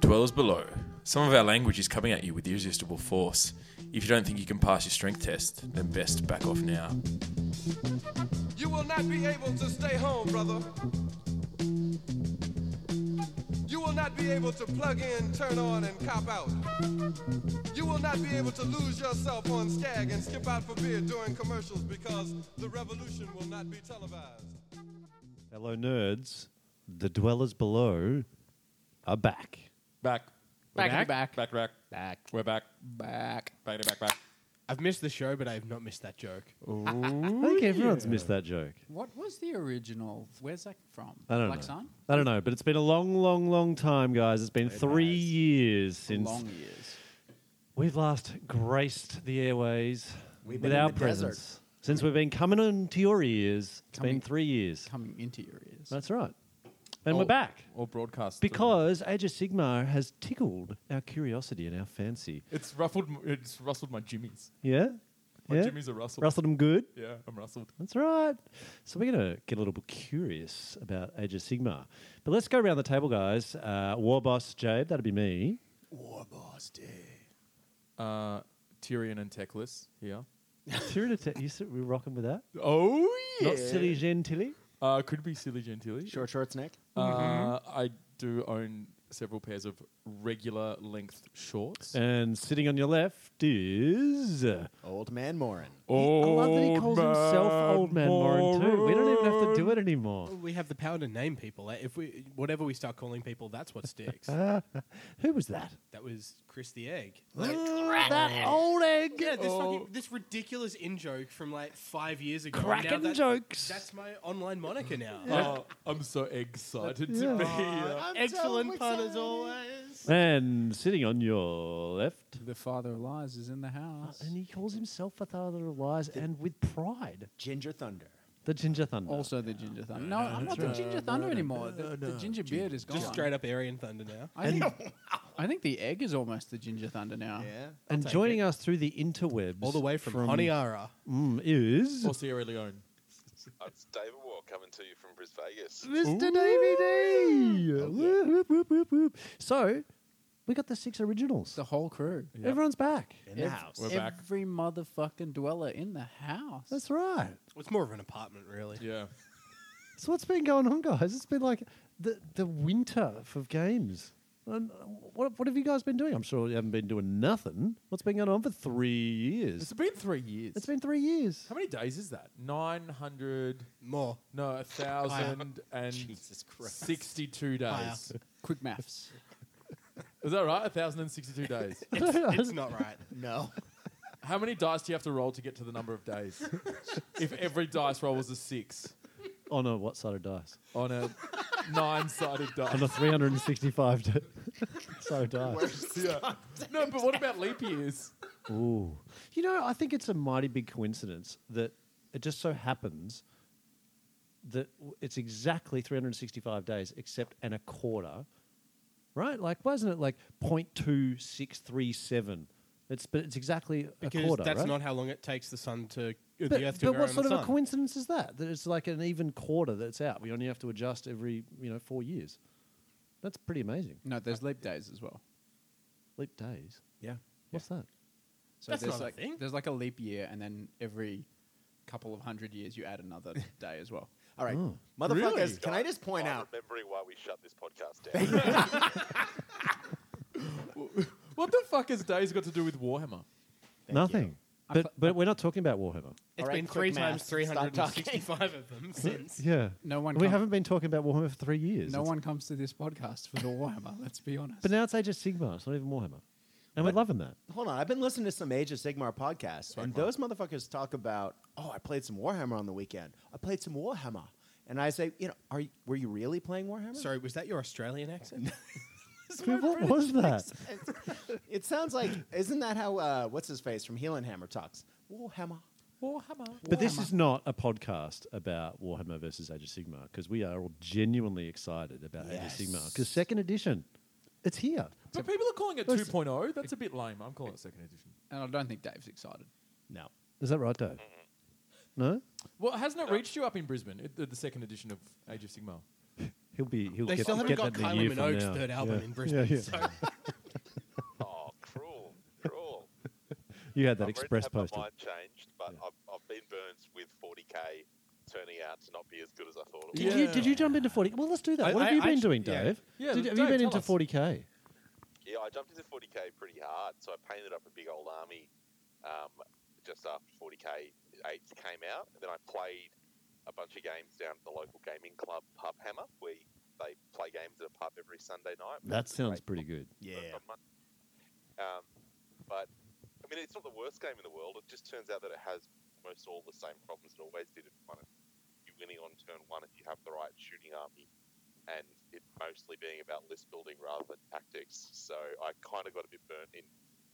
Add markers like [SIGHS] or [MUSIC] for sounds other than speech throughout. dwellers below, some of our language is coming at you with irresistible force. If you don't think you can pass your strength test, then best back off now. You will not be able to stay home, brother. You will not be able to plug in, turn on, and cop out. You will not be able to lose yourself on Skag and skip out for beer during commercials because the revolution will not be televised. Hello, nerds. The dwellers below are back. Back. Back We're and back. Back, back. Back. We're back. Back. Back, back, back. I've missed the show, but I've not missed that joke. I think everyone's missed that joke. What was the original? Where's that from? I don't Black know. Sun? I don't know, but it's been a long, long, long time, guys. It's been three years since Long years. we've last graced the airways We've with been in our the desert. presence. Since we've been coming into your ears, it's been Coming. three years. Coming into your ears. That's right. And we're Oh. back. Or broadcast. Because Age of Sigmar has tickled our curiosity and our fancy. It's ruffled. m- It's rustled my jimmies. Yeah? My yeah? jimmies are rustled. Rustled them good. Yeah, I'm rustled. That's right. So we're going to get a little bit curious about Age of Sigma. But let's go around the table, guys. Uh, War Boss Jade, that'd be [LAUGHS] me. Uh, Tyrion and Teclis here. Tyranite, you said we're rocking with that. Oh yeah. Not Silly Gentilly. Uh, could be silly gentilly. Short shorts neck. Mm-hmm. Uh, I do own several pairs of regular length shorts. And sitting on your left is. Old man Morin. I love that he calls himself Old Man Morin, too. We don't even have to do it anymore. We have the power to name people. Eh? If we, whatever we start calling people, that's what sticks. [LAUGHS] Who was that? that was Chris the Oh, Egg. that old egg. Yeah, this, fucking, this ridiculous in joke from like five years ago. Cracking Now that- jokes. That's my online moniker [LAUGHS] now. Oh, I'm so excited to be here. Excellent pun as always. And sitting on your left. The father of lies is in the house. And he calls himself a father of lies and with pride. Ginger Thunder. The Ginger Thunder. also the ginger thunder. No, I'm not the ginger thunder anymore. the, the ginger beard is gone. Just straight up Aryan Thunder now. I think, I think the egg is almost the ginger thunder now. Yeah. and joining us through the interwebs. All the way from, Honiara. Mm, is. Or Sierra Leone. It's David War coming to you from Bris Vegas. Mr. DVD. Whoop, whoop, whoop, whoop. So, we got the six originals. The whole crew. Everyone's back. In the Ev- house. We're back. Every motherfucking dweller in the house. That's right. It's more of an apartment, really. [LAUGHS] Yeah. So, what's been going on, guys? It's been like the, the winter of games. And uh, what, what have you guys been doing? I'm sure you haven't been doing nothing. What's been going on for three years? It's been three years. it's been three years. How many days is that? 900, More. no, [LAUGHS] 1,062 days. quick maths. Is that right? 1,062 [LAUGHS] days. It's not right. No. How many dice do you have to roll to get to the number of days? if every dice roll was a six on a what side of dice? on [LAUGHS] a nine sided On a die. 365 d- [LAUGHS] side of dice. Yeah. No, but what about leap years? Ooh. You know, I think it's a mighty big coincidence that it just so happens that w- it's exactly 365 days except and a quarter, right? Like, wasn't it like 0.2637? It's, but it's exactly Because a quarter, that's right? not how long it takes the sun to, uh, but, the earth to but go what around sort the of sun. a coincidence is that? That it's like an even quarter that's out. We only have to adjust every, you know, four years. That's pretty amazing. No, there's leap days as well. Leap days. Yeah. What's that? So That's there's not a like thing. there's like a leap year, and then every couple of hundred years you add another day as well. All right. Oh. Motherfuckers, Really? can I just point I'm out? Remembering why we shut [LAUGHS] this podcast down. What the fuck has days got to do with Warhammer? Nothing. I But, pl- but we're not talking about Warhammer. It's All right, been three quick times maths. Stop talking. 365 of [LAUGHS] them since. Yeah. No one We com- haven't been talking about Warhammer for three years. No It's- one comes to this podcast for the Warhammer. Let's be honest. But now it's Age of Sigma. It's not even Warhammer, and we're loving [LAUGHS] that. Hold on. I've been listening to some Age of Sigmar podcasts, and those motherfuckers talk about, oh, I played some Warhammer on the weekend. I played some Warhammer. And I say, you know, are you, were you really playing [LAUGHS] Warhammer? Sorry, was that your Australian accent? what was that? [LAUGHS] It sounds like, isn't that how, uh, what's his face from Heel and Hammer talks? Warhammer. But this is not a podcast about Warhammer versus Age of Sigma because we are all genuinely excited about Age of Sigma because second edition, it's here. But people are calling it 2.0. That's a bit lame. I'm calling it second edition. and I don't think Dave's excited. No. Is that right, Dave? No. Uh, Well, hasn't it reached you up in Brisbane, it, the, the second edition of Age of Sigma? He'll be. He'll They get, still haven't get got that in a Kylie year from Minogue's now. third album Yeah. in Brisbane. Yeah, yeah. So [LAUGHS] Oh, cruel, [LAUGHS] cruel. You had that I've express had my posted. mind changed, but I've, I've been burnt with 40k turning out to not be as good as I thought it Did was. you did you jump into forty? Well, let's do that. I- what have I you been actu- doing, yeah. Dave? Yeah, Did- have Dave, you been tell into us. forty k? Yeah, I jumped into 40k pretty hard, so I painted up a big old army um, just after 40k eights came out. And then I played a bunch of games down at the local gaming club, Pub Hammer, where they play games at a pub every Sunday night. That It's a sounds pretty great good. for a month. Um, but I mean, it's not the worst game in the world. It just turns out that it has most all the same problems it always did in one. You winning on turn one if you have the right shooting army, and it mostly being about list building rather than tactics. So I kind of got a bit burnt in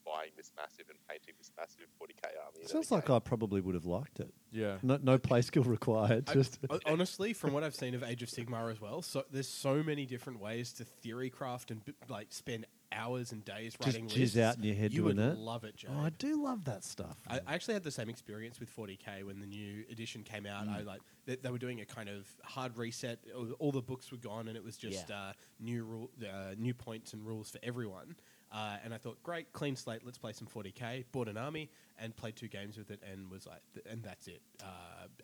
buying this massive and painting this massive 40k army. Sounds like I probably would have liked it. Yeah. No, no play skill required. Just Hon- honestly, from what I've seen of Age of Sigmar as well, so there's so many different ways to theory craft and b- like spend hours and days Just writing jizz lists. out in your head you doing would that? Love it, Jay. oh, I do love that stuff. I I actually had the same experience with 40k when the new edition came out. Mm. I like they, they were doing a kind of hard reset. All, all the books were gone, and it was just uh, new rule, uh, new points and rules for everyone. Uh, and I thought, great, clean slate. Let's play some 40k. Bought an army and played two games with it, and was like, th- and that's it. Uh,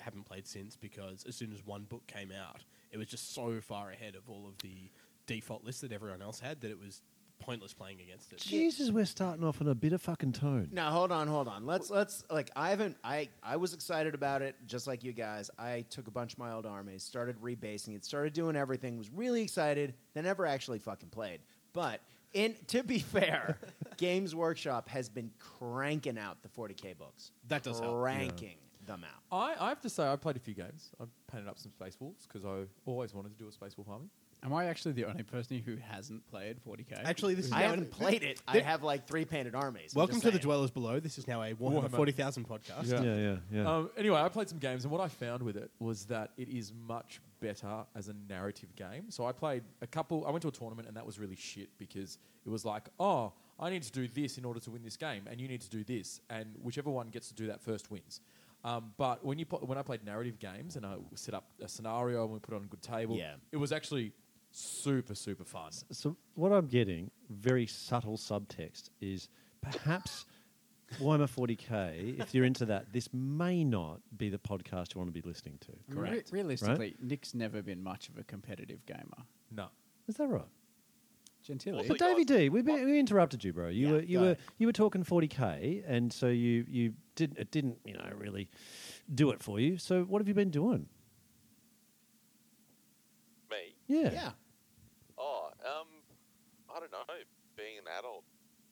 haven't played since because as soon as one book came out, it was just so far ahead of all of the default lists that everyone else had that it was pointless playing against it. Jesus, we're starting off on a bit of fucking tone. Now hold on, hold on. Let's let's like I haven't I I was excited about it just like you guys. I took a bunch of my old armies, started rebasing it, started doing everything. Was really excited. Then never actually fucking played. But in [LAUGHS] to be fair, Games Workshop has been cranking out the 40k books. That does help. cranking them out. I, I have to say, I played a few games. I painted up some Space Wolves because I always wanted to do a Space Wolf army. Am I actually the only person who hasn't played 40k? Actually, this is I now haven't an- played it. I have like three painted armies. I'm Welcome just to the saying. Dwellers Below. This is now a Warhammer, Warhammer. 40,000 podcast. Yeah. Yeah, yeah, yeah. Um, anyway, I played some games, and what I found with it was that it is much better as a narrative game. So I played a couple. I went to a tournament, and that was really shit because it was like, oh, I need to do this in order to win this game, and you need to do this, and whichever one gets to do that first wins. Um, but when you pl- when I played narrative games and I set up a scenario and we put it on a good table, Yeah. it was actually super super fun. so what I'm getting, very subtle subtext, is perhaps Weimar 40k. If you're into that, this may not be the podcast you want to be listening to. Re- realistically, Nick's never been much of a competitive gamer. No, Is that right? Gentilly. Also- But Davey guys. D, we, be, we interrupted you, bro. You Yeah, were you go were ahead. you were talking 40k, and so you you didn't it didn't you know really do it for you. So what have you been doing? me. Yeah, Yeah. Oh, um, I don't know. Being an adult,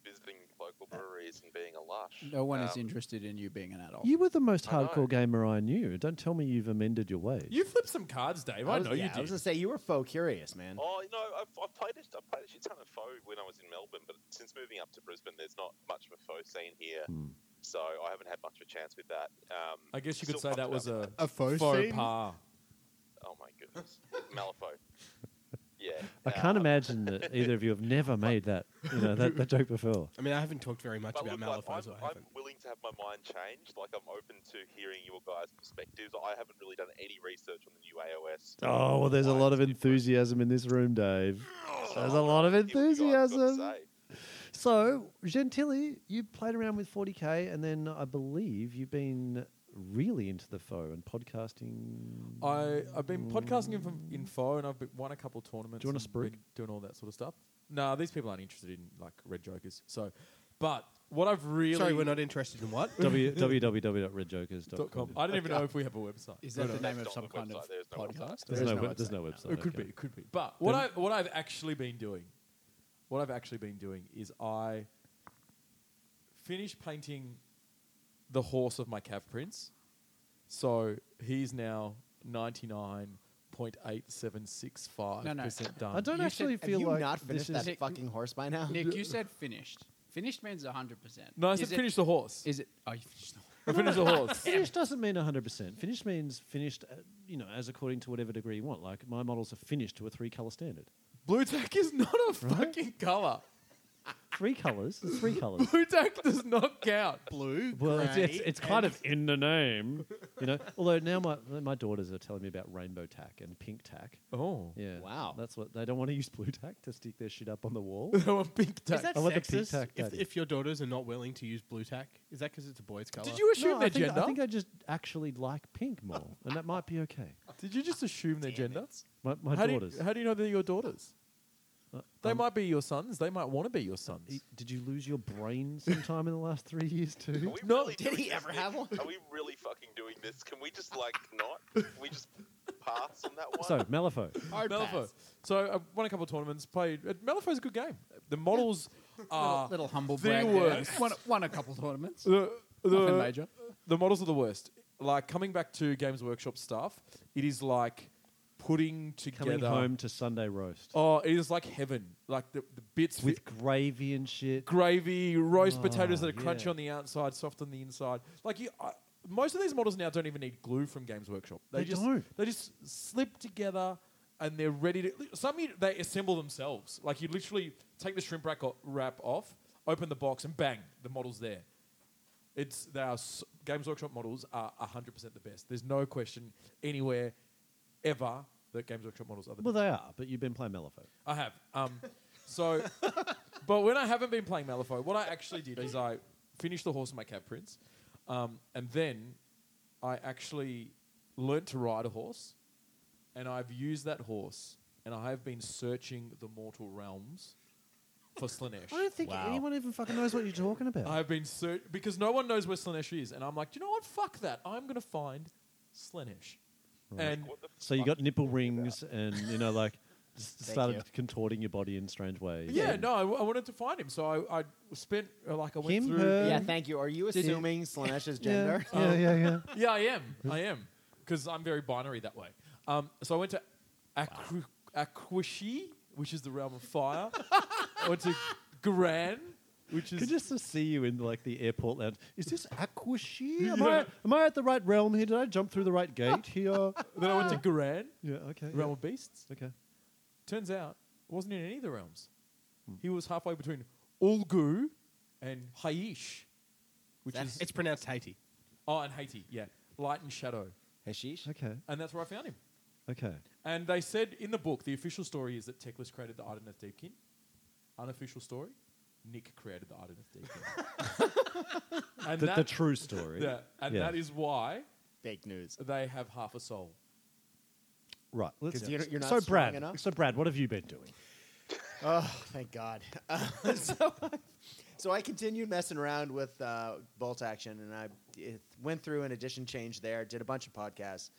visiting local breweries, and being a lush. no one is Um, interested in you being an adult. You were the most I know. hardcore gamer I knew. Don't tell me you've amended your ways. you flipped some cards, Dave. I, was, know yeah, you I did. was gonna say you were faux curious, man. Oh no, I've, I've played a, I played a shit ton of faux when I was in Melbourne, but since moving up to Brisbane, there's not much of a faux scene here, Hmm. so I haven't had much of a chance with that. Um, I guess you I'm could still say that pumped was up. a, A faux scene? pas. oh my goodness, Malifaux. [LAUGHS] Yeah, I can't um, imagine that either of you have never made that you know that, that joke before. I mean, I haven't talked very much But about look, Malifaux, like, I'm, so I I'm haven't. willing to have my mind changed. Like I'm open to hearing your guys' perspectives. I haven't really done any research on the new AOS. Oh, well, there's a Why lot of it's different. enthusiasm in this room, Dave. So There's I a lot of wanna hear what you guys got to enthusiasm. say. So, Gentili, you played around with 40k, and then I believe you've been really into the foe and podcasting. I I've been podcasting in, from info and I've been, won a couple tournaments. Do you want a and been sprig? Doing all that sort of stuff. No, these people aren't interested in like red jokers. So, but what I've really Sorry, we're not interested in what? [LAUGHS] w- www.redjokers.com. [LAUGHS] .com. I don't even know if we have a website. is that the name That's of not some the kind of website, there's no podcast? website. There's, no, web- there's no website. It could okay. be. It could be. But what Then- I what I've actually been doing, what I've actually been doing is I finished painting the horse of my calf prince. So he's now ninety nine point eight seven six five No, no. percent done. I don't You actually said- Have feel you like not this finished is that fucking horse by now? [LAUGHS] Nick, you said finished. Finished means 100%. No, I is said it- finish the horse. Is it? Oh, you finished the I finished the [LAUGHS] horse. Finished doesn't mean 100%. Finished means finished, uh, you know, as according to whatever degree you want. Like, my models are finished to a three color standard. Blue tack is not a fucking color. three colors. There's three colors. [LAUGHS] Blue tack does not count. Blue, Well, it's, grey, it's, it's kind of in the name, [LAUGHS] you know. Although now my my daughters are telling me about rainbow tack and pink tack. [LAUGHS] Oh. Yeah, Wow. that's what they don't want to use blue tack to stick their shit up on the wall. They want pink tack. Is that I want the pink sexist? tack if, daddy. if your daughters are not willing to use blue tack, is that because it's a boy's color? Did you assume No, their I, think, gender? I think I just actually like pink more, and that might be okay. Did you just assume their gender? My, my how, daughters. Do you, how do you know they're your daughters? Uh, They um, might be your sons. They might want to be your sons. y- Did you lose your brain sometime in the last three years Are too? we No. really Did he doing this, ever Nick? have one? Are we really fucking doing this? Can we just like not? Can [LAUGHS] we just pass on that one? So Malifaux. Hard Malifaux. pass. So I won a couple of tournaments. Played. uh, Malifaux's a good game. The models are [LAUGHS] little, little humble the brag. there. worst. Won, won a couple tournaments. Ah, the, the, Nothing major. the models are the worst. Like coming back to Games Workshop stuff, it is like putting together. Coming home to Sunday roast Oh, it is like heaven. Like the, the bits with gravy and shit. gravy, roast potatoes Oh, that are crunchy yeah. on the outside, soft on the inside. Like you, I, most of these models now don't even need glue from Games Workshop. They just don't. they just slip together and they're ready to. Some you, they assemble themselves. Like you literally take the shrimp wrap, o- wrap off, open the box, and bang, the model's there. It's they are s- Games Workshop models are hundred percent the best. There's no question anywhere ever that Games Workshop models are the Well, best. they are, but you've been playing Malifaux. I have. Um, so, but when I haven't been playing Malifaux, what I actually did is I finished the horse in my cat prince, um, and then I actually learnt to ride a horse, and I've used that horse, and I have been searching the mortal realms for Slanesh. I don't think anyone even fucking knows what you're talking about. I've been search because no one knows where Slanesh is, and I'm like, "Do you know what? Fuck that! I'm gonna find Slanesh. And What the [LAUGHS] So you fuck got are nipple talking about? rings and, you know, like just Thank started you. contorting your body in strange ways. yeah, And- no, I, I wanted to find him, so I, I spent uh, like I went Him, through. her, Yeah, Um, thank you. Are you you- assuming Slanesh's Yeah, gender? [LAUGHS] Yeah, yeah, yeah. yeah, I am. I am. Because I'm very binary that way. Um, so I went to Akru- Akwishi, which is the realm of fire. I went to Gran, which is. Could just to see you in like the airport lounge. Is this Aquashi? Am, I, Yeah. am I at the right realm here? Did I jump through the right gate [LAUGHS] here? then I went to Gran, yeah, the okay. Yeah. realm of beasts. Okay. Turns out, it wasn't in any of the realms. He was halfway between Ulgu and Haish, which That- is. it's pronounced Haiti. oh, and Haiti, yeah. Light and shadow. Hashish? Okay. And that's where I found him. Okay. And they said in the book, the official story is that Teclis created the Ardeneth Deepkin. Unofficial story, Nick created the Ardeneth Deepkin. and [LAUGHS] The, that, the true story. yeah, and Yeah. that is why Fake news. they have half a soul. Right. Let's, 'Cause you're- you're not so, strong Brad, enough? so, Brad, what have you been doing? Oh, thank God. [LAUGHS] Uh, so, so I continued messing around with uh, Bolt Action, and I it went through an edition change there, did a bunch of podcasts.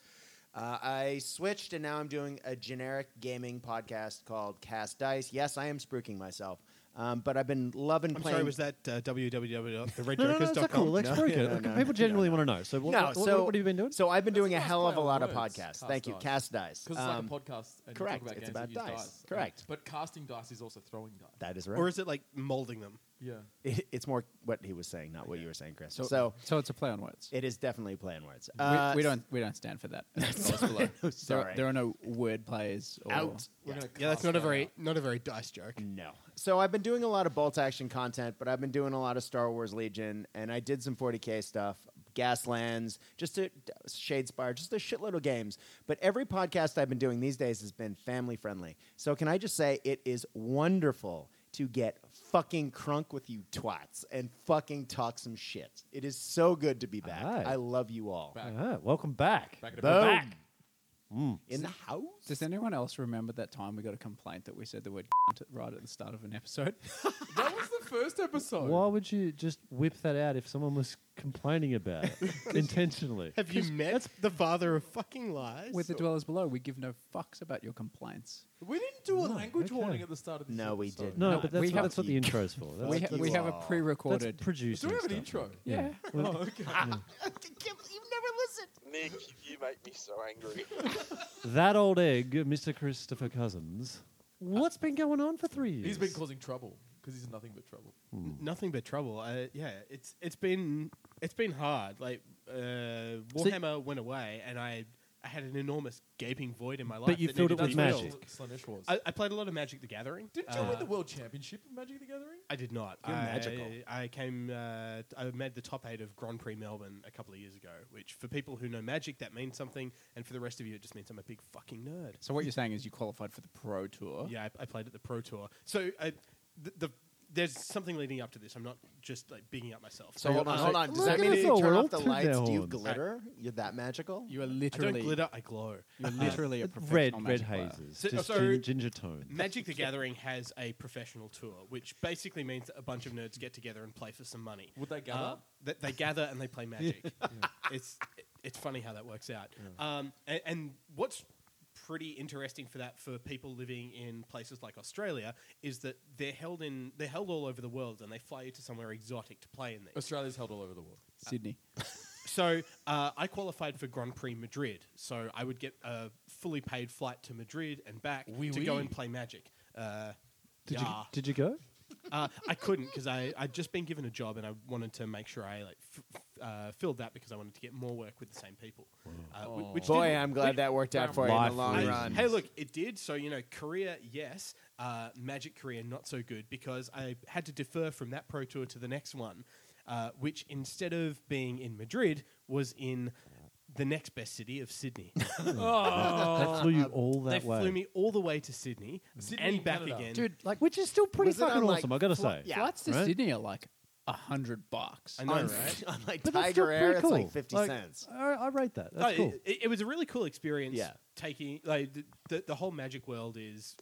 Uh, I switched, and now I'm doing a generic gaming podcast called Cast Dice. Yes, I am spooking myself, um, but I've been loving I'm playing. sorry, was that uh, [LAUGHS] www.redjokers.com? No, no, no, it's not cool. Let's break it. no, no, People no, genuinely want to know. So, what, no, what, so what, what have you been doing? So I've been That's doing a a nice hell of play a on lot of words, podcasts. Cast Thank you, Dice. Cast Dice. Because Um, it's like a podcast. And you correct, Talk about it's games that about use dice, Um, correct. But casting dice is also throwing dice. that is right. Or is it like molding them? yeah. It- [LAUGHS] it's more what he was saying, not what you were saying, Chris. So, so it's a play on words. it is definitely playing words. We- Uh, we, don't we don't stand for that. [LAUGHS] I'm There sorry. are, there are no word players. Or Out. We're gonna Yeah, that's cast not that a very out. not a very dice joke. No. So I've been doing a lot of bolt action content, but I've been doing a lot of Star Wars Legion, and I did some 40k stuff, Gaslands, just a Shadespire, just a shitload of games. But every podcast I've been doing these days has been family friendly. So can I just say it is wonderful to get fucking crunk with you twats and fucking talk some shit. It is so good to be back. Aye. I love you all. Back. Ah, welcome back. Back at We're Boom. back. In the house. Does anyone else remember that time we got a complaint that we said the word [LAUGHS] cunt right at the start of an [LAUGHS] episode? [LAUGHS] That was the first episode. Why would you just whip that out if someone was complaining about [LAUGHS] it intentionally? Have you met the father of fucking lies? With the dwellers below, we give no fucks about your complaints. We didn't do a No, language okay. warning at the start of this No, we episode. didn't. No, No, but we that's, not, have- that's what [LAUGHS] the intro's for. That's, we ha- ha- that's, we have a all. pre-recorded. that's producing. Do we have an stuff. intro? yeah. Well, Oh, Nick, you [LAUGHS] make me so angry. that old egg, Mr. Christopher Cousins. What's been going on for three years? He's been causing trouble because he's nothing but trouble. Nothing but trouble. Uh, yeah, it's it's been it's been hard. Like uh, Warhammer went away, and I I had an enormous gaping void in my life. you that filled needed it with to be filled. magic. Slanish was. I, I played a lot of Magic the Gathering. Didn't you win the Uh, world championship of Magic the Gathering? I did not. You're I, magical. I came. Uh, t- I made the top eight of Grand Prix Melbourne a couple of years ago, which for people who know Magic that means something, and for the rest of you it just means I'm a big fucking nerd. So what you're saying is you qualified for the pro tour. Yeah, I, I played at the Pro Tour. So I, the, the there's something leading up to this. I'm not just like bigging up myself. So hold on, Uh, hold on. Does Look that at mean us if you all, turn we're off all the toot their lights, do you horns. glitter? You're that magical? You are I don't literally glitter. I glow. Um, You're literally a Red, professional red magic player. hazes, So- just so- gin- ginger tone. [LAUGHS] Magic the Gathering has a professional tour, which basically means that a bunch of nerds get together and play for some money. Would they Uh, gather? th- they gather and they [LAUGHS] play Magic. [LAUGHS] It's it's funny how that works out. Um, and, and what's pretty interesting for that for people living in places like Australia is that they're held in they're held all over the world and they fly you to somewhere exotic to play in these. Australia's held all over the world. Sydney. So uh, I qualified for Grand Prix Madrid, so I would get a fully paid flight to Madrid and back to go and play Magic. Uh, Did you yeah. did you go? Uh, I couldn't because I I'd just been given a job and I wanted to make sure I like f- f- uh, filled that because I wanted to get more work with the same people. Uh, wh- which Boy, didn't- I'm glad which- that worked out for you in the Life long is- run. Hey, look, it did. So you know, career yes, uh, magic career not so good because I had to defer from that pro tour to the next one, uh, which instead of being in Madrid was in the next best city of Sydney. That flew you all Uh, they that way. flew me all the way to Sydney, Sydney, and back Canada. again. Dude, like which is still pretty Was it fucking on, like, awesome. I gotta fl- say, yeah. flights to Right? Sydney are like a hundred bucks. I know, [LAUGHS] on, right? on like but that's still Tiger Air, pretty cool. it's like 50 cents. I, I rate that. No, That's cool. Oh, it, it was a really cool experience. Yeah. Taking like the, the the whole magic world is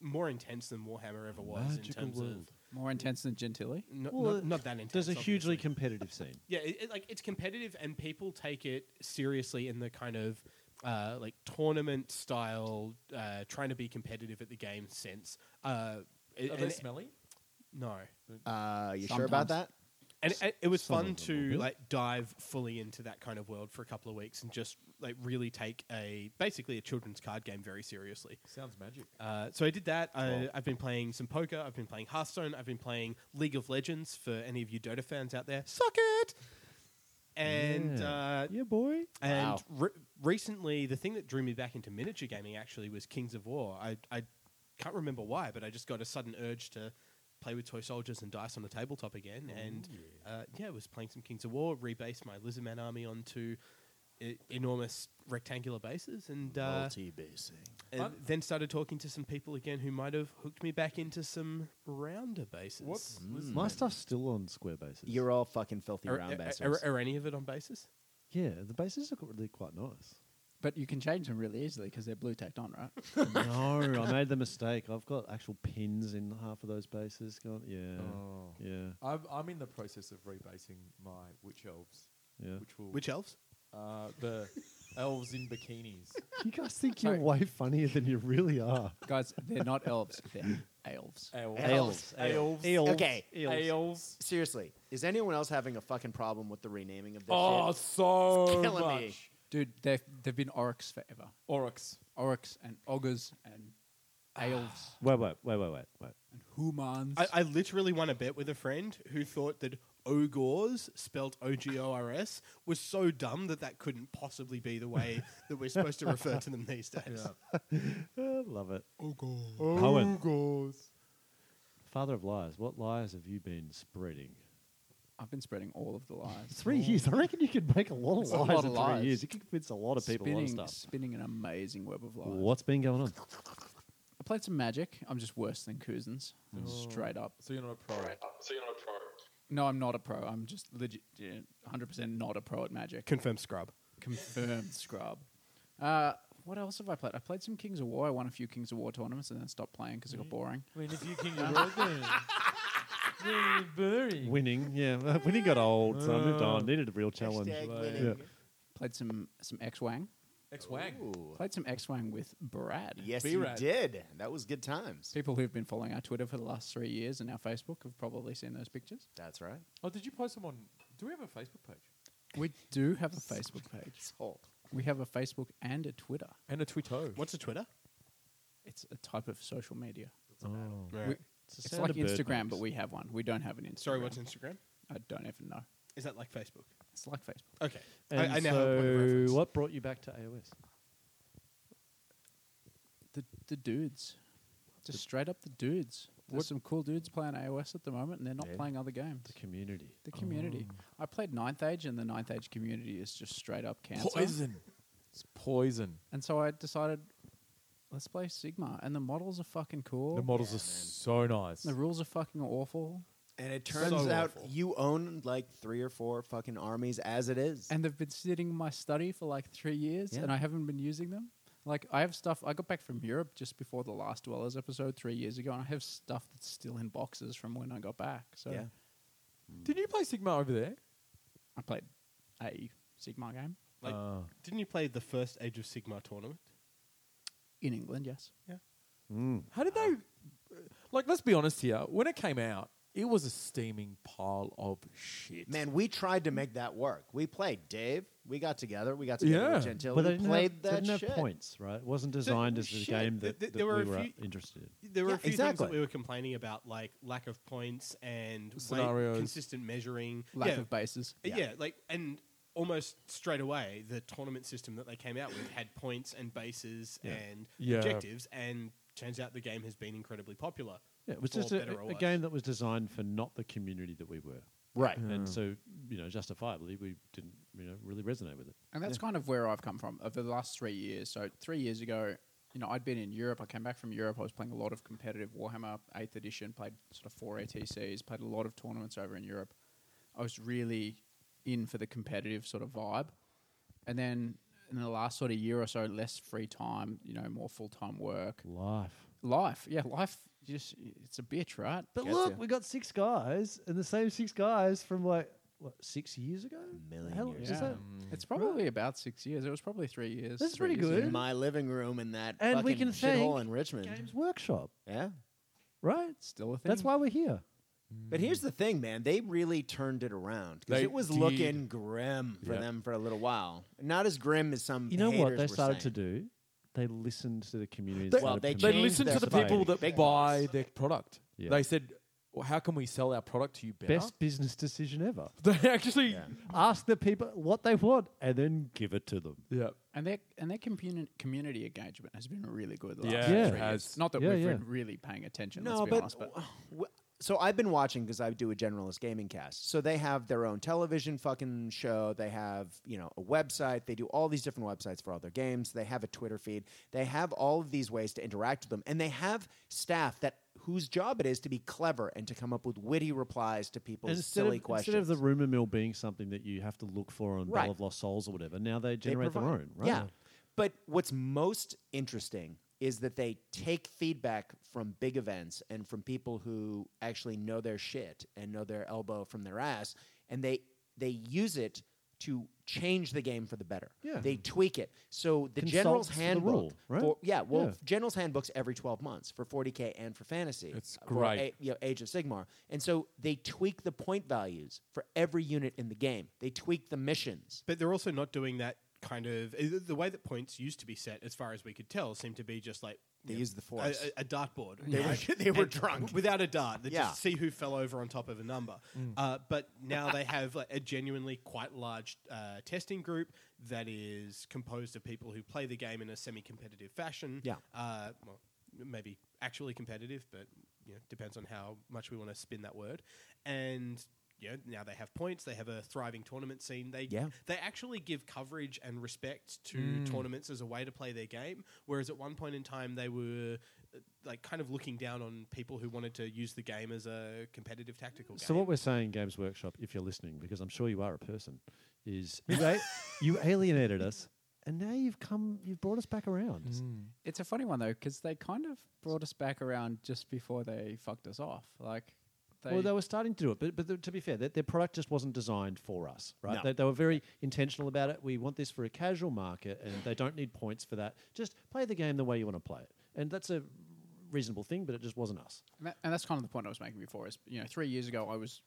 more intense than Warhammer ever was in Magical terms world. More intense than Gentilly. of not, Well, not, not that intense. There's a hugely obviously. competitive scene. yeah, it, it- like it's competitive and people take it seriously in the kind of uh, like tournament style, uh, trying to be competitive at the game sense. Uh, it- Are they and- smelly? no, Uh, you sure about that? Sometimes. and it, it was Some fun of them will to be. like dive fully into that kind of world for a couple of weeks and just like really take a basically a children's card game very seriously. Sounds magic. Uh, so I did that. I, I've been playing some poker. I've been playing Hearthstone. I've been playing League of Legends for any of you Dota fans out there. Suck it! And Yeah. uh, yeah, boy. and Wow. re- recently, the thing that drew me back into miniature gaming actually was Kings of War. I, I can't remember why, but I just got a sudden urge to play with toy soldiers and dice on the tabletop again. and yeah. Uh, yeah, was playing some Kings of War, rebased my Lizardman army onto e- enormous rectangular bases, and uh, and I'm- then started talking to some people again who might have hooked me back into some rounder bases. What's My stuff's still on square bases. Mm. You're all fucking filthy Are, round are- bastards. are- are any of it on bases? yeah, the bases are really quite nice. But you can change them really easily because they're blue tacked on, right? no, I made the mistake. I've got actual pins in half of those bases. Gone. Yeah, Oh. yeah, I'm, I'm in the process of rebasing my witch elves, yeah. which will Which elves? uh, [LAUGHS] the elves in bikinis. You guys think you're way funnier than you really are. Guys, they're not elves. They're elves. Elves. Elves. Elves. Okay. Elves. Seriously, is anyone else having a fucking problem with the renaming of this Oh, shit? so It's killing much. me. Dude, they've, they've been oryx forever. Oryx. Oryx and ogres and elves Wait, wait, wait, wait, wait, wait. and humans. I, I literally won a bet with a friend who thought that ogres, spelt O G O R S, was so dumb that that couldn't possibly be the way that we're supposed to refer to them these days. Uh, love it. Oh, Cohen. Ogres. Father of lies, what lies have you been spreading? I've been spreading all of the lies. [LAUGHS] Three years. I reckon you could make a lot of It's a lies lot of in three lies. years. You could convince a lot of people spinning, a lot of stuff. spinning an amazing web of lies. What's been going on? I played some magic. I'm just worse than Kuzens. Straight up. So you're not a pro. No, I'm not a pro. I'm just legit, yeah, 100% not a pro at magic. Confirmed scrub. Confirmed scrub. Uh, what else have I played? I played some Kings of War. I won a few Kings of War tournaments and then stopped playing because it got boring. I mean, if you can get boring. Winning, yeah. [LAUGHS] Winning got old, so I moved on. Needed a real challenge. Hashtag Like- winning. Yeah. Played some some X Wang. Ex-wang. Ooh. Played some X Wang with Brad. Yes, B-Rad. you did. That was good times. People who've been following our Twitter for the last three years and our Facebook have probably seen those pictures. That's right. Oh, did you post them on? Do we have a Facebook page We do have a Facebook page. Sold. We have a Facebook and a Twitter. and a Twitter? What's a Twitter? It's a type of social media. Oh. We- It's, the it's sound like of bird Instagram, but noise. we have one. We don't have an Instagram. Sorry, what's Instagram? I don't even know. Is that like Facebook? It's like Facebook. Okay. And I, I now have a point of so, reference. what brought you back to AOS? the the dudes, just straight up the dudes. There's some cool dudes playing AOS at the moment, and they're not Yeah. playing other games. The community. The community. I played Ninth Age, and the Ninth Age community is just straight up cancer. Poison. It's poison. And so I decided, let's play Sigma, and the models are fucking Oh, cool. The The, models are so nice. rules are fucking awful, And it turns out you own like three or four fucking armies as it is. and they've been sitting in my study for like three years, Yeah. and I haven't been using them. Like I have stuff. I got back from Europe just before the last Dwellers episode three years ago, and I have stuff that's still in boxes from when I got back. So yeah. Did you play Sigma over there? I played a Sigma game Like, ah, Oh. didn't you play the first Age of Sigma tournament? in England. Yes. mm. How did they? Like, let's be honest here. When it came out, it was a steaming pile of shit. Man, we tried to make that work. We played Dave. We got together. We got together with Yeah. Gentile. But we they didn't, played have, they that didn't have shit. points, right? It wasn't designed as the shit. game Th- that, th- that there were we a were few- interested in. There were Yeah, a few things exactly. that we were complaining about, like lack of points and Scenarios. Way, consistent measuring, Lack yeah, of bases. yeah. like and almost straight away the tournament system that they came out with had points and bases and Yeah. objectives, and turns out the game has been incredibly popular. Yeah, it was for just a, better or a worse. game that was designed for not the community that we were. Right. And so, you know, justifiably, we didn't, you know, really resonate with it. And that's kind of where I've come from over the last three years. So three years ago, you know, I'd been in Europe. I came back from Europe. I was playing a lot of competitive Warhammer Eighth Edition. Played sort of four ATCs. Played a lot of tournaments over in Europe. I was really in for the competitive sort of vibe. And then in the last sort of year or so, less free time. You know, more full time work. Life. Life, yeah, life. Just it's a bitch, right? But Gets look, ya. we got six guys, and the same six guys from like what six years ago? million How- years is ago. that- it's probably about six years. It was probably three years. That's three pretty years ago. good. In my living room in that And we fucking can thank shithole in Richmond. Games Workshop, Yeah. right? Still a thing. That's why we're here. But here's the thing, man. They really turned it around because They it was did. looking grim for Yeah. them for a little while. Not as grim as some. You know what haters they were started to saying. do? They listened to the community. They- and Well, started they They promoting changed listened their to the people society. that Big buy boys. their product. Yeah. They said, well, "How can we sell our product to you better?" best business decision ever. They actually, yeah. Yeah. Ask the people what they want, and then give it to them. And their and their community community engagement has been really good. The Yeah, last Yeah. three it has. years. not that Yeah, we've yeah. been really paying attention. No, let's be but, honest, but w- so I've been watching because I do a generalist gaming cast. So they have their own television fucking show. They have you know a website. They do all these different websites for all their games. They have a Twitter feed. They have all of these ways to interact with them, and they have staff that whose job it is to be clever and to come up with witty replies to people's Instead silly of, questions. instead of the rumor mill being something that you have to look for on Right. Battle of Lost Souls or whatever, now they They generate their provide- own, right? Yeah. But what's most interesting is that they take feedback from big events and from people who actually know their shit and know their elbow from their ass, and they they use it to change the game for the better. Yeah. They tweak it. So the Consults general's for the handbook rule, right? for- yeah, well Yeah. general's handbooks every 12 months for 40k and for fantasy. It's uh, for great. A- you know, Age of Sigmar. And so they tweak the point values for every unit in the game. They tweak the missions. But they're also not doing that kind of uh, the way that points used to be set, as far as we could tell, seemed to be just like They you know, used the a, force. a- a dartboard. They were- Like, [LAUGHS] they were and drunk. without a dart. They Yeah. just see who fell over on top of a number. Uh, but now they have like, a genuinely quite large uh, testing group that is composed of people who play the game in a semi-competitive fashion. Yeah. Uh, well, maybe actually competitive, but you know, depends on how much we want to spin that word. And you know, now they have points. They have a thriving tournament scene. They Yeah. they actually give coverage and respect to Mm. tournaments as a way to play their game. Whereas at one point in time, they were uh, like kind of looking down on people who wanted to use the game as a competitive tactical game. So what we're saying, Games Workshop, if you're listening, because I'm sure you are a person, is you, a- you alienated us, and now you've come, you've brought us back around. Mm. it's a funny one though because they kind of brought us back around just before they fucked us off. Like, they, well, they were starting to do it, but, but the, to be fair, their, their product just wasn't designed for us, right? No. They, they were very intentional about it. We want this for a casual market, and they don't need points for that. Just play the game the way you want to play it, and that's a reasonable thing. But it just wasn't us. and, that, and that's kind of the point I was making before. Is you know, three years ago, I was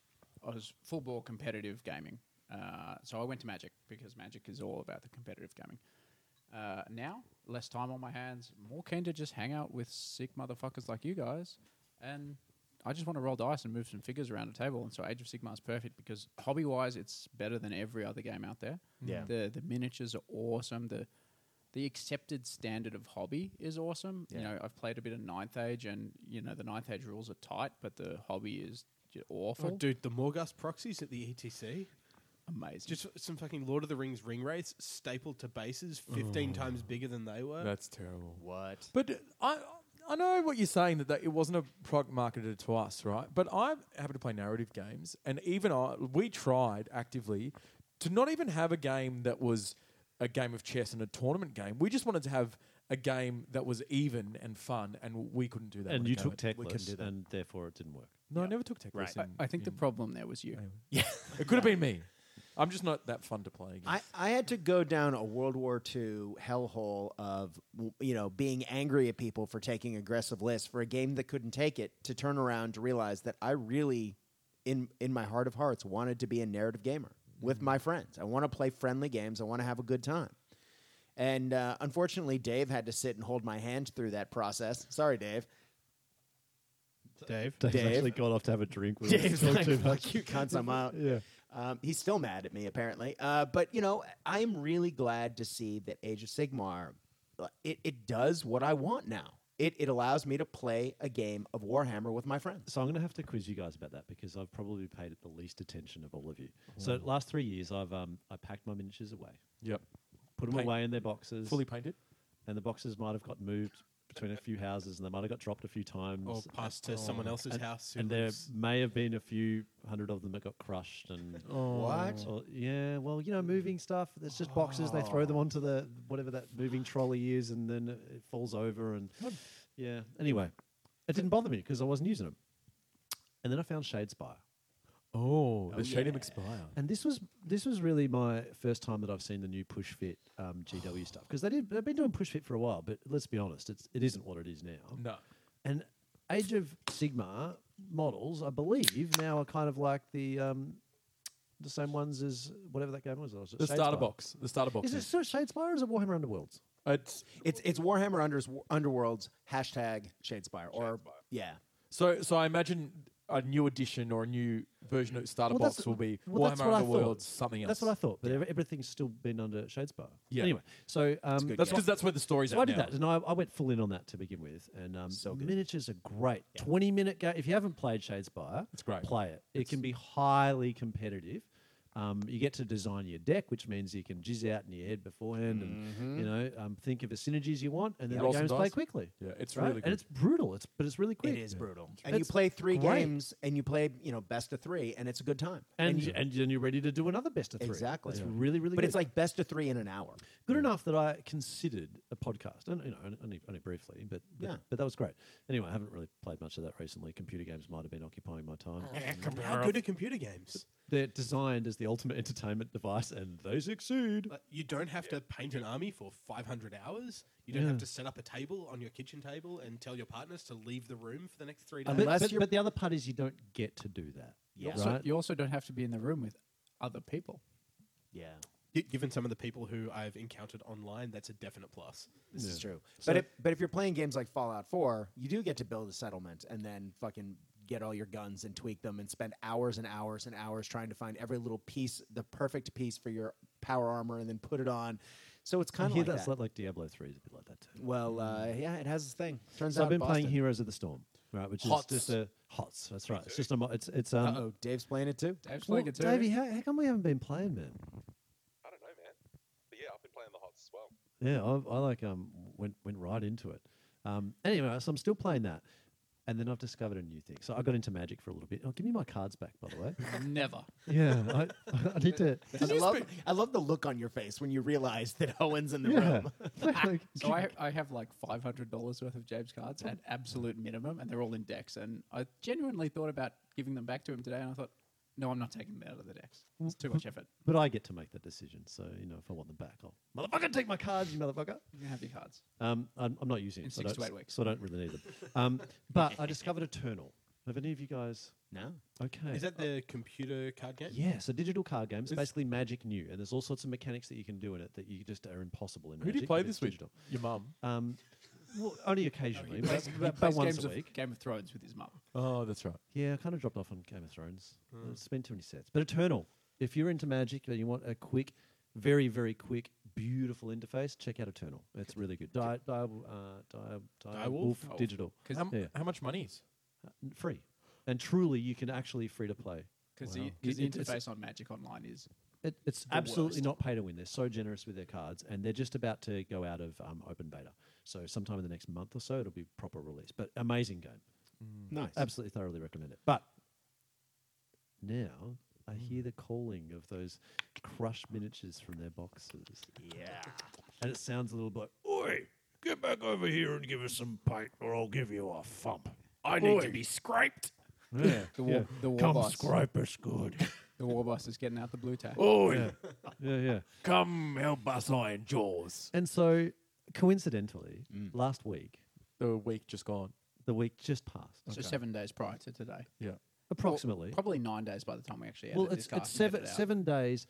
I was full ball competitive gaming. Uh, so I went to Magic because Magic is all about the competitive gaming. Uh, now, less time on my hands, more keen to just hang out with sick motherfuckers like you guys, and I just want to roll dice and move some figures around a table. And so Age of Sigmar is perfect because hobby wise, it's better than every other game out there. Yeah. the the miniatures are awesome. The the accepted standard of hobby is awesome. You Yeah. know, I've played a bit of Ninth Age, and you know the Ninth Age rules are tight, but the hobby is j- awful. Oh, dude, the Morgas proxies at the ETC. Amazing. Just some fucking Lord of the Rings ring wraiths stapled to bases 15 Oh. times bigger than they were. That's terrible. What? But uh, I I know what you're saying that, that it wasn't a product marketed to us, right? But I happen to play narrative games, and even I we tried actively to not even have a game that was a game of chess and a tournament game. We just wanted to have a game that was even and fun, and we couldn't do that. and with you a game. took We couldn't do Techless, that. and therefore it didn't work. no, I never took Techless. Right. I, I think the problem there was you. yeah, it could have been me. I'm just not that fun to play. against. I, I had to go down a World War II hellhole of w- you know being angry at people for taking aggressive lists for a game that couldn't take it to turn around to realize that I really in in my heart of hearts wanted to be a narrative gamer with my friends. I want to play friendly games. I want to have a good time. And uh, unfortunately, Dave had to sit and hold my hand through that process. Sorry, Dave. Dave. Dave's Dave? actually gone off to have a drink. With [LAUGHS] Dave's us. like, Too much. "Fuck you cunts, I'm out." [LAUGHS] Yeah. Um, he's still mad at me, apparently. Uh, but you know, I'm really glad to see that Age of Sigmar. uh, It, it does what I want now. It it allows me to play a game of Warhammer with my friends. So I'm going to have to quiz you guys about that because I've probably paid it the least attention of all of you. So last three years, I've um, I packed my miniatures away, yep, put them Paint- away in their boxes, fully painted. and the boxes might have got moved between a few houses, and they might have got dropped a few times. Or passed to someone else's and, house. who and there [LAUGHS] lives- may have been a few hundred of them that got crushed and. What? Or, yeah, well, you know, moving stuff. There's just boxes. They throw them onto the whatever that moving trolley is, and then it falls over. And yeah, anyway, it didn't bother me because I wasn't using them. And then I found Shadespire, Oh, the Shadium Expire. and this was this was really my first time that I've seen the new Push Fit um, GW stuff because they did they've been doing Push Fit for a while, but let's be honest, it's it isn't what it is now. No. And Age of Sigma models, I believe, now are kind of like the um, the same ones as whatever that game was. was it The starter Shadespire? box. The starter box. Is it still Shadespire or is it Warhammer Underworlds? It's It's it's Warhammer Unders, Underworlds hashtag Shadespire or yeah. So, so I imagine a new edition or a new version of Starter Well, that's- Box will be well, that's Warhammer what I Underworld, thought. something else. That's what I thought, but ev- everything's still been under Shadespire. Yeah. Anyway, so um, good That's Yeah. because that's where the story's so I at did now. that, and I, I went full in on that to begin with. And um, miniatures are great. Twenty minute game. If you haven't played Shadespire, It's great. Play it. It can be highly competitive. Um, you get to design your deck, which means you can jizz out in your head beforehand, and you know, um, think of the synergies you want, and then Roll the some games play Mm-hmm. dice. quickly. Yeah, it's right? really good. and it's brutal. It's but it's really quick. brutal. And you It's play three great. games and you play you know best of three and it's a good time. and you, and then you're ready to do another best of three. Exactly. it's Yeah. really really. But good. it's like best of three in an hour. good enough that I considered a podcast, and you know, only- only, only briefly, but but, Yeah. but that was great. Anyway, I haven't really played much of that recently. Computer games might have been occupying my time. Oh. Um, How good are computer games? They're designed as the ultimate entertainment device, and they succeed. Like, you don't have to paint an army for 500 hours. You don't Yeah. have to set up a table on your kitchen table and tell your partners to leave the room for the next three days. Uh, But, Unless but, you're- but the other part is you don't get to do that. You, Yeah. also, Right. you also don't have to be in the room with other people. Yeah. Gi- Given some of the people who I've encountered online, that's a definite plus. This is true. but if, but if you're playing games like Fallout 4, you do get to build a settlement and then fucking get all your guns and tweak them and spend hours and hours and hours trying to find every little piece, the perfect piece for your power armor, and then put it on. So it's I kind of hear like that's that. like, like Diablo three is a bit like that too. well, uh, yeah, it has this thing. Turns So out I've been Boston. playing Heroes of the Storm, right? Which Hots. is just a hots. That's right. It's just a mo- it's it's um. Uh oh, Dave's playing it too. Dave's Well, playing it too. Davey, how, how come we haven't been playing, man? I don't know, man. But yeah, I've been playing the hots as well. Yeah, I, I like um went went right into it. Um, anyway, so I'm still playing that, and then I've discovered a new thing. So I got into Magic for a little bit. Oh, give me my cards back, by the [LAUGHS] way. [LAUGHS] Never. yeah, I, I need [LAUGHS] to. I love, I love the look on your face when you realize that [LAUGHS] Owen's in the Yeah, room. [LAUGHS] [LAUGHS] Like, [LAUGHS] So I, I have like five hundred dollars worth of James cards at absolute minimum, and they're all in decks. And I genuinely thought about giving them back to him today, and I thought, no, I'm not taking them out of the decks. It's too much effort. but I get to make that decision. So you know, if I want them back, I'll motherfucker take my cards, you motherfucker. You can have your cards. Um, I'm, I'm not using In it, so six I don't- to eight weeks. so I don't really need them. Um, but I discovered Eternal. Have any of you guys? No. Okay, Is that the computer card game? Yeah, so digital card games, basically Magic new, and there's all sorts of mechanics that you can do in it that you just are impossible in Who Magic. do you play but it's this with? Oh, digital. Your mum. Um, well, only occasionally, but He about, plays once games a of week. Game of Thrones with his mum. Oh, that's right. Yeah, I kind of dropped off on Game of Thrones. Hmm. It's been too many sets. But Eternal, if you're into Magic and you want a quick, very very quick beautiful interface. Check out Eternal. It's really good. Di- Di- uh, Di- Di- Wolf? Wolf Digital. How, yeah. how much money is? Oh. Free. And truly, you can actually free to play. Because Wow. the, 'cause the It- it's- interface on Magic Online is It, it's the absolutely worst. not pay to win. They're so generous with their cards, and they're just about to go out of um, open beta. So sometime in the next month or so, it'll be proper release. But amazing game, Nice. absolutely thoroughly recommend it. But now I hear the calling of those crushed miniatures from their boxes. Yeah, and it sounds a little bit. Oi, get back over here and give us some pint, or I'll give you a thump. I need to be scraped. Yeah, [LAUGHS] the war, the war Come boss. scrape us good. [LAUGHS] The war boss is getting out the blue tack. Oh, Oi, yeah, yeah. come help us iron jaws. And so, coincidentally, last week, The week just gone. the week just passed, So seven days prior to today. Yeah. approximately. Probably nine days by the time we actually edit Well, this it's, cast it's and get seven it out. seven days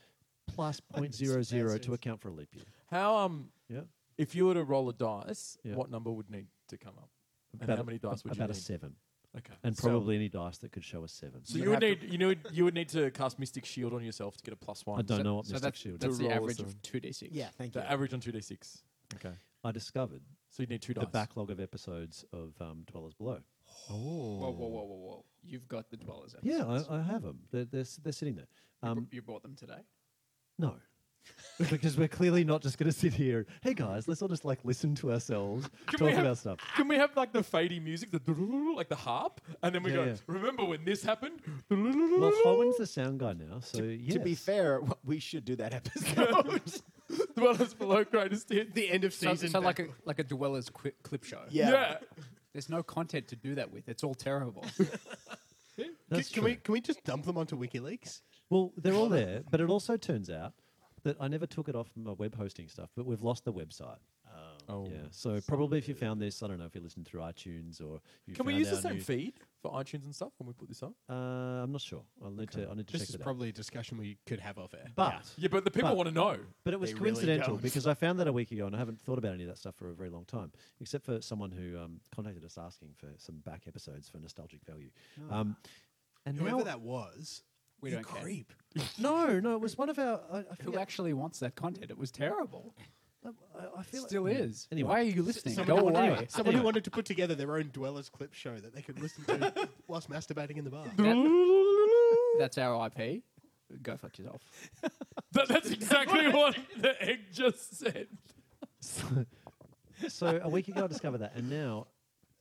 plus point zero zero to account for a leap year. How um, Yeah, if you were to roll a dice, Yeah. what number would need to come up? And About how a- many dice would about you a need? seven, Okay. and So- probably any dice that could show a seven. So, you would need you know you would need to cast Mystic Shield on yourself to get a plus one. I don't So- know what so Mystic that's, Shield. That's is. To the roll average some. of two d six. Yeah, thank you. The average on two d six. Okay. I discovered So you need two dice. the backlog of episodes of um, Dwellers Below. Whoa, whoa, whoa, whoa, whoa! You've got the dwellers. Yeah, episodes. I, I have them. They're, they're s- they're sitting there. You br- Um, you brought them today. no. [LAUGHS] because we're clearly not just going to sit here. Hey guys, let's all just like listen to ourselves Can we talk have- about stuff. Can we have like the fadey music, the like the harp, and then we Yeah, go. yeah. Remember when this happened? Well, Howan's the sound guy now, so yes. To be fair, [LAUGHS] w- we should do that episode. [LAUGHS] Dwellers below [LAUGHS] greatest hits. The end of So, season. so like a like a dwellers qui- clip show. yeah. yeah. [LAUGHS] There's no content to do that with. It's [LAUGHS] all terrible. can, That's can true. we can we just dump them onto WikiLeaks? Well, they're all there, but it also turns out that I never took it off my web hosting stuff, but we've lost the website. Um, Oh. Yeah, so probably if you found this, I don't know if you listened through iTunes or you Can we found use the our same new- feed for iTunes and stuff when we put this on? Uh, I'm not sure. I'll need to. I need to This check is it probably a discussion we could have off air. out. But Yeah, but the people But- want to know. but it was They really coincidental don't. because I found that a week ago, and I haven't thought about any of that stuff for a very long time, except for someone who um, contacted us asking for some back episodes for nostalgic value. Ah. Um, and Whoever now- that was, We you don't care. creep. no, no, it was one of our. I, I Who forget- actually wants that content? It was terrible. I, I feel like- Still yeah. is. Anyway. Why are you listening? Someone, Go who, away. wanted, someone who wanted to put together their own Dwellers clip show that they could listen [LAUGHS] to whilst masturbating in the bar. That- that's our IP. Go fuck yourself. That, that's [LAUGHS] exactly what the egg just said. so a week ago I discovered that, and now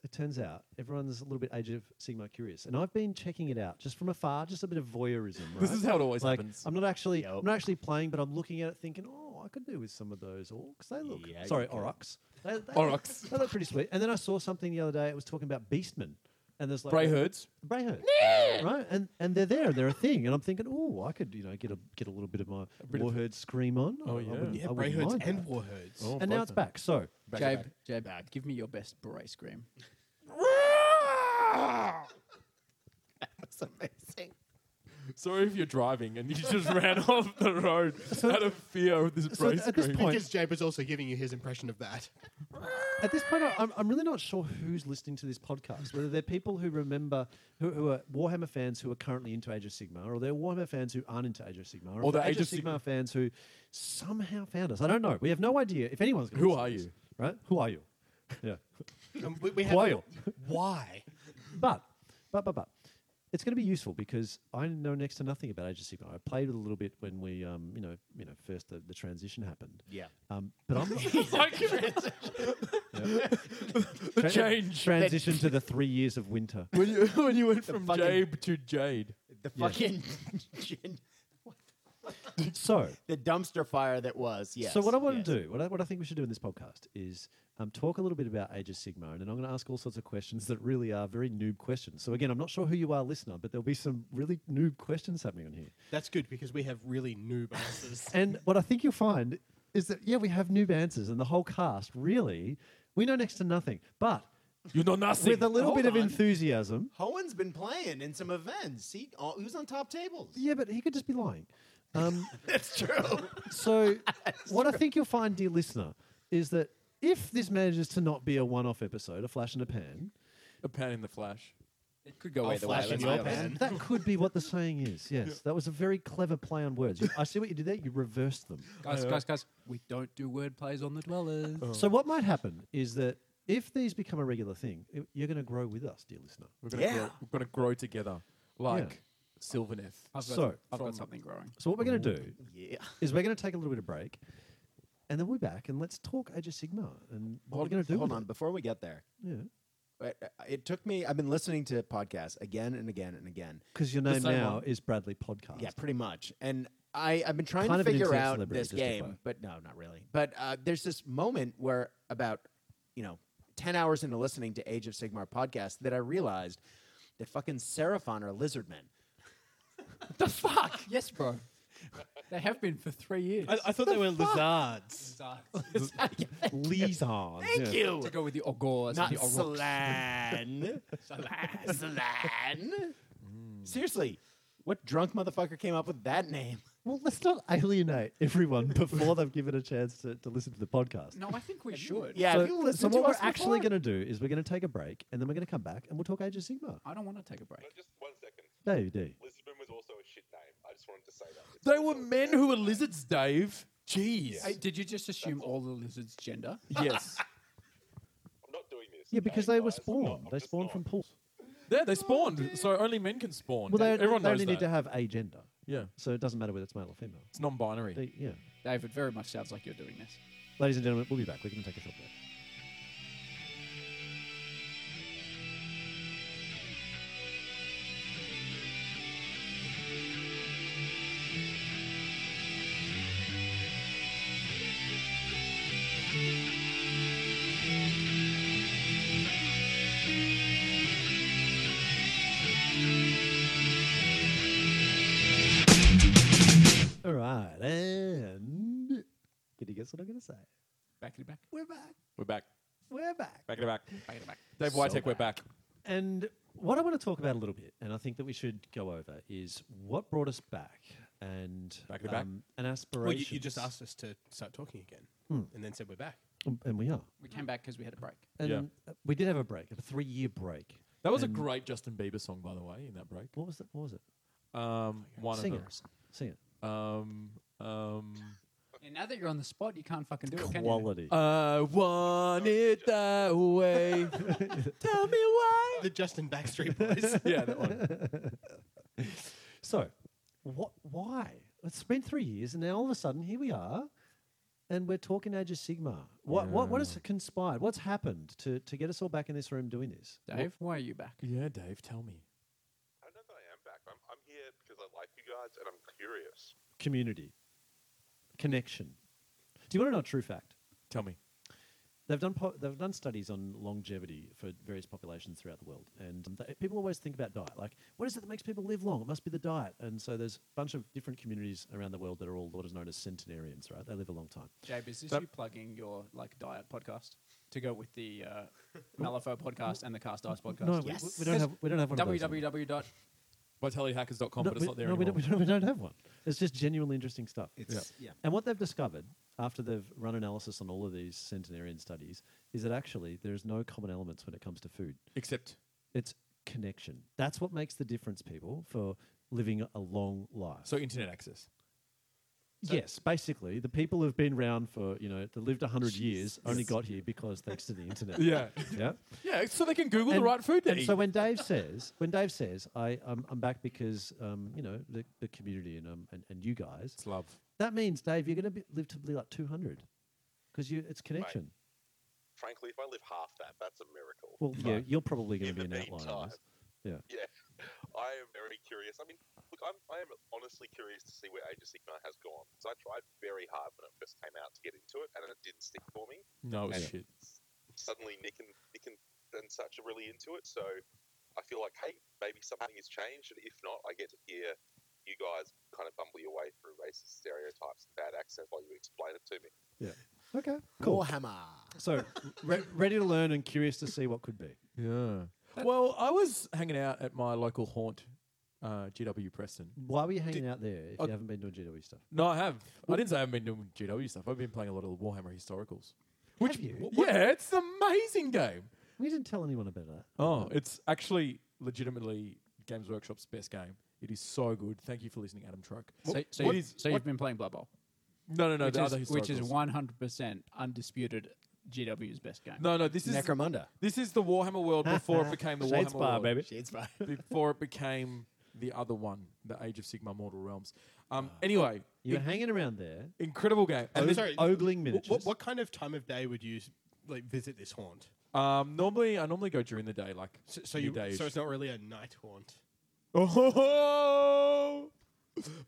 it turns out everyone's a little bit Age of Sigma curious, and I've been checking it out just from afar, just a bit of voyeurism. Right? This is how it always like, happens. I'm not actually, I'm not actually playing, but I'm looking at it, thinking, oh, I could do with some of those orcs. They look, sorry, aurochs. They, they look- Aurochs. [LAUGHS] They look pretty sweet. And then I saw something the other day. It was talking about beastmen, and there's like Bray a- herds. Brainerd, right? And and they're there, they're a thing, and I'm thinking, oh, I could, you know, get a get a little bit of my bit of- warherd scream on. Oh, I- I yeah. Oh, wouldn't- yeah, I wouldn't Brayherds mind and that. Warherds. And now it's back. So Jabe, Jabe, give me your best beret scream. Sorry if you're driving and you [LAUGHS] just ran off the road out of fear of this so brace at this screen. point- Because Jabe is also giving you his impression of that. At this point, I- I'm, I'm really not sure who's listening to this podcast. Whether they're people who remember, who, who are Warhammer fans who are currently into Age of Sigmar, or they're Warhammer fans who aren't into Age of Sigmar, Or they're the Age, of Sig- Sigmar fans who somehow found us. I don't know. We have no idea if anyone's going Who to are this, you? Right? Who are you? Yeah. [LAUGHS] Um, we, we have- Why? Why? [LAUGHS] But, but, but, but, it's going to be useful because I know next to nothing about Age of Sigmar. I played it a little bit when we, um, you know, you know, first the, the transition happened. Yeah. Um, [LAUGHS] but I'm [LAUGHS] Like, the change. transition to the three years of [LAUGHS] winter. when, you, when you went from fucking- Jabe to Jade. The fucking [LAUGHS] So, the dumpster fire that was. Yes. so what I want yes. to do, what I, what I think we should do in this podcast is um, talk a little bit about Age of Sigmar, and then I'm going to ask all sorts of questions that really are very noob questions. So again, I'm not sure who you are, listener, but there'll be some really noob questions happening on here. That's good because we have really noob answers. And what I think you'll find is that yeah, we have noob answers, and the whole cast really we know next to nothing, but You know nothing. with a little Hold bit of on. enthusiasm. Hohen's been playing in some events. He, oh, he was on top tables. Yeah, but he could just be lying. Um, [LAUGHS] That's true. [LAUGHS] So, what I think you'll find, dear listener, is that if this manages to not be a one off episode, a flash in a pan, a pan in the flash. Could go I'll either flash way. in let's your be honest. pan. That could be what the saying [LAUGHS] is. Yes, that was a very clever play on words. You- I see what you did there. You reversed them. Guys, guys, guys, we don't do word plays on the dwellers. Oh. So what might happen is that if these become a regular thing, i- you're going to grow with us, dear listener. We're gonna Yeah. grow, we're gonna grow together like Sylvaneth. I've got, So- I've From- got something growing. So what we're going to do Yeah. is we're going to take a little bit of break, and then we'll be back and let's talk Age of Sigma and what we're going to do. Hold with on, before we get there, it. But, uh, it took me. I've been listening to podcasts again and again and again. because your name same now one. is Bradley Podcast. [LAUGHS] Yeah, pretty much. And I, I've been trying Kind to of an figure internet out celebrity, this just FYI. game, but no, not really. But uh, there's this moment where about you know ten hours into listening to Age of Sigmar podcast that I realized that fucking Seraphon are lizardmen. The fuck? Yes, bro. they have been for three years. I, I thought they were lizards. Lizards. Thank you. to go with the ogors Not and the orooks. Slan. Slan. Slan. Seriously, what drunk motherfucker came up with that name? Well, let's not alienate [LAUGHS] everyone before they've given a chance to, to listen to the podcast. No, I think we should. Yeah, so, if you listen so to what we're us actually before- going to do is we're going to take a break and then we're going to come back and we'll talk Age of Sigma. I don't want to take a break. No, just one second. No, you do. Lisbon was also a shit name. I just wanted to say that. It's They also were a men bad who were name. lizards, Dave. Jeez. Hey, did you just assume all the lizards' gender? Yes. I'm not doing this. Yeah, because okay, they were guys? I'm spawned. not- I'm They just spawned not. from pools. yeah, they spawned, so only men can spawn. Well, they, Everyone they knows only that. need to have a gender, yeah, so it doesn't matter whether it's male or female. it's non-binary. They, yeah. David, very much sounds like you're doing this. Ladies and gentlemen, we'll be back. We're going to take a short break. All right, and did you guess what I'm going to say? Back to back. We're back. we're back. We're back. Back to back. Back to back. Dave So Whiteheck, we're back. And what I want to talk about a little bit, and I think that we should go over, is what brought us back and Back to back? an aspiration. Well, you, you just asked us to start talking again, and then said we're back. and we are. We came back because we had a break. And Yeah. uh, we did have a break, a three-year break. That was a And- great Justin Bieber song, by the way, in that break. What was it? What was it? Um, one Sing of them. it. Sing it. Um, um, Yeah, now that you're on the spot, you can't fucking do it, can you? Quality. I want it that way. Tell me why. The Justin Backstreet Boys. [LAUGHS] Yeah, that one. So, what? Why? It's been three years, and now all of a sudden, here we are, and we're talking Age of Sigma. What? What? What has conspired? What's happened to to get us all back in this room doing this? Dave, why are you back? [LAUGHS] Yeah, Dave, tell me. I don't know that I am back. I'm, I'm here because I like you guys and I'm curious. Community, connection. Do you want to know a true fact? Tell me. They've done po- they've done studies on longevity for various populations throughout the world, and um, th- people always think about diet. Like, what is it that makes people live long? It must be the diet. And so there's a bunch of different communities around the world that are all what is known as centenarians. Right? They live a long time. Jabe, is this That- you plugging your like diet podcast to go with the uh, Malifaux podcast and the Cast Ice podcast? No, we- Yes. we, we don't have we don't have one. of those anymore. www.com, Vitalihackers.com, but it's we, not there no, we don't, anymore. we, don't, we don't have one. It's just genuinely interesting stuff. It's yeah. And what they've discovered after they've run analysis on all of these centenarian studies is that actually there's no common elements when it comes to food. Except It's connection. That's what makes the difference, people, for living a long life. so internet access. yes, basically, the people who've been around for, you know, that lived 100 years only got here because thanks to the internet. [LAUGHS] Yeah, [LAUGHS] Yeah. yeah. So they can Google the And- right food and they eat. So when Dave says, when Dave says, I, I'm, I'm back because, um, you know, the, the community and, um, and, and you guys, it's love. That means, Dave, you're going to be, live to be like 200 because you it's connection. Frankly, if I live half that, that's a miracle. Well, yeah, you're probably going In to be an the outlier. on meantime. this. Yeah. [LAUGHS] Yeah, I am very curious. I mean, look, I'm, I am honestly curious to see where Age of Sigmar has gone. Because I tried very hard when it first came out to get into it, and it didn't stick for me. No, it was Oh, shit. Yeah. Suddenly, Nick and Nick and, and such are really into it, so I feel like, hey, maybe something has changed. And if not, I get to hear you guys kind of bumble your way through racist stereotypes and bad accents while you explain it to me. Okay. Cool. Warhammer. So, re- ready to learn and curious to see what could be. Yeah. Well, I was hanging out at my local haunt, uh, GW Preston. Why were you hanging out there if Oh. you haven't been doing GW stuff? No, I have. I didn't say I haven't been doing GW stuff. I've been playing a lot of Warhammer historicals. Which, Have you? Yeah, it's an amazing game. We didn't tell anyone about that. Oh, it's actually legitimately Games Workshop's best game. It is so good. Thank you for listening, Adam Troke. So, What- so, what- you've, so you've been playing Blood Bowl, no, no, no. which, the other is, which is historicals. 100% undisputed GW's best game. No, no. This is Necromunda. this is the Warhammer world before it became [LAUGHS] the Shades Warhammer bar, world. baby. Shades fire. Before it became the other one, the Age of Sigma Mortal Realms. Um, Ah. anyway, You're in- hanging around there, incredible game. And Oh, then- sorry. ogling What, miniatures. what, what kind of time of day would you like visit this haunt? um, normally I normally go during the day, like So, so you, midday-ish. so it's not really a night haunt. Oh,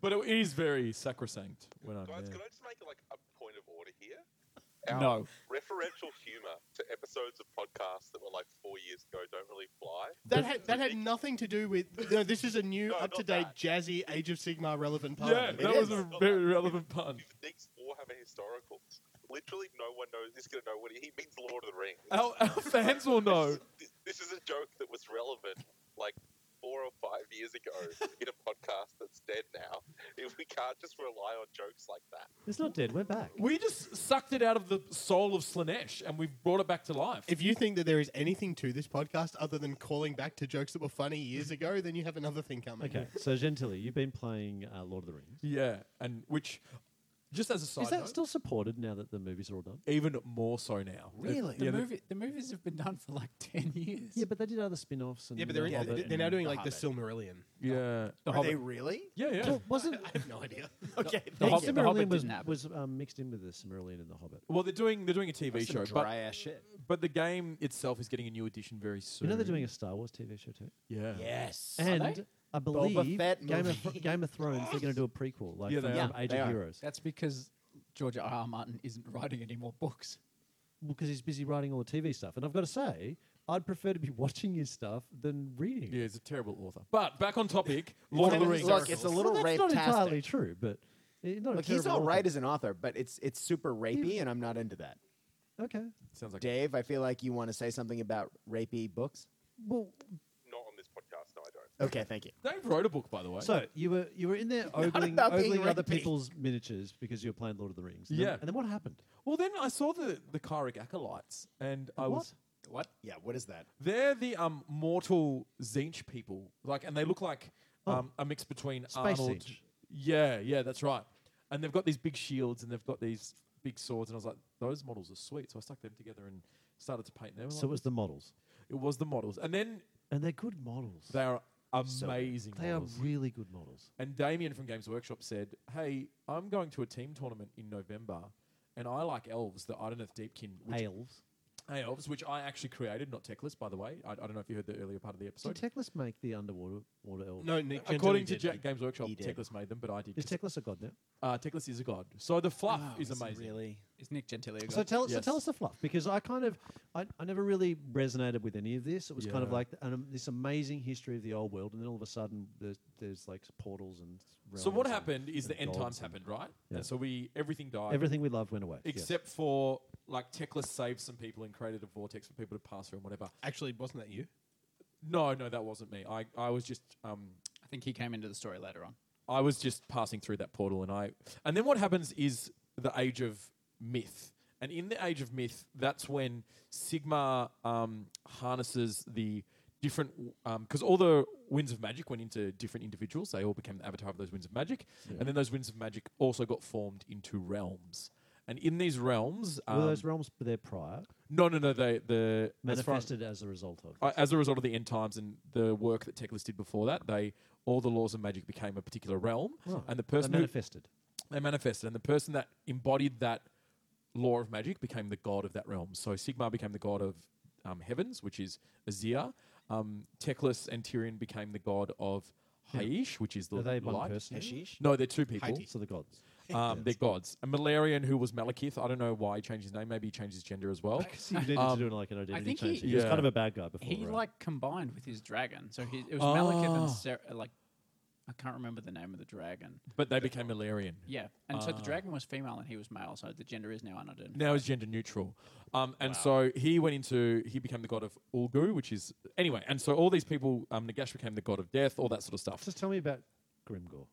but it is very sacrosanct when I'm Guys, there. can I just make like a point of order here? No. referential humor to episodes of podcasts that were like four years ago don't really fly. That had that had nothing to do with. No, this is a new, No, not up to date, that. jazzy Age of Sigma relevant part. Yeah, of it. that was is. a very relevant pun. If Nick's Warhammer historicals, literally no one knows. This going to know what he, he means. Lord of the Rings. Our, our fans will know. This, this is a joke that was relevant like four or five years ago [LAUGHS] in a podcast that's dead now. If we can't just rely on jokes like that. It's not dead. We're back. We just sucked it out of the soul of Slanesh and we've brought it back to life. If you think that there is anything to this podcast other than calling back to jokes that were funny years ago, then you have another thing coming. Okay, so Gentili, you've been playing uh, Lord of the Rings. yeah, and which, just as a side Is that note, still supported now that the movies are all done? even more so now. Really? The, The, yeah, the- movie, the movies have been done for like 10 years. Yeah, but they did other spin-offs. And Yeah, but they're, in- Hobbit they're, and- now doing like the Hobbit. Silmarillion. yeah. The Are they Hobbit. really? Yeah, yeah. Well, wasn't [LAUGHS] I have no idea. Okay. The Hobbit- the Silmarillion Hobbit was, didn't happen. was um, mixed in with the Silmarillion and the Hobbit. Well, they're doing they're doing a TV show, dry but, ass shit. but the game itself is getting a new edition very soon. You know they're doing a Star Wars TV show too, yeah. Yes. and I believe Fett Game of, movie. Game of Thrones they're going to do a prequel, like Yeah, from they um, are. Age They of are. Heroes, That's because George R. R. Martin isn't writing any more books. because he's busy writing all the TV stuff. And I've got to say, I'd prefer to be [LAUGHS] watching his stuff than reading. Yeah, it's a terrible author. But back on topic, Lord of the Rings. Look, it's a Well, little that's not rape-tastic. entirely true, but eh, not a Look, he's terrible all right author. as an author, but it's it's super rapey, and I'm not into that. okay. Sounds like Dave, I feel like you want to say something about rapey books. Well, Not on this podcast. No, I don't. Okay, thank you. Dave wrote a book, by the way. so you were you were [LAUGHS] in there ogling, about being ogling other rapey. people's miniatures because you were playing Lord of the Rings. And Yeah. then, and then what happened? well, then I saw the the Kyric acolytes, and I was What? Yeah, what is that? they're the um mortal Zinch people, like, and they look like Oh. um, a mix between Arnold. Zinch. Yeah, yeah, that's right. And they've got these big shields, and they've got these big swords, and I was like, those models are sweet. So I stuck them together and started to paint them. So it was the models, it was the models, and then and they're good models. they are amazing. They are models. really good models. And Damien from Games Workshop said, Hey, I'm going to a team tournament in November, and I like elves that Ideneth Deepkin. Which, Ales. hey, elves, which I actually created, not Techless, by the way. I, I don't know if you heard the earlier part of the Did episode. Teclis make the underwater water elf? No, Nick. According Gentili to did. Jack Games Workshop, He did. Techless made them, but I did. Is Ah, 'cause, Teclis a god now? uh, Techless is a god. So the fluff is amazing. Really? Is Nick Gentili a So god? tell, so Yes. tell us the fluff because I kind of I, I never really resonated with any of this. It was kind of Yeah. like an, um, this amazing history of the old world, and then all of a sudden there's, there's like portals and. So what realms and- happened is the and end gods times and- happened, right? Yeah. And so we everything died. Everything we loved went away. yes. Except for like Techless saved some people and created a vortex for people to pass through and whatever. Actually, wasn't that you? No, no, that wasn't me. I, I was just um, I think he came into the story later on. I was just passing through that portal, and I, and then what happens is the age of myth, and in the age of myth, that's when Sigma um, harnesses the different, because all the winds of magic went into different individuals. They all became the avatar of those winds of magic, and then those winds of magic also got formed into realms. And in these realms, um, were those realms there prior no, no, no, they the as far- manifested as a result of? uh, as a result of the end times and the work that Teclis did before that, they all the laws of magic became a particular realm, Right. and the They person who, manifested. they manifested, and the person that embodied that law of magic became the god of that realm. So Sigmar became the god of um, heavens, which is Azir. Um, Teclis and Tyrion became the god of Haish, which is the Are they one light. person? No, they're two people. [LAUGHS] So the gods. Um, they're gods. And Malarian, who was Malekith, I don't know why he changed his name. Maybe he changed his gender as well. So you needed to do like an identity think change. he- He, was Um, Yeah. kind of a bad guy before. He right? like combined with his dragon. So he, it was Malekith Oh. Ah. and Ser- uh, like I can't remember the name of the dragon. But they became Malarian. Yeah, and Ah. so the dragon was female and he was male, so the gender is now unidentified. now is gender neutral. Um, and so he went into he became the god of Ulgu, which is anyway. And so all these people, um, Nagash became the god of death, all that sort of stuff. Just tell me about Grimgore.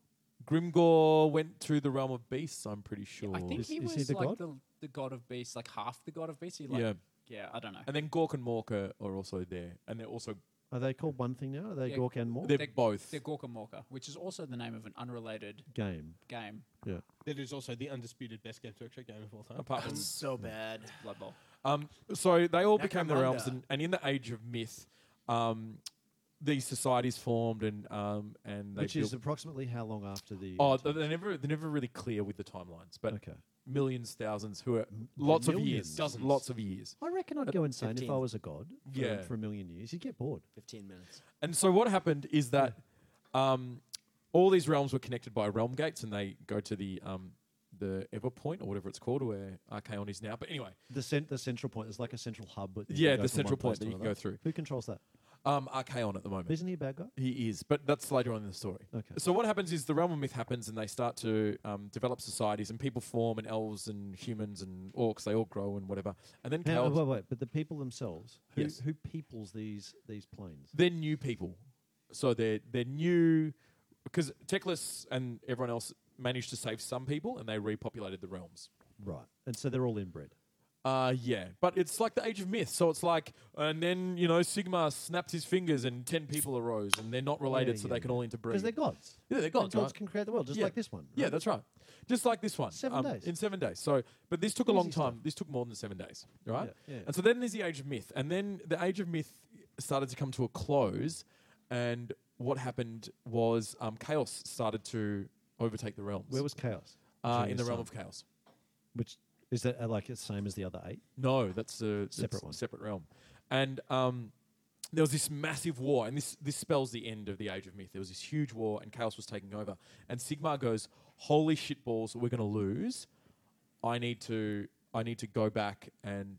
Grimgor went to the realm of beasts. I'm pretty sure. I think Is- he is was he the like god? the the god of beasts, like half the god of beasts. He like, Yeah. yeah, I don't know. and then Gork and Mork are, are also there, and they're also Are they called one thing now? Are they Yeah. Gork and Mork? They're both. They're Gorka Morka, which is also the name of an unrelated Game. game. Yeah. That is also the undisputed best game to extract game of all time. apart from so bad. Blood Bowl. Um, so they all became the realms, Nakamanda. and, and in the age of myth, um, these societies formed, and um, and they Which is built- approximately how long after the. oh, th- they're never they're never really clear with the timelines, but Okay. millions, thousands, who are lots of years, Millions. Dozens. lots of years, I reckon I'd go insane if I 15. was a god for, Yeah. for a million years. You'd get bored. 15 minutes. and so what happened is that um, all these realms were connected by realm gates, and they go to the um, the ever point or whatever it's called, where Archaon is now. But anyway, The, cent- the central point is like a central hub. that you Yeah, can go the from central one point place that to you can another. go through. Who controls that? um, Archaon at the moment. Isn't he a bad guy? He is, but that's later on in the story. Okay. So what happens is the realm of myth happens, and they start to um, develop societies, and people form, and elves and humans and orcs they all grow and whatever, and then Now, chaos, wait, wait, but the people themselves, who, Yes. who peoples these these planes? they're new people, so they're they're new because Teclis and everyone else managed to save some people, and they repopulated the realms. Right. And so they're all inbred. Uh, yeah, but it's like the age of myth. So it's like, and then you know, Sigma snapped his fingers, and ten people arose, and they're not related, Yeah, so yeah, they can yeah. all interbreed. Because they're gods. Yeah, they're And gods, gods right? can create the world, just Yeah. like this one. Yeah, right? that's right. Just like this one. Um, Seven days. In seven days. So, but this took a long Easy stuff. time. This took more than seven days, right? Yeah, yeah. And so then there's the Age of Myth. And then the Age of Myth started to come to a close. And what happened was um, chaos started to overtake the realms. Where was chaos? uh, During in the this realm time? of chaos. Which is that uh, like the same as the other eight? No, that's a that's Separate a one. Separate realm. And um, there was this massive war, and this this spells the end of the Age of Myth. There was this huge war, and chaos was taking over. And Sigmar goes, "Holy shit balls, we're going to lose. I need to I need to go back and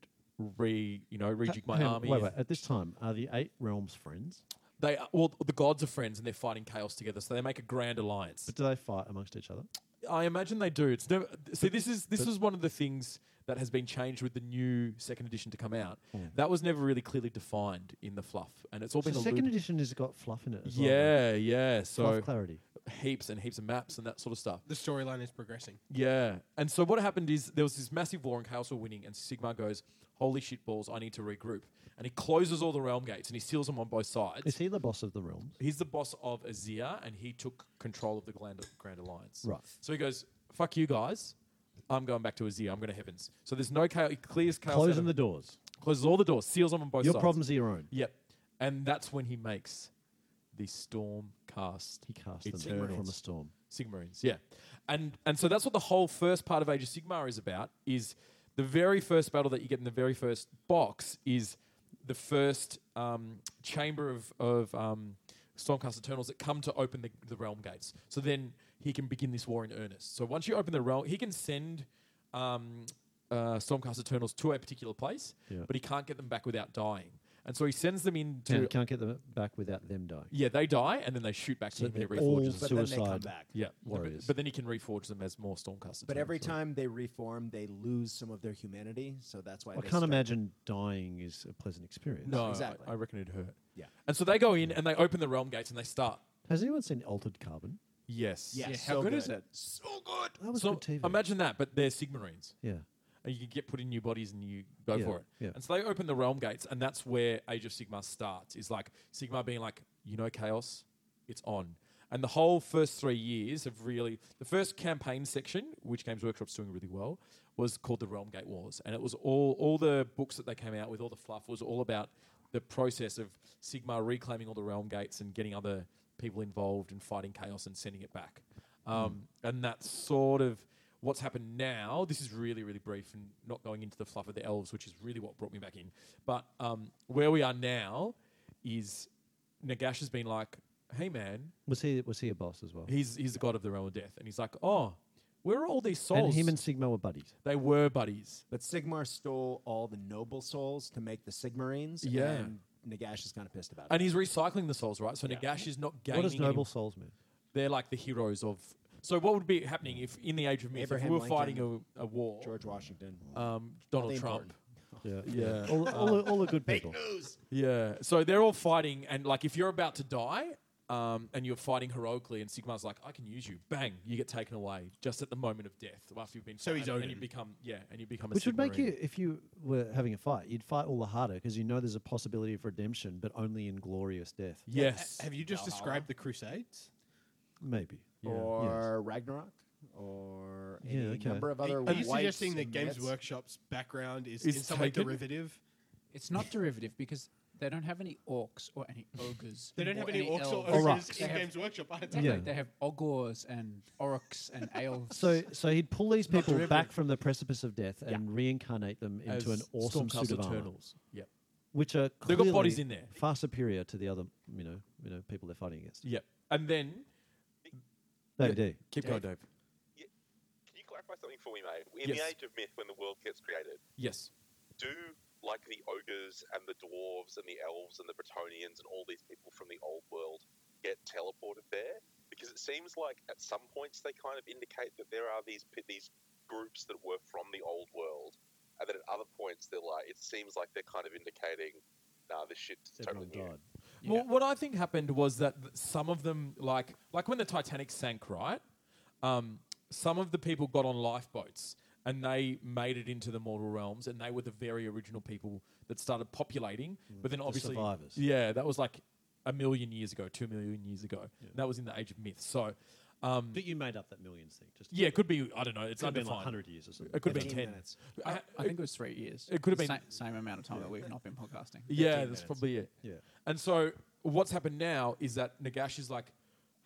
re you know Ha- rejig my hang on, army. Wait, wait. At this time, are the eight realms friends? They are- well, the gods are friends, and they're fighting chaos together, so they make a grand alliance. But do they fight amongst each other? I imagine they do. It's never see. This is this is one of the things that has been changed with the new second edition to come out. That was never really clearly defined in the fluff, and it's all Hmm. So been second alluded- edition has got fluff in it. As well, Yeah, yeah. right? So fluff clarity. heaps and heaps of maps and that sort of stuff. The storyline is progressing. Yeah. And so what happened is there was this massive war and Chaos were winning, and Sigmar goes, "Holy shit balls! I need to regroup." And he closes all the realm gates and he seals them on both sides. Is he the boss of the realms? He's the boss of Azir, and he took control of the Grand, Grand Alliance. Right. So he goes, "Fuck you guys! I'm going back to Azir. I'm going to heavens." So there's no chaos. He clears chaos. out Closing of- the doors. Closes all the doors. Seals them on both Your sides. problems are your own. Yep. And that's when he makes the storm cast. He casts It's them from Eternals. a storm. Sigmarines, yeah. And and so that's what the whole first part of Age of Sigmar is about is the very first battle that you get in the very first box is the first um, chamber of, of um, Stormcast Eternals that come to open the, the realm gates. So then he can begin this war in earnest. So once you open the realm, he can send um, uh, Stormcast Eternals to a particular place, Yeah. but he can't get them back without dying. And so he sends them into. Can't, can't get them back without them dying. Yeah, they die, and then they shoot back to him and he they're all reforges them. But then they come Suicide. back. Yeah, Warriors. But, but then you can reforge them as more Stormcast. But every Eternals, right? time they reform, they lose some of their humanity. So that's why I they can't start- imagine dying is a pleasant experience. No, Exactly. I, I reckon it hurt. Yeah. And so they go in and they open the realm gates and they start. Has anyone seen Altered Carbon? Yes. Yeah, Yeah, so how good is it? So good. That was so good TV. imagine that, but they're Sigmarines. yeah. And you can get put in new bodies and you go Yeah, for it. yeah. And so they open the realm gates and that's where Age of Sigmar starts. Is like Sigmar being like, you know, chaos, it's on. And the whole first three years have really the first campaign section, which Games Workshop's doing really well, was called the Realm Gate Wars. And it was all all the books that they came out with, all the fluff was all about the process of Sigma reclaiming all the realm gates and getting other people involved and fighting chaos and sending it back. Um, And that's sort of what's happened now. This is really, really brief and not going into the fluff of the elves, which is really what brought me back in. But um, where we are now is Nagash has been like, hey man, Was he was he a boss as well? he's, he's the god of the realm of death. And he's like, oh, where are all these souls? and him and Sigma were buddies. they were buddies. But Sigmar stole all the noble souls to make the Sigmarines. Yeah. And Nagash is kind of pissed about it. And he's recycling the souls, right? So Nagash is not gaining What does any noble souls mean? they're like the heroes of. So what would be happening if in the age of myth if Abraham we were Lincoln, fighting a, a war? George Washington. um, Donald Nothing Trump. important. [LAUGHS] Yeah. Yeah. Uh, All, all, the- all the good people. Yeah. So they're all fighting, and like if you're about to die, um, and you're fighting heroically, and Sigmar's like, "I can use you." Bang! You get taken away just at the moment of death after you've been. So fight- he's and, and you Odin. become yeah, and you become a Which would make Sigmarine. you, if you were having a fight, you'd fight all the harder because you know there's a possibility of redemption, but only in glorious death. yes. Ha- have you just described the Crusades? Maybe. or Ragnarok, or any Yeah, okay. number of Are, other. are you white suggesting that Games myths. Workshop's background is Is in some way taken? derivative? It's not derivative because they don't have any orcs or any ogres. They don't have any orcs or elves. Or ogres orcs. They in have- Games Workshop, are They they? have- Yeah. They have ogres and orcs [LAUGHS] and elves. So, so he'd pull these people derivative. back from the precipice of death and reincarnate them As into an awesome suit Stormcast of armor, Eternals. Yep. which are They've got bodies clearly in there. far superior to the other, you know, you know, people they're fighting against. Yep. And then David D. keep going, Dave. Can you clarify something for me, mate? In the Yes. age of myth, when the world gets created, Yes. do like the ogres and the dwarves and the elves and the Bretonians and all these people from the old world get teleported there? Because it seems like at some points they kind of indicate that there are these p- these groups that were from the old world, and then at other points they're like it seems like they're kind of indicating, nah, this shit's totally Everyone new. died. Well, what I think happened was that th- some of them, like like when the Titanic sank, right? Um, some of the people got on lifeboats and they made it into the mortal realms, and they were the very original people that started populating. But then obviously, Mm. survivors. yeah, that was like a million years ago, two million years ago. And that was in the age of myth. So, um, But you made up that millions thing. Just yeah, it could be I don't know. It's could have been like undefined. hundred years or something. It could be 15 ten. minutes. I- I, I think it was three years. it could've The been- sa- same, amount of time that we've not been podcasting. Yeah, that's probably it. Yeah. And so what's happened now is that Nagash is like,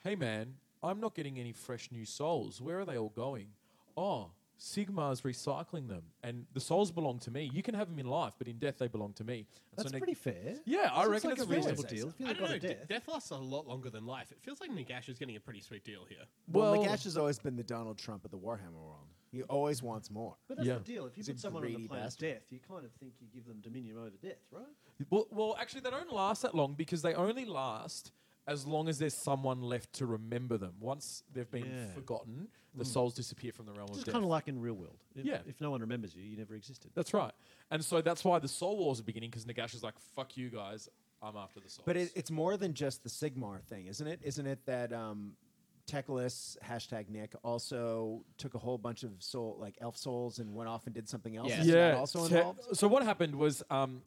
hey man, I'm not getting any fresh new souls. Where are they all going? Oh, Sigmar's recycling them, and the souls belong to me. You can have them in life, but in death they belong to me. And so That's Nag- pretty fair. Yeah, I Seems reckon like it's a reasonable fair. deal. If you I got don't know. a d- death, Death. lasts a lot longer than life. It feels like Nagash is getting a pretty sweet deal here. Well, Well- Nagash has always been the Donald Trump of the Warhammer world. He always wants more. but that's Yeah. the deal. If you He's a put someone on the greedy planet of bastard. death, you kind of think you give them dominion over death, right? Well, well, actually, they don't last that long because they only last as long as there's someone left to remember them. Once they've been Yeah. Mm. forgotten, the souls disappear from the realm Just of death. kind of like in real world. If, Yeah. If no one remembers you, you never existed. That's right. And so that's why the Soul Wars are beginning because Nagash is like, fuck you guys, I'm after the Souls. But it, it's more than just the Sigmar thing, isn't it? Isn't it that um, Techless hashtag Nick also took a whole bunch of soul like elf souls and went off and did something else? Yeah. Is that also te- involved. So what happened was um,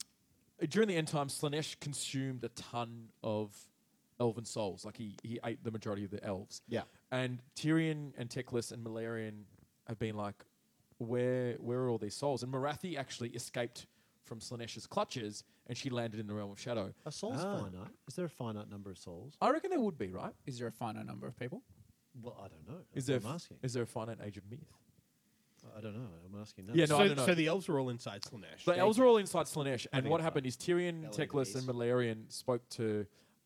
during the end time, Slanesh consumed a ton of elven souls. Like he, he ate the majority of the elves. Yeah. And Tyrion and Teclis and Malarian have been like, where where are all these souls? And Marathi actually escaped from Slanesh's clutches and she landed in the realm of shadow. Are souls Ah. finite? Is there a finite number of souls? I reckon there would be, right? Is there a finite number of people? Well, I don't know. Is there, That's f- what I'm asking. is there a finite age of myth? I don't know. I'm asking. That. Yeah, no, so, I don't know. so the elves were all inside Slanesh. The elves were all inside Slanesh, and think what it's happened is Tyrion, Elven Teclis, and base. Malarian spoke to,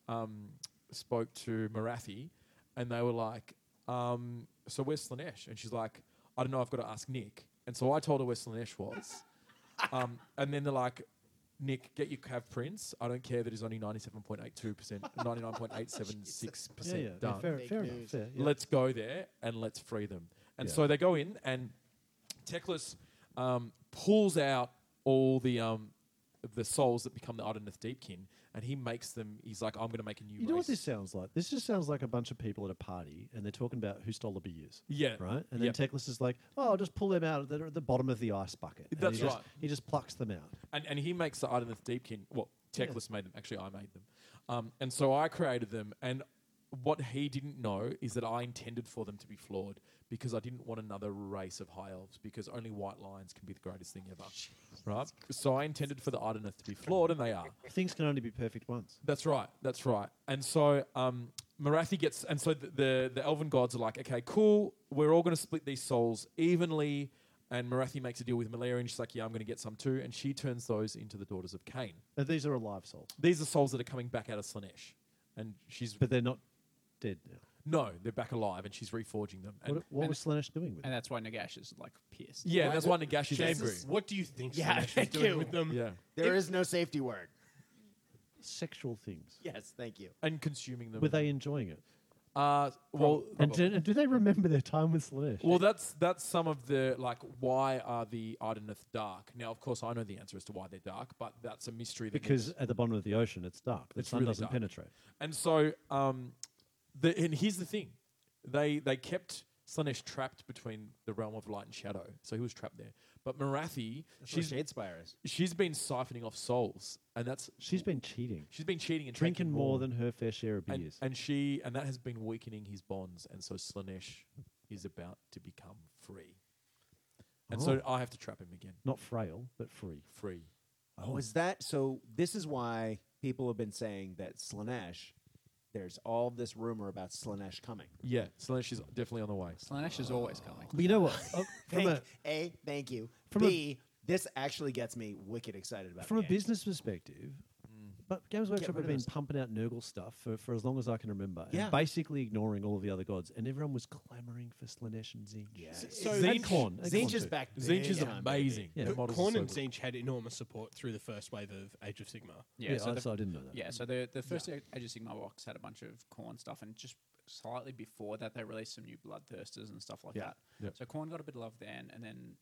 um, spoke to Marathi, and they were like, um, "So where's Slanesh?" And she's like, "I don't know. I've got to ask Nick." And so I told her where Slanesh was, um, and then they're like, "Nick, get your Cav Prince. I don't care that he's only ninety-seven point eight two percent, ninety-nine point eight seven six Yeah, yeah. percent yeah, done. fair, Fake fair enough. news. Fair, yeah. Let's go there and let's free them. And Yeah. so they go in, and Teclis um, pulls out all the um, the souls that become the Idoneth Deepkin, and he makes them. He's like, I'm going to make a new. You know what race." this sounds like? This just sounds like a bunch of people at a party and they're talking about who stole the beers. Yeah. Right? And then Yep. Teclis is like, oh, I'll just pull them out. They're at the bottom of the ice bucket. And That's he just- right. he just plucks them out. and, and he makes the Idoneth Deepkin. Well, Teclis made them. Actually, I made them. Um, and so I created them. And what he didn't know is that I intended for them to be flawed because I didn't want another race of high elves because only white lions can be the greatest thing ever, right? So I intended for the Idoneth to be flawed, and they are. Things can only be perfect once. That's right. That's right. And so um, Marathi gets, and so the, the the elven gods are like, okay, cool. We're all going to split these souls evenly. And Marathi makes a deal with Malaria, and she's like, yeah, I'm going to get some too. And she turns those into the daughters of Cain. Uh, these are alive souls, These are souls that are coming back out of Slanesh, and she's but they're not dead now. no, they're back alive, and she's reforging them. And What, what was Slanesh doing with And it? that's why Nagash is like pissed. yeah, that's why Nagash is James, angry. what do you think Slanesh Yeah, was thank doing you. with them? Yeah, There is no safety word. Sexual things. Yes, thank you. and consuming them. Were they enjoying it? Uh, well, And do, and do they remember their time with Slanesh? Well, that's that's some of the like why are the Ardeneth dark? Now, of course, I know the answer as to why they're dark, but that's a mystery. That because at the bottom of the ocean, it's dark. The It's sun really doesn't dark. penetrate. and so um, the and here's the thing, they they kept Slanesh trapped between the realm of light and shadow, so he was trapped there. But Marathi, she's Spire is. she's been siphoning off souls, and that's She's been cheating, she's been cheating and drinking more than her fair share of and, beers. and she and that has been weakening his bonds, and so Slanesh is about to become free, and so Oh. I have to trap him again. Not frail, but free. Free. Oh, is that so? This is why people have been saying that Slanesh. There's all this rumor about Slanesh coming. Yeah, Slanesh is definitely on the way. Slanesh is always coming. But you [LAUGHS] know what? Uh, from Thank, a, a, thank you. from a- B, this actually gets me wicked excited about. from a the game. business perspective, but Games Workshop rid have of been those. pumping out Nurgle stuff for, for as long as I can remember, Yeah. and basically ignoring all of the other gods, and everyone was clamoring for Slanesh and Zinj. Yeah. So And Zinj- Khorne, and Zinj Khorne is too. back. Zinch is big time, amazing. Yeah. The But models Korn are and so good. Zinch had enormous support through the first wave of Age of Sigma. Yeah, so I, the- so I didn't know that. Yeah, so the the first Age Age of Sigma box had a bunch of corn stuff, and just slightly before that, they released some new Bloodthirsters and stuff like that. Yep. So corn got a bit of love then, and then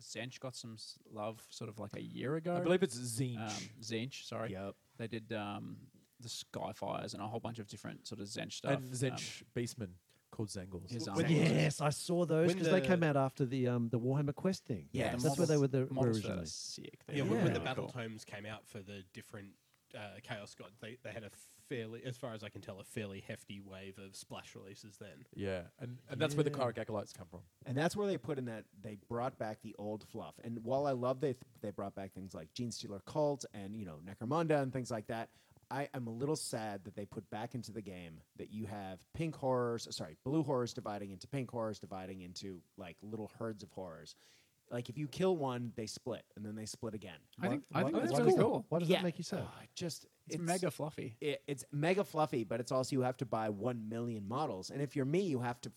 Zench got some s- love sort of like a year ago. I believe it's Zinch. um, Zench, sorry. Yep. They did um, the Skyfires and a whole bunch of different sort of Zench stuff. and Zinch Beastman called Zangors. His Well, army. Yes, I saw those When because they the- came out after the um, the Warhammer Quest thing. Yeah, that's the where they were, models- the, were models for that are originally. sick. They Yeah, were when really the cool. battle tomes came out for the different uh, Chaos Gods, they, they had a fairly, as far as I can tell, a fairly hefty wave of splash releases then. Yeah, and, and that's where the Kyric Acolytes come from. And that's where they put in that they brought back the old fluff. And while I love they they brought back things like Gene Stealer Cult and you know Necromunda and things like that, I am a little sad that they put back into the game that you have pink horrors, sorry, blue horrors dividing into pink horrors, dividing into like little herds of horrors. Like if you kill one, they split and then they split again. I think, I think Why Oh, that's does really that- cool. Why does Yeah. that make you sad? Oh, it just It's, mega fluffy. it, it's mega fluffy, but it's also you have to buy one million models, and if you're me, you have to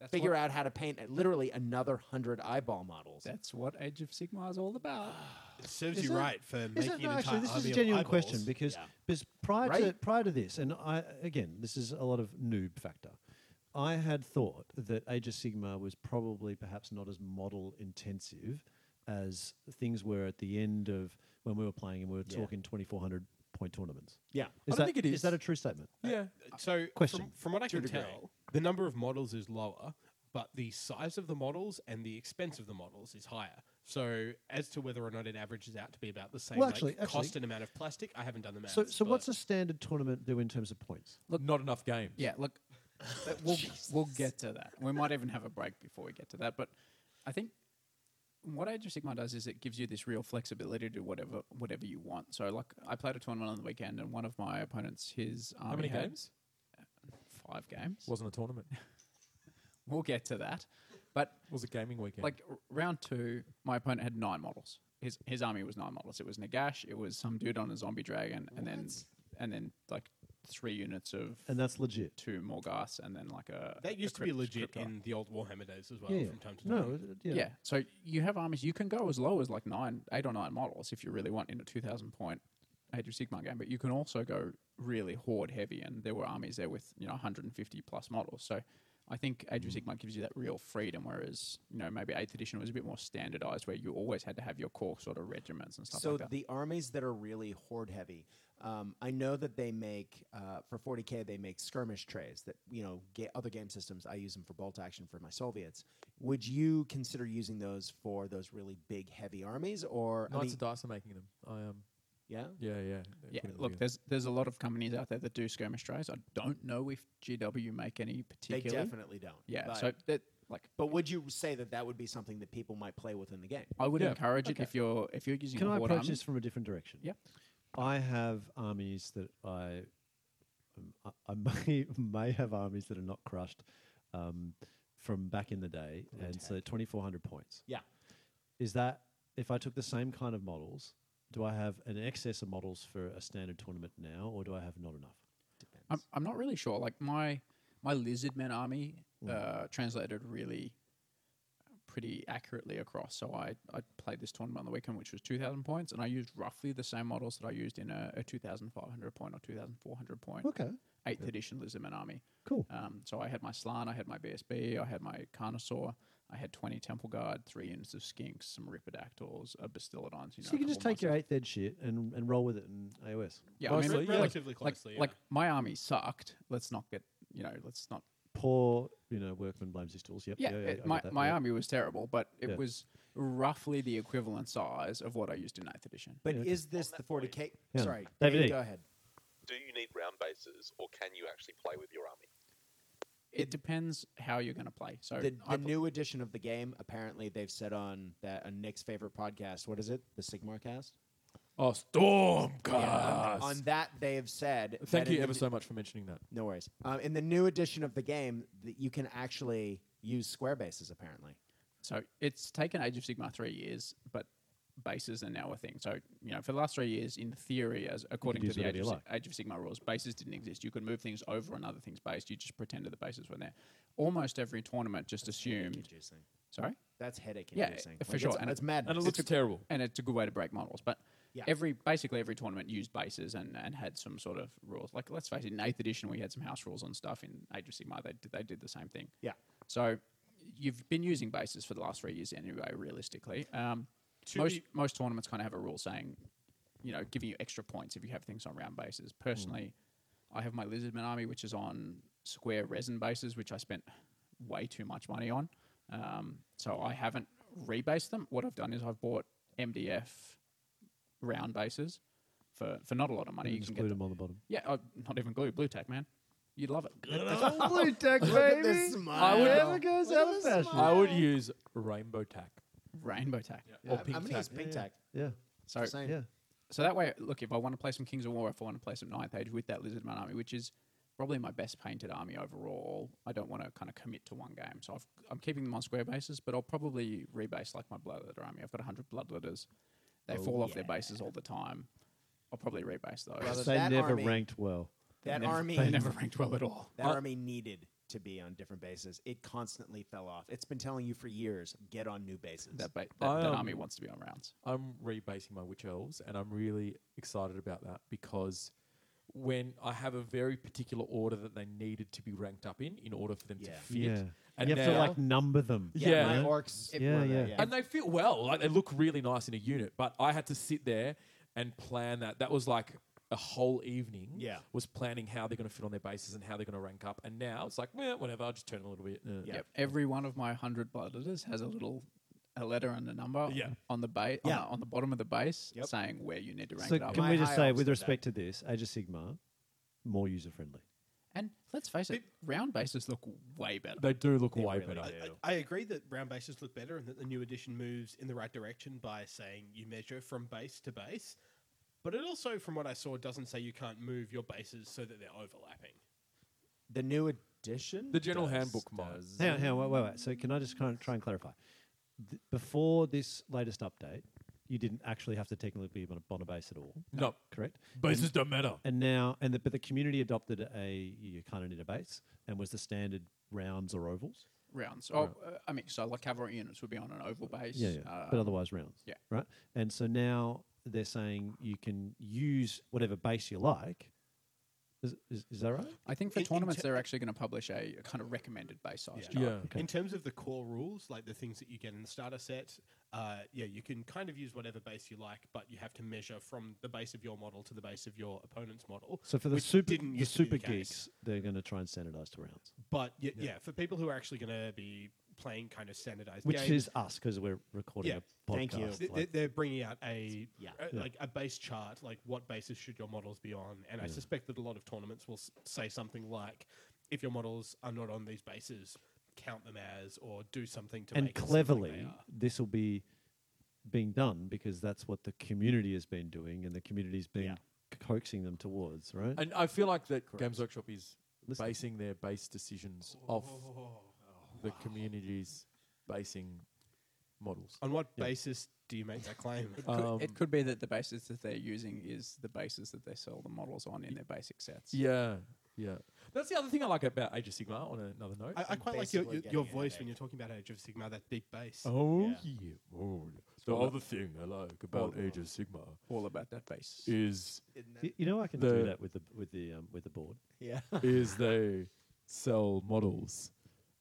That's figure what, out how to paint at literally another hundred eyeball models. That's what Age of Sigma is all about. It serves Is you it- right for Is making it- an no, entire actually, this is army a of genuine eyeballs. question because because prior to Right? prior to this, and I again, this is a lot of noob factor. I had thought that Age of Sigma was probably perhaps not as model intensive as things were at the end of when we were playing and we were Yeah. talking twenty four hundred point tournaments. Yeah. Is I don't that, think it Is is. that a true statement? Yeah, So, Question. From, from what I To a can degree. tell, the number of models is lower, but the size of the models and the expense of the models is higher. So, as to whether or not it averages out to be about the same Well, like, actually- actually- cost and amount of plastic, I haven't done the math. So, so what's but a standard tournament do in terms of points? look, not enough games. [SIGHS] Yeah, look, [LAUGHS] that- we'll, we'll get to that. We might even have a break before we get to that. But I think what Age of Sigma does is it gives you this real flexibility to do whatever whatever you want. So, like, I played a tournament on the weekend, and one of my opponents, his army How many had games? Five games. Wasn't a tournament. We'll get to that. But was a gaming weekend. like r- round two, my opponent had nine models. His his army was nine models. It was Nagash. It was some dude on a zombie dragon, and then and then like three units of And that's legit. two Morgas, and then like a a that used to be crypt- legit cryptar. in the old Warhammer days as well, yeah. from time to time. No. uh, Yeah. Yeah. So you have armies. You can go as low as like nine, eight or nine models if you really want in a two thousand point Age of Sigma game. But you can also go really horde heavy, and there were armies there with you know one hundred and fifty plus models. So I think Age of Sigma gives you that real freedom, whereas you know maybe Eighth Edition was a bit more standardized, where you always had to have your core sort of regiments and stuff so like that. the armies that are really horde heavy um, i know that they make uh, for 40k they make skirmish trays that you know ga- other game systems i use them for bolt action for my soviets would you consider using those for those really big heavy armies or I Knights mean, of Dice are making them. I um, yeah yeah, yeah. yeah, look, there's there's a lot of companies out there that do skirmish trays. I don't know if GW make any they particularly. definitely don't Yeah, but, so that like but would you say that that would be something that people might play with in the game I would Yeah. encourage it if you're if you're using. Can a I horde approach army. this from a different direction? Yeah. I have armies that I, um, I, I [LAUGHS] may, may have armies that are not crushed um, from back in the day, and so 2,400 points. yeah Is that if I took the same kind of models, do I have an excess of models for a standard tournament now, or do I have not enough? Um, I'm, I'm not really sure. Like my my lizardmen army Hmm. uh, translated really pretty accurately across. So I, I played this tournament on the weekend, which was 2,000 points, and I used roughly the same models that I used in a, a 2,500 point or 2,400 point Okay. eighth edition Lizardman army. Cool. Um, so I had my Slan, I had my BSB, I had my Carnosaur, I had 20 Temple Guard, three units of Skinks, some Ripidactyls, a Bastillodons. You know, So you a can just couple take your eighth monsters. ed shit and, and roll with it in AOS. Yeah, I mean, Mostly, like- yeah. Relatively like, closely. like yeah. my army sucked. Let's not get, you know, let's not Poor, you know, workman blames his tools. Yep. Yeah, yeah, it- I get my, that, my yeah. army was terrible, but it Yeah. was roughly the equivalent size of what I used in 9th edition. But Yeah, okay. is this the 40k? Yeah. Sorry, David David, E. go ahead. Do you need round bases, or can you actually play with your army? It depends how you're going to play. So The, I the new edition of the game, apparently they've said on that on Nick's favorite podcast, what is it? The Sigmar cast? Oh, Stormcast. on, on that they have said Thank that in you the ever new- so much for mentioning that. No worries. Um, in the new edition of the game, that you can actually use square bases apparently. So it's taken Age of Sigma three years, but bases are now a thing. So you know, for the last three years, in theory, as according do to the whatever Age you of, Si- like. Age of Sigma rules, bases didn't exist. You could move things over another thing's base. You just pretended the bases were there. Almost every tournament just assumed. Inducing. Sorry. That's headache Yeah, inducing. for sure. It's, And it's it- madness. And it looks It's- terrible. and it's a good way to break models. But Yeah. every basically every tournament used bases and, and had some sort of rules. Like let's face it, in eighth edition we had some house rules on stuff. In Age of Sigma, they did, they did the same thing. [LAUGHS] Yeah. So you've been using bases for the last three years anyway. Realistically, um, To most be- most tournaments kind of have a rule saying, you know, giving you extra points if you have things on round bases. Personally, I have my Lizardman army, which is on square resin bases, which I spent way too much money on. Um, so I haven't rebased them. What I've done is I've bought MDF round bases for, for not a lot of money. And You just can glued get them them. on the bottom. Yeah, uh, not even glue, blue tack, man. You'd love it. Blue tech, baby. Look at this smile. Never goes out of fashion. I would use Rainbow Tack. Rainbow tack. Yeah, Or I'm- pink I'm gonna tack. use pink tack. Yeah. So Same. Yeah. So that way, look, if I want to play some Kings of War, if I want to play some Ninth Age with that Lizardman army, which is probably my best painted army overall, I don't want to kind of commit to one game. So I've, I'm keeping them on square bases, but I'll probably rebase like my Bloodletter army. I've got 100 Bloodletters. They fall off their bases all the time. I'll probably rebase Brother, those. They that never army- ranked well. That Never- army They never ranked well at all. That army needed to be on different bases. It constantly fell off. It's been telling you for years, get on new bases. That, ba- that, I, that um, army wants to be on rounds. I'm rebasing my Witch Elves, and I'm really excited about that because when I have a very particular order that they needed to be ranked up in, in order for them to Yeah. fit, Yeah. and you have to now- like number them. yeah, yeah. my Yeah. orcs. Yeah, were there, yeah. and they fit well, like they look really nice in a unit. But I had to sit there and plan that. That was like a whole evening. Yeah. was planning how they're going to fit on their bases and how they're going to rank up. And now it's like, well, whatever. I'll just turn a little bit. uh, Yeah. Yep. Every one of my 100 Bloodletters has a little. A letter and a number Yeah. on the base, Yeah. on, the, on the bottom of the base, Yep. saying where you need to rank So it up. can My we just high say, elves with did respect to this, Age of Sigma, more user friendly. And let's face it, round bases look way better. They do look They way really better. do. I, I agree that round bases look better and that the new edition moves in the right direction by saying you measure from base to base. But it also, from what I saw, doesn't say you can't move your bases so that they're overlapping. The new edition? The general does- handbook mod. does. Hang on, hang on, wait, wait, wait. So can I just kind of try and clarify? Th- before this latest update, you didn't actually have to technically be on a Bonner base at all, No, correct? bases don't matter. And now, and the, but the community adopted a you kind of need a base, and was the standard rounds or ovals. rounds. Oh, uh, I mean, so like cavalry units would be on an oval base. Yeah, yeah. Uh, but otherwise rounds. yeah. Right. And so now they're saying you can use whatever base you like. Is, is, is that right? I think for In- in tournaments, ter- they're actually going to publish a, a kind of recommended base size. Yeah. chart. Yeah. Okay. In terms of the core rules, like the things that you get in the starter set, uh, yeah, you can kind of use whatever base you like, but you have to measure from the base of your model to the base of your opponent's model. So for the which super didn't the used to be super the case. geeks, they're going to try and standardize to rounds, But y- yeah. for people who are actually going to be playing kind of standardized which games, is us because we're recording Yeah. a podcast. Thank you. th- like- th- they're bringing out a, Yeah. a- Yeah. like a base chart, like what bases should your models be on, and I suspect that a lot of tournaments will s- say something like, if your models are not on these bases, count them as, or do something to and make it seem like they cleverly are. this will be being done because that's what the community has been doing and the community's been coaxing them towards right And I feel like that Games Workshop is Listen. basing their base decisions off the community's basing models. On what basis do you make that claim? Could- Um, it could be that the bases that they're using is the bases that they sell the models on in their basic sets. Yeah, yeah. That's the other thing I like about Age of Sigma. On another note, I, I quite like your, basically your, your getting a voice headache. when you're talking about Age of Sigma, that deep bass. oh yeah. yeah, oh, yeah. The other thing I like about Well- Age of Sigma All about that base. is You, you know I can The- do that with the with the um, with the board. Yeah. is they sell models,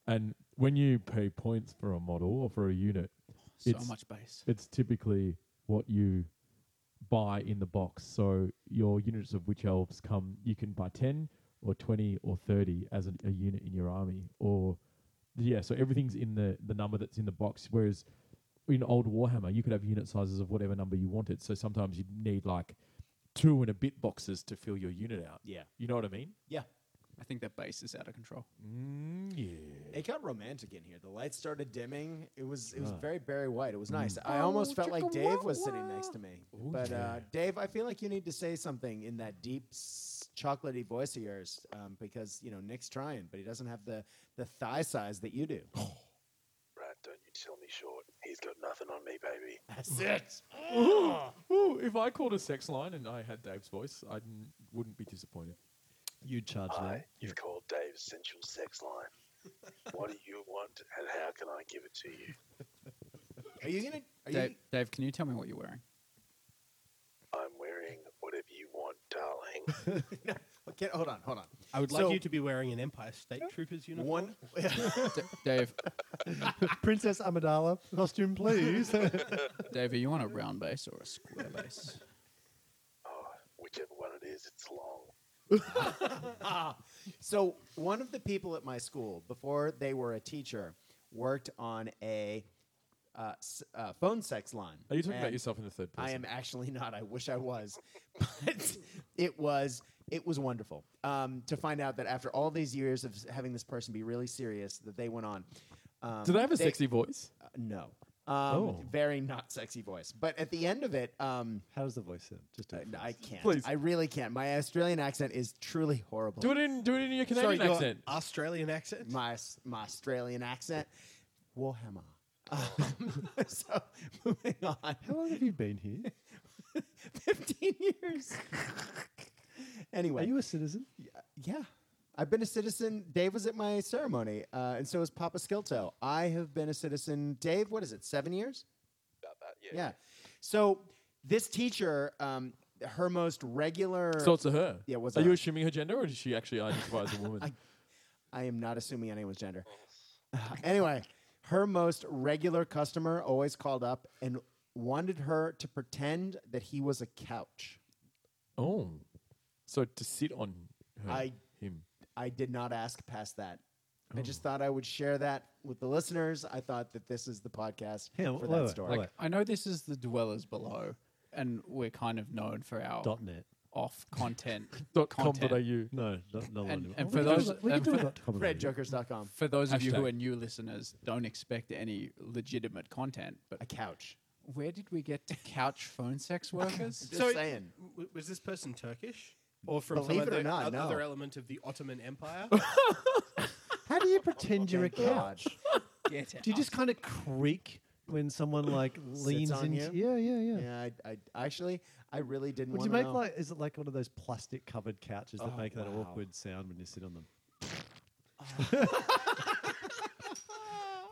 and when you pay points for a model or for a unit, So it's- much base. it's typically what you buy in the box. So your units of witch elves come, you can buy 10 or 20 or 30 as an, a unit in your army. Or, yeah, so everything's in the, the number that's in the box. Whereas in old Warhammer, you could have unit sizes of whatever number you wanted. So sometimes you'd need like two and a bit boxes to fill your unit out. Yeah. You know what I mean? Yeah. I think that base is out of control. It got romantic in here. The lights started dimming. It was it was very Barry White. It was nice. Oh, I almost felt like Dave was sitting next to me. but uh, Dave, I feel like you need to say something in that deep, s- chocolatey voice of yours, um, because you know Nick's trying, but he doesn't have the the thigh size that you do. Brad, don't you tell me short. He's got nothing on me, baby. That's it. [GASPS] Ooh, if I called a sex line and I had Dave's voice, I wouldn't be disappointed. You charge Hi, that. you've called Dave's Sensual Sex Line. what do you want and how can I give it to you? Are you gonna? Are Dave, you, Dave, can you tell me what you're wearing? I'm wearing whatever you want, darling. okay, hold on, hold on. I would So- like you to be wearing an Empire State Troopers uniform. One. D- Dave, Princess Amidala costume, please. Dave, are you on a round base or a square base? oh, whichever one it is, it's long. [LAUGHS] So one of the people at my school, before they were a teacher, worked on a uh, s- uh, phone sex line. Are you talking about And yourself in the third person? I am actually not. I wish I was, [LAUGHS] but it was it was wonderful um, to find out that after all these years of s- having this person be really serious, that they went on. Um, Do they have a sexy voice? uh, no. Um, Oh. Very not sexy voice. But at the end of it, um, How does the voice sound? Just do Uh, I, it I first. can't. Please. I really can't. My Australian accent is truly horrible. Do it in do it in your Canadian your accent. Australian accent. my s- my Australian accent. [LAUGHS] Warhammer. [LAUGHS] Um, so moving on. How long have you been here? [LAUGHS] [LAUGHS] Fifteen years. anyway, Are you a citizen? yeah, I've been a citizen. Dave was at my ceremony, uh, and so was Papa Skilto. I have been a citizen. Dave, what is it? Seven years. About that, yeah. Yeah. So this teacher, um, her most regular. So it's a her. Yeah, what's Are you her? assuming her gender, or does she actually identify [LAUGHS] as a woman? I am not assuming anyone's gender. Uh, anyway, her most regular customer always called up and wanted her to pretend that he was a couch. oh, so to sit on her, I- him. I did not ask past that. I just Oh. thought I would share that with the listeners. I thought that this is the podcast Yeah, for wait, that wait, story. wait. Like, I know this is the dwellers below, and we're kind of known for our Dot net. off content. [LAUGHS] Dot com dot content. au. No, not, not And- one. and We for can do those- that- we can and do for- a dot com and au. FredJokers.com. For those of you who Hashtag. are new listeners, don't expect any legitimate content. But A couch. where did we get to couch phone sex workers? Just saying. w- was this person Turkish? Or from some Believe it or other, not, oth- no. other element of the Ottoman [LAUGHS] Empire? How do you pretend you're a Thank couch? Get out. Do you just kind of creak when [LAUGHS] someone like leans on into? you? Yeah, yeah, yeah. God. Yeah, I, I actually, I really didn't Would want you to make know. like? Is it like one of those plastic covered couches that Oh, make that wow. awkward sound when you sit on [LAUGHS] them?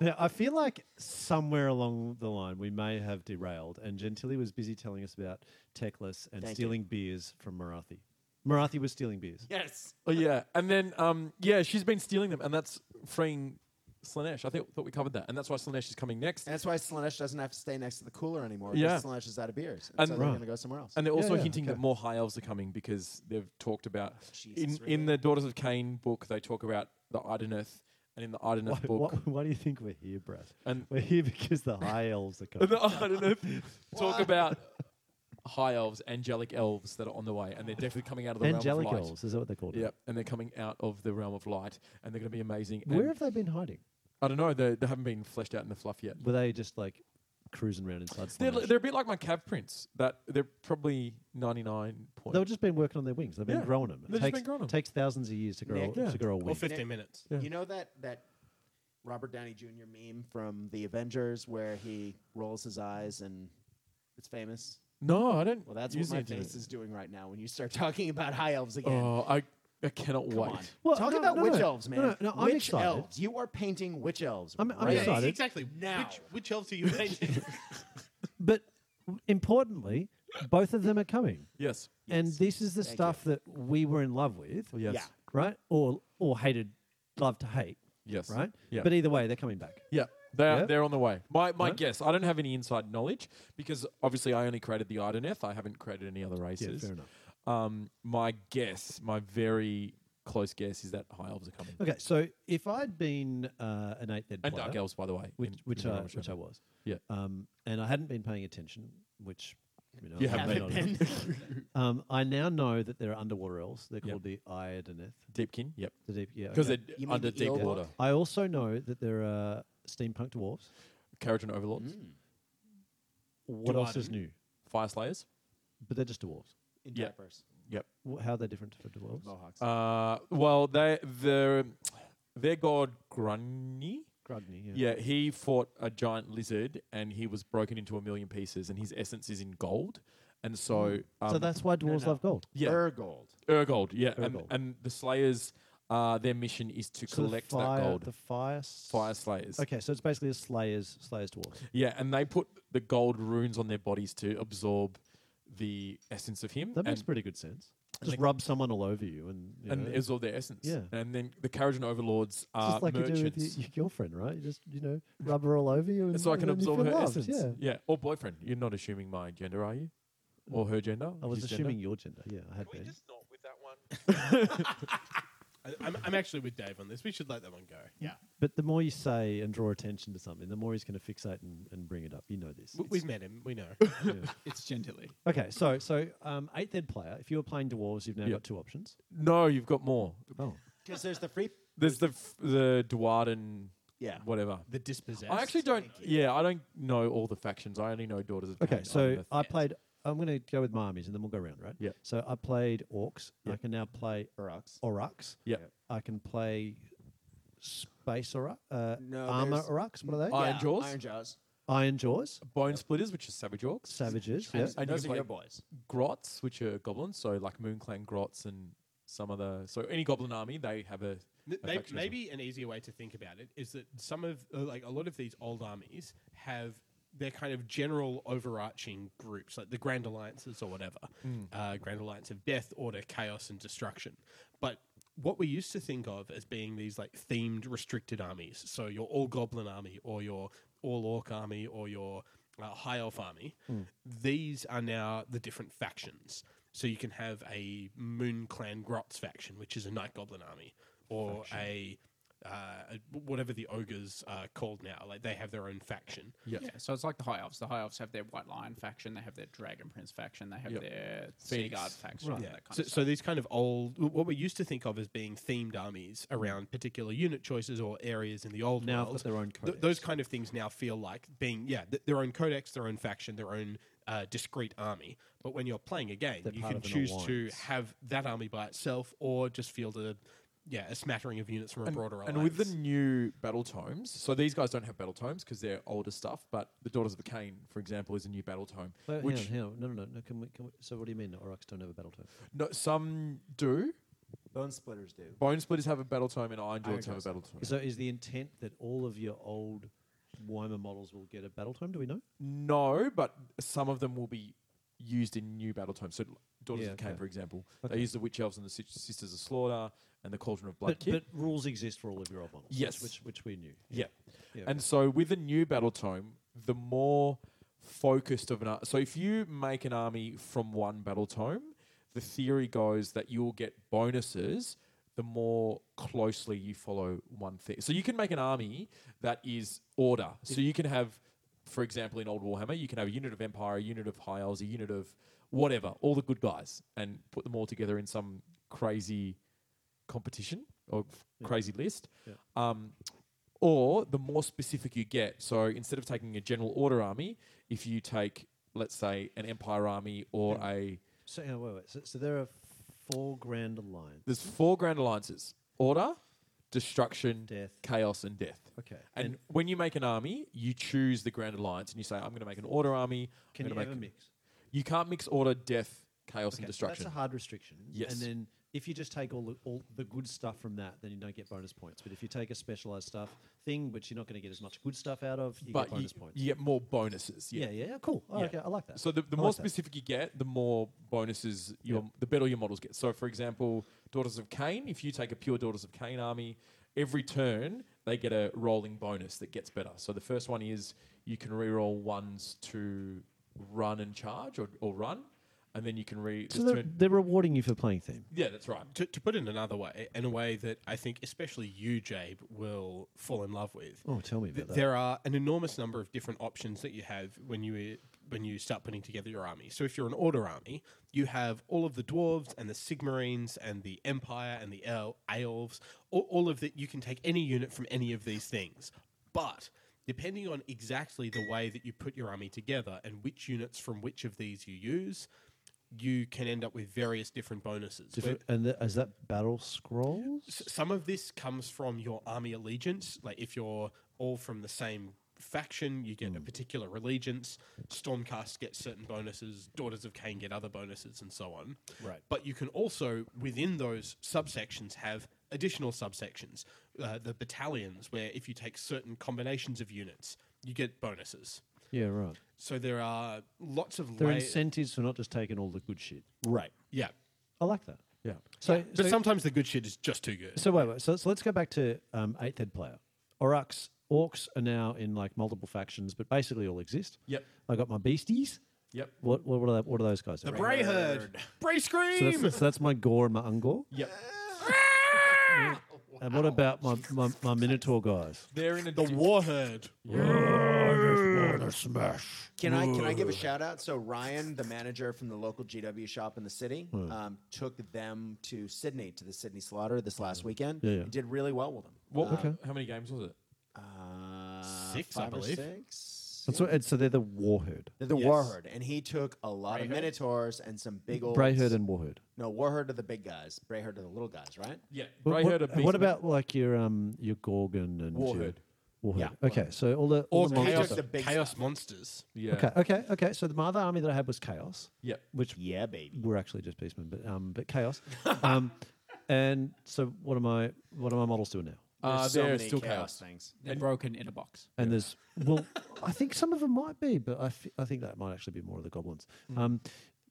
now I feel like somewhere along the line we may have derailed, and Gentili was busy telling us about Teclis and Thank you. stealing beers from Marathi. Marathi was stealing beers. yes. Oh yeah, and then um yeah, she's been stealing them, and that's freeing Slanesh. I think thought we covered that, and that's why Slanesh is coming next. And that's why Slanesh doesn't have to stay next to the cooler anymore. Yeah. because Slanesh is out of beers. And And- so they're Right. going to go somewhere else. And they're also yeah, hinting that okay. more high elves are coming because they've talked about Jesus, in really? in the Daughters of Cain book they talk about the Ideneth, and in the Ideneth Why, book, why- [LAUGHS] why do you think we're here, Brad? And- we're here because the [LAUGHS] high elves are coming. the [LAUGHS] Ideneth talk about high elves, angelic elves that are on the way, and they're definitely coming out of the Angelic realm of light. elves, is that what they're called? Yep, and they're coming out of the realm of light, and they're going to be amazing. and- Where have they been hiding? I don't know. They, they haven't been fleshed out in the fluff yet. Were they just like cruising around inside? They're, Slaanesh? they're a bit like my cab prints. That they're probably ninety nine point. They've just been working on their wings. They've been Yeah. growing them. It They've just takes, been growing 'em. takes thousands of years to grow Nick. Yeah. to grow a or wing. 15 minutes? Yeah. You know that that Robert Downey Jr. meme from The Avengers where he rolls his eyes and it's famous. no, I don't. Well, that's use what the my internet. face is doing right now when you start [LAUGHS] talking about high elves again. Oh, I I cannot Come wait. on. Well, Talk no, about no, witch no. elves, man. No, no, I'm witch excited. elves. You are painting witch elves. I'm- I'm right Yeah, excited. exactly. Now. Which, which elves are you painting? But importantly, both of them are coming. Yes. And this is the Thank you. stuff that we were in love with, Yes. Yeah. right? Or or hated, love to hate, Yes. right? Yeah. But either way, they're coming back. Yeah. They're, Yeah? they're on the way. My, my Right. guess, I don't have any inside knowledge because obviously I only created the Ideneth. I haven't created any other races. fair enough. Um, my guess, my very close guess is that High Elves are coming. Okay, so if I'd been uh, an eight-bed And player, Dark Elves, by the way. which in- which, in I, Realm of which I Shadow. was, Yeah. um, and I hadn't been paying attention, which you know, You I haven't may not have. [LAUGHS] um, I now know that there are underwater elves. They're Yeah. called the Iodineth. Deepkin, yep. The deep, yeah. Because okay. they're You mean under the deep Eelwald? water. I also know that there are steampunk dwarves. Keratin Overlords, Hmm. What else is new? Fire Slayers. But they're just dwarves. In Yeah. diapers. Yep. Wh- How are they different to dwarves? Uh, well, they the their god Grunny. Grudney, yeah. Yeah, he fought a giant lizard and he was broken into a million pieces, and his essence is in gold. And so, um, Hmm. so that's why dwarves love gold. yeah, Ergold. Urgold, yeah, and, Urgold. and the Slayers, uh, their mission is to So the collect fire, that gold. The fire. s- fire Slayers. Okay, so it's basically a slayers, slayers dwarves. Yeah, and they put the gold runes on their bodies to absorb the essence of him. That makes and- pretty good sense. and Just the- rub someone all over you, and you and know, it's absorb their essence. Yeah. And then the Carriage and Overlords are just like merchants. you do with your, your girlfriend, right? You just you know rub her all over you, and so I and can then you absorb feel her loved, essence. Yeah. Or boyfriend. You're not assuming my gender, are you? Or her gender? I was his assuming Gender? your gender. Yeah, I had Can we been. just not with that one? I, I'm, I'm actually with Dave on this. We should let that one go. Yeah. But the more you say and draw attention to something, the more he's going to fixate and, and bring it up. You know this. We, we've met him. We [LAUGHS] know. It's gentilly. Okay, so so um, eighth ed player. If you were playing dwarves, you've now Yeah. got two options. No, you've got more. Oh, Because there's the free. [LAUGHS] There's the f- the Dwarden, Yeah. whatever. the dispossessed. I actually don't. Yeah, I don't know all the factions. I only know Daughters of okay. Cain, So Ivaneth. I played. I'm going to go with my armies, and then we'll go around, right? Yeah. So I played orcs. I Yeah. can now play Orcs. orcs. yeah. I can play space orc, uh, No, armor there's- orcs. What are they? Iron Yeah, Jaws? Iron Jaws. Iron jaws, Bone Splitters, which is Savage Orcs. savages. Yeah. And And you those can are play- your boys. grots, which are goblins, so like Moon Clan grots and some other. So any goblin army, they have a. a Maybe, faction as well. maybe an easier way to think about it is that some of, uh, like, a lot of these old armies have their kind of general overarching groups, like the Grand Alliances or whatever uh, Grand Alliance of Death, Order, Chaos, and Destruction. But what we used to think of as being these, like, themed restricted armies, so your all goblin army or your all orc army or your uh, high elf army, these are now the different factions. So you can have a Moon Clan Grots faction, which is a Night Goblin army, or a, uh, a- whatever the ogres are called now. Like they have their own faction. Yeah. Yeah, so it's like the High Elves. The High Elves have their White Lion faction, they have their Dragon Prince faction, they have Yep. their Sea Phoenix. Guard faction. Yeah. That kind So, of so these kind of old, what we used to think of as being themed armies around particular unit choices or areas in the old Now have world, got their own th- codex. those kind of things now feel like being yeah th- their own codex, their own faction, their own uh, discrete army. But when you're playing a game, They're you part can of an choose to alliance. have that army by itself or just field a yeah a smattering of units from a And, broader alliance. and with the new battle tomes, so these guys don't have battle tomes because they're older stuff. But the Daughters of Cain, for example, is a new battle tome. Well, hang on, which hang on. No, no, no. no can we, can we, so what do you mean the orcs don't have a battle tome? no, some do. Bone splitters do. Bone splitters have a battle tome, and Iron Jaws have a Jaws. battle tome. So is the intent that all of your old Weimer models will get a battle tome? Do we know? No, but some of them will be used in new battle tomes. So Daughters Yeah, of Cain, okay. for example, Okay. they use the Witch Elves and the Sis- Sisters of Slaughter and the Cauldron of Blood But, kit. but rules exist for all of your old models. which- Yes. which which we knew. Yeah. Yeah, And so with the new battle tome, the more focused of an ar- so if you make an army from one battle tome, the theory goes that you'll get bonuses the more closely you follow one thing. So you can make an army that is order. So you can have for example in old Warhammer, you can have a unit of Empire, a unit of High Elves, a unit of whatever, all the good guys and put them all together in some crazy competition or f- crazy list. Um, or the more specific you get. So instead of taking a general order army, if you take, let's say, an empire army or a. So hang on, wait, wait. So, so there are four grand alliance. There's four grand alliances order, destruction, Death. chaos, and death. Okay. And, And- when you make an army, you choose the grand alliance and you say, I'm going to make an order army. I'm Can you gonna ever make-" mix? You can't mix order, death, chaos, Okay, and so destruction. That's a hard restriction. Yes. And then If you just take all the, all the good stuff from that, then you don't get bonus points. But if you take a specialized stuff thing, which you're not going to get as much good stuff out of, you but get bonus you, points. you get more bonuses. yeah, yeah, yeah, cool. Oh, Yeah. Okay, I like that. So the, the I more like that. specific you get, the more bonuses your Yeah. the better your models get. So for example, Daughters of Cain, if you take a pure Daughters of Cain army, every turn they get a rolling bonus that gets better. So the first one is you can re-roll ones to run and charge or, or run, and then you can re So this they're, turn- they're rewarding you for playing theme. Yeah, that's right. To, to put it another way, in a way that I think especially you, Jabe, will fall in love with. Oh, tell me about Th- that. There are an enormous number of different options that you have when you when you start putting together your army. So if you're an order army, you have all of the dwarves and the sigmarines and the empire and the el- elves. All, all of that you can take any unit from any of these things, but depending on exactly the way that you put your army together and which units from which of these you use, you can end up with various different bonuses. Where- Different, and th- is that battle scrolls? S- some of this comes from your army allegiance. Like if you're all from the same faction, you get a Hmm. particular allegiance. Stormcast gets certain bonuses. Daughters of Cain get other bonuses, and so on. Right. But you can also within those subsections have additional subsections. Uh, the battalions, where if you take certain combinations of units, you get bonuses. Yeah, right. So there are lots of There are la- incentives for not just taking all the good shit. Right. Yeah. I like that. Yeah. So, But so, sometimes the good shit is just too good. so wait, wait. So, so let's go back to um, eighth ed player. Orcs, orcs are now in like multiple factions, but basically all exist. Yep. I got my beasties. Yep. What what, what, are, they, what are those guys? The Bray herd. Bray scream. So that's, so that's my gore and my ungore. Yep. And what about my, my, my minotaur guys? They're in a The war herd. Can I can I give a shout out? So Ryan, the manager from the local GW shop in the city, Hmm. um, took them to Sydney to the Sydney Slaughter this last weekend. Hmm. Yeah, yeah. He did really well with them. What, How many games was it? Uh, Six, I five or believe. Six. And so, and so they're the warherd. They're the Warherd, and he took a lot of Minotaurs and some big old Brayherd and warherd. no Warherd are the big guys, Brayherd are the little guys, right? Yeah. But Grey what, Herd are and beast- what about like your um your gorgon and your Warherd. warherd? Yeah. Okay, so all the all Or the He monsters. chaos, took the big chaos stuff. monsters. Yeah. Okay, okay, okay. So the my other army that I had was chaos, Yep. which Yeah, baby. were actually just beastmen, but um, but chaos. [LAUGHS] um, and so what am I? What are my models doing now? Uh, There's so they're many still chaos, chaos. things. They're broken in a box. And there's well, I think some of them might be, but I, f- I think that might actually be more of the goblins. Hmm. Um,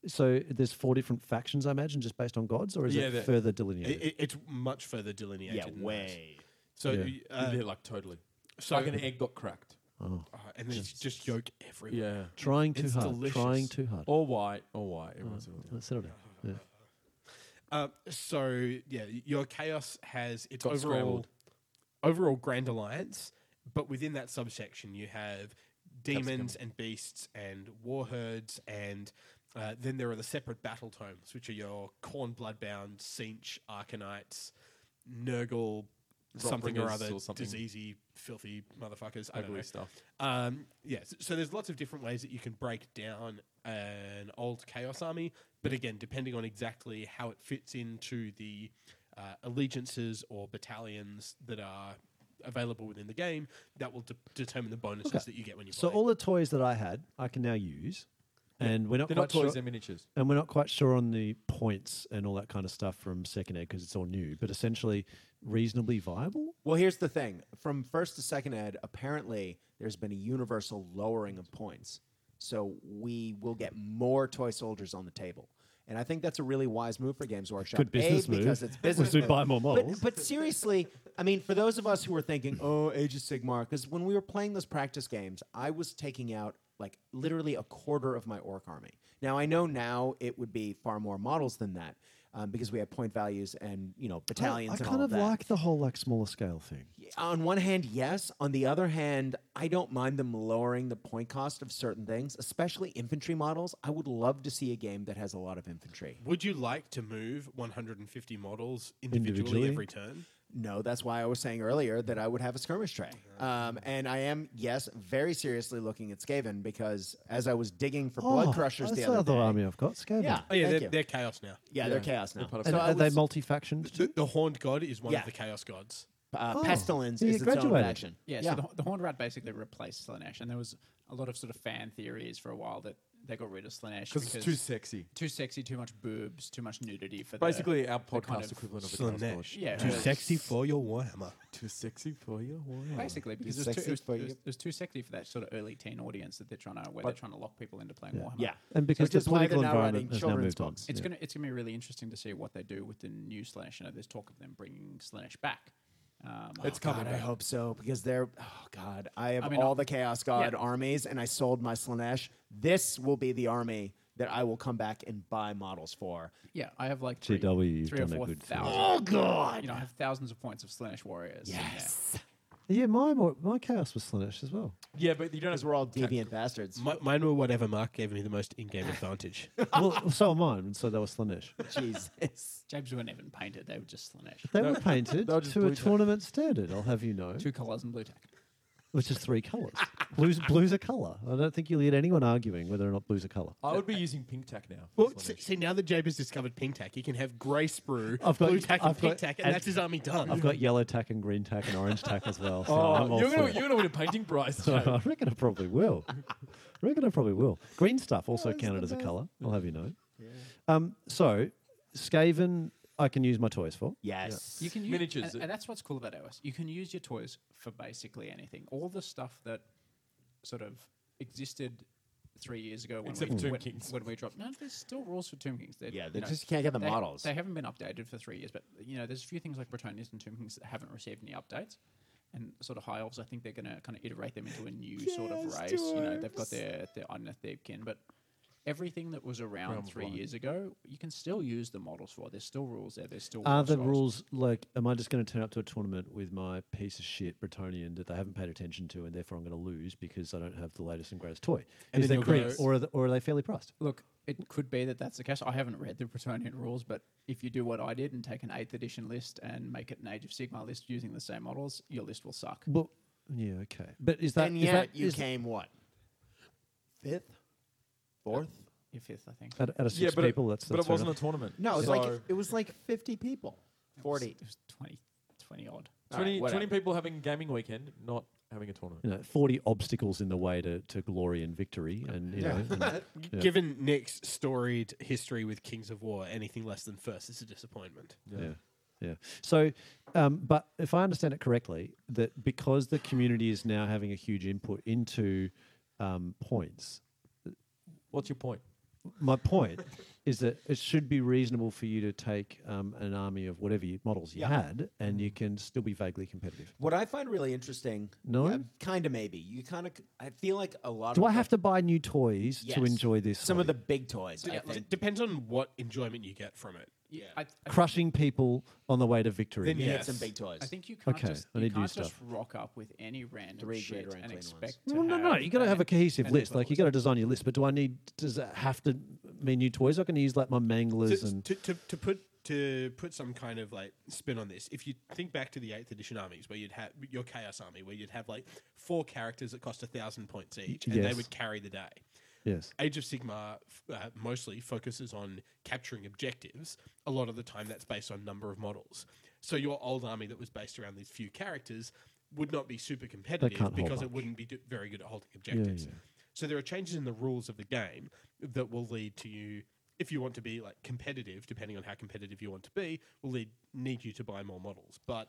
so there's four different factions, I imagine, just based on gods, or is Yeah, it they're- further I- delineated? I- it's much further delineated. Yeah, than that. way. So Yeah. you- uh, they're like totally. So- like an egg got cracked. Uh, and there's just yolk everywhere. Yeah. trying too it's hard. delicious. Trying too hard. All white. All white. Everyone's all- Let's [LAUGHS] settle down. Yeah. Uh, so yeah, your chaos has its Got overall scrambled. overall grand alliance, but within that subsection you have demons and beasts and war herds and. Uh, then there are the separate battle tomes, which are your Corn Bloodbound, Sinch, Arcanites, Nurgle, something or Rockbringers other, or something. diseasy, filthy motherfuckers. I don't know. ugly stuff. Um, yes. So there's lots of different ways that you can break down an old Chaos army, but again, depending on exactly how it fits into the uh, allegiances or battalions that are available within the game, that will de- determine the bonuses that you get when you So play. all the toys that I had, I can now use, and we're not They're quite not toys. sure. They're miniatures. and we're not quite sure on the points and all that kind of stuff from second ed because it's all new, but essentially reasonably viable. Well, here's the thing: from first to second ed, apparently there's been a universal lowering of points, so we will get more toy soldiers on the table. And I think that's a really wise move for Games Workshop. Good business a, because move. it's [LAUGHS] business. We move. buy more But- models. But, seriously, I mean, for those of us who were thinking, "Oh, Age of Sigmar," because when we were playing those practice games, I was taking out like literally a quarter of my orc army. Now I know now it would be far more models than that um, because we have point values and you know battalions. I, I and kind all of that like the whole like smaller scale thing. on one hand, yes. On the other hand, I don't mind them lowering the point cost of certain things, especially infantry models. I would love to see a game that has a lot of infantry. Would you like to move 150 models individually, Individually? every turn? No, that's why I was saying earlier that I would have a skirmish tray. Um, and I am, yes, very seriously looking at Skaven because as I was digging for oh, Blood Crushers that's the other day, army I've got. Scaven. yeah, Oh yeah, thank they're, you. they're chaos now. yeah, they're chaos now. And So I are they was- multi factioned? The, the horned god is one Yeah. of the chaos gods. uh, Oh, Pestilence so you is its own graduated. faction. Yeah, so the, the Horned Rat basically replaced Slanesh, and there was a lot of sort of fan theories for a while that they got rid of Slanesh because it's too sexy. too sexy, too much boobs, too much nudity for the- Basically, uh, our the podcast kind of- equivalent of a Slanesh. Slanesh. Yeah, Too uh, sexy for your Warhammer. Too sexy for you. Basically, because it was, too, sexy it, was, for it you. was- it was too sexy for that sort of early teen audience that they're trying to where they're trying to lock people into playing Warhammer. Yeah, and because just the why they're political now environment writing has now children's moved on. books. It's Yeah. gonna it's gonna be really interesting to see what they do with the new Slanesh. You know, there's talk of them bringing Slanesh back. Um, It's Oh, God, coming I back. hope so because they're. Oh God, I have I mean, all I- the Chaos God yeah. armies, and I sold my Slanesh. This will be the army that I will come back and buy models for. yeah, I have like three, GW, you've three or done a four good thing. thousand. Oh god! You know, I have thousands of points of Slanesh warriors. in there. Yeah, my my- my chaos was Slanesh as [LAUGHS] well. Yeah, but you don't. because we're all deviant bastards. Mi- mine were whatever Mark gave me the most in-game advantage. well, so am mine, and so they were Slanesh. [LAUGHS] Jesus, Jabs weren't even painted; they were just Slanesh. They were painted they were just to blue a tack. tournament standard. I'll have you know, Two colors and blue tack. which is three [LAUGHS] colours. blues blues a colour. I don't think you'll hear anyone arguing whether or not blues a colour. I would be using pink tack now. Well, Slanesh. see, see, now that Jabe has discovered pink tack, he can have grey sprue, I've got- blue tack, and I've pink got- tack, and, and- that's his army done. I've got yellow tack and green tack and orange tack as well. So I'm Oh, all you're for gonna, it. you're gonna win a painting prize. [LAUGHS] I Jay. reckon I probably will. I reckon I probably will. Green Oh, stuff also counted as a colour. I'll have you know. Um, so, Skaven, I can use my toys for. yes. You can use, Miniatures. and, and that's what's cool about OS. You can use your toys for basically anything. All the stuff that sort of existed three years ago when Except we for Tomb when, Kings. when we dropped. No, there's still rules for Tomb Kings. They're, Yeah, they you know, just can't get the they- models. They haven't been updated for three years, but you know, there's a few things like Bretonias and Tomb Kings that haven't received any updates. And sort of high elves, I think they're going to kind of iterate them into a new sort of race. You know, they've got their their Omnith Deepkin, but everything that was around Realm of three Light. years ago, you can still use the models for. There's still rules there. There's still Are rules the for it. rules like, am I just going to turn up to a tournament with my piece of shit Bretonian that they haven't paid attention to and therefore I'm going to lose because I don't have the latest and greatest toy? And Is then there you'll critics, go- or, are the, or are they fairly priced? Look, it could be that that's the case. I haven't read the Bretonian rules, but if you do what I did and take an 8th edition list and make it an Age of Sigma list using the same models, your list will suck. Well, yeah, okay. But is that. and is yet that- you is- came what? Fifth, fourth? Your fifth, I think. At, at a six yeah, but people, it, that's, but it that's fair wasn't enough. a tournament. No, it was so like it was like fifty people. Forty. It was 20, 20 odd. 20, Alright, whatever. 20 people having gaming weekend, not having a tournament. you know, 40 obstacles in the way to, to glory and victory. And, you know, and- Yeah. Given Nick's storied history with Kings of War, anything less than first is a disappointment. Yeah. Yeah. So, um, but if I understand it correctly, that because the community is now having a huge input into um, points, What's your point? my point is that it should be reasonable for you to take um, an army of whatever you, models you had and you can still be vaguely competitive. What I find really interesting. No? kind of maybe. You kind of. I feel like a lot. Do of I the- have to buy new toys to Yes. enjoy this? Some of the hobby? big toys. I It think. depends on what enjoyment you get from it. Yeah. I, I, crushing people on the way to victory. Then you Yes. need some big toys. I think you can't Okay, just, I you need to can't use just stuff. rock up with any random Three shit greater and unclean expect ones. to Well, no, no. have You got to have a cohesive an list. Like you got to equivalent. design your list. But do I need? Does it have to mean new toys? I can use like my manglers to, and to, to, to put to put some kind of like spin on this, if you think back to the eighth edition armies, where you'd have your chaos army, where you'd have like four characters that cost a thousand points each, and they Yes. would carry the day. yes. Age of Sigma uh, mostly focuses on capturing objectives. A lot of the time, that's based on number of models. So your old army that was based around these few characters would not be super competitive hold because it much. wouldn't be do- very good at holding objectives. yeah. So there are changes in the rules of the game that will lead to you, if you want to be like competitive, depending on how competitive you want to be, will lead need you to buy more models. But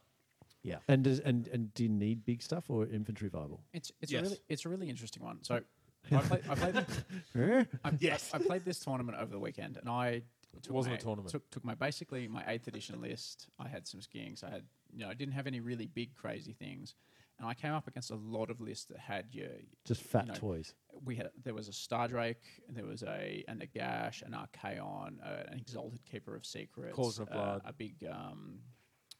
Yeah. And does, and and do you need big stuff or infantry viable? It's it's Yes. a really it's a really interesting one. So I played I played, [LAUGHS] [LAUGHS] I, Yes. I, I played this tournament over the weekend, and I took wasn't my- a tournament. Took, took my basically my eighth edition list. I had some skiings. I had you know I didn't have any really big crazy things, and I came up against a lot of lists that had your Just fat you know, toys. we had there was a Stardrake, there was a an Agash, an Archaon, uh, an Exalted Keeper of Secrets, Cauldron of uh, Blood. a big um,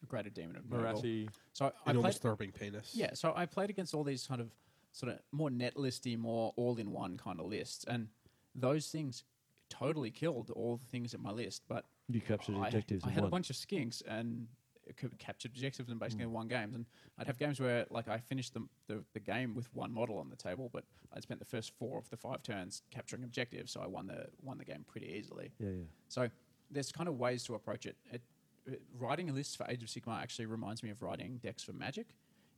Greater Demon of Nurgle. Marathi. So I, I played, enormous throbbing penis. yeah, so I played against all these kind of sort of more net listy, more all in one kind of lists, and those things totally killed all the things in my list. But You captured I, objectives I in had a one. Mm. bunch of skinks and c- captured objectives in basically one game. And I'd have games where like I finished the, the the game with one model on the table, but I spent the first four of the five turns capturing objectives, so I won the won the game pretty easily. Yeah, yeah. So there's kind of ways to approach it. it, it writing a list for Age of Sigma actually reminds me of writing decks for Magic,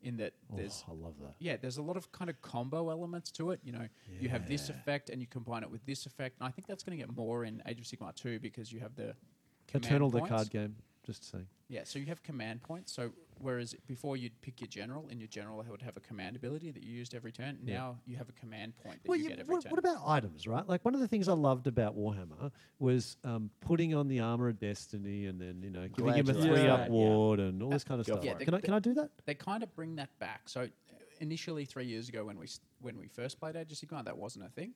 in that Oh, there's I love that. yeah, there's a lot of kind of combo elements to it. You know, you have this effect and you combine it with this effect, and I think that's going to get more in Age of Sigmar 2 because you have the command Eternal, the points. card game. Just saying. Yeah, so you have command points. So whereas before you'd pick your general, and your general would have a command ability that you used every turn. Yeah. Now you have a command point that Well, you yeah, get every what, turn. what about items, right? Like one of the things I loved about Warhammer was um, putting on the armor of destiny, and then you know giving him a Glad you three like up that, yeah. ward and all this kind of Go stuff. for it. can I can I do that? they kind of bring that back. So uh, initially, three years ago, when we s- when we first played Age of Sigmar, that wasn't a thing,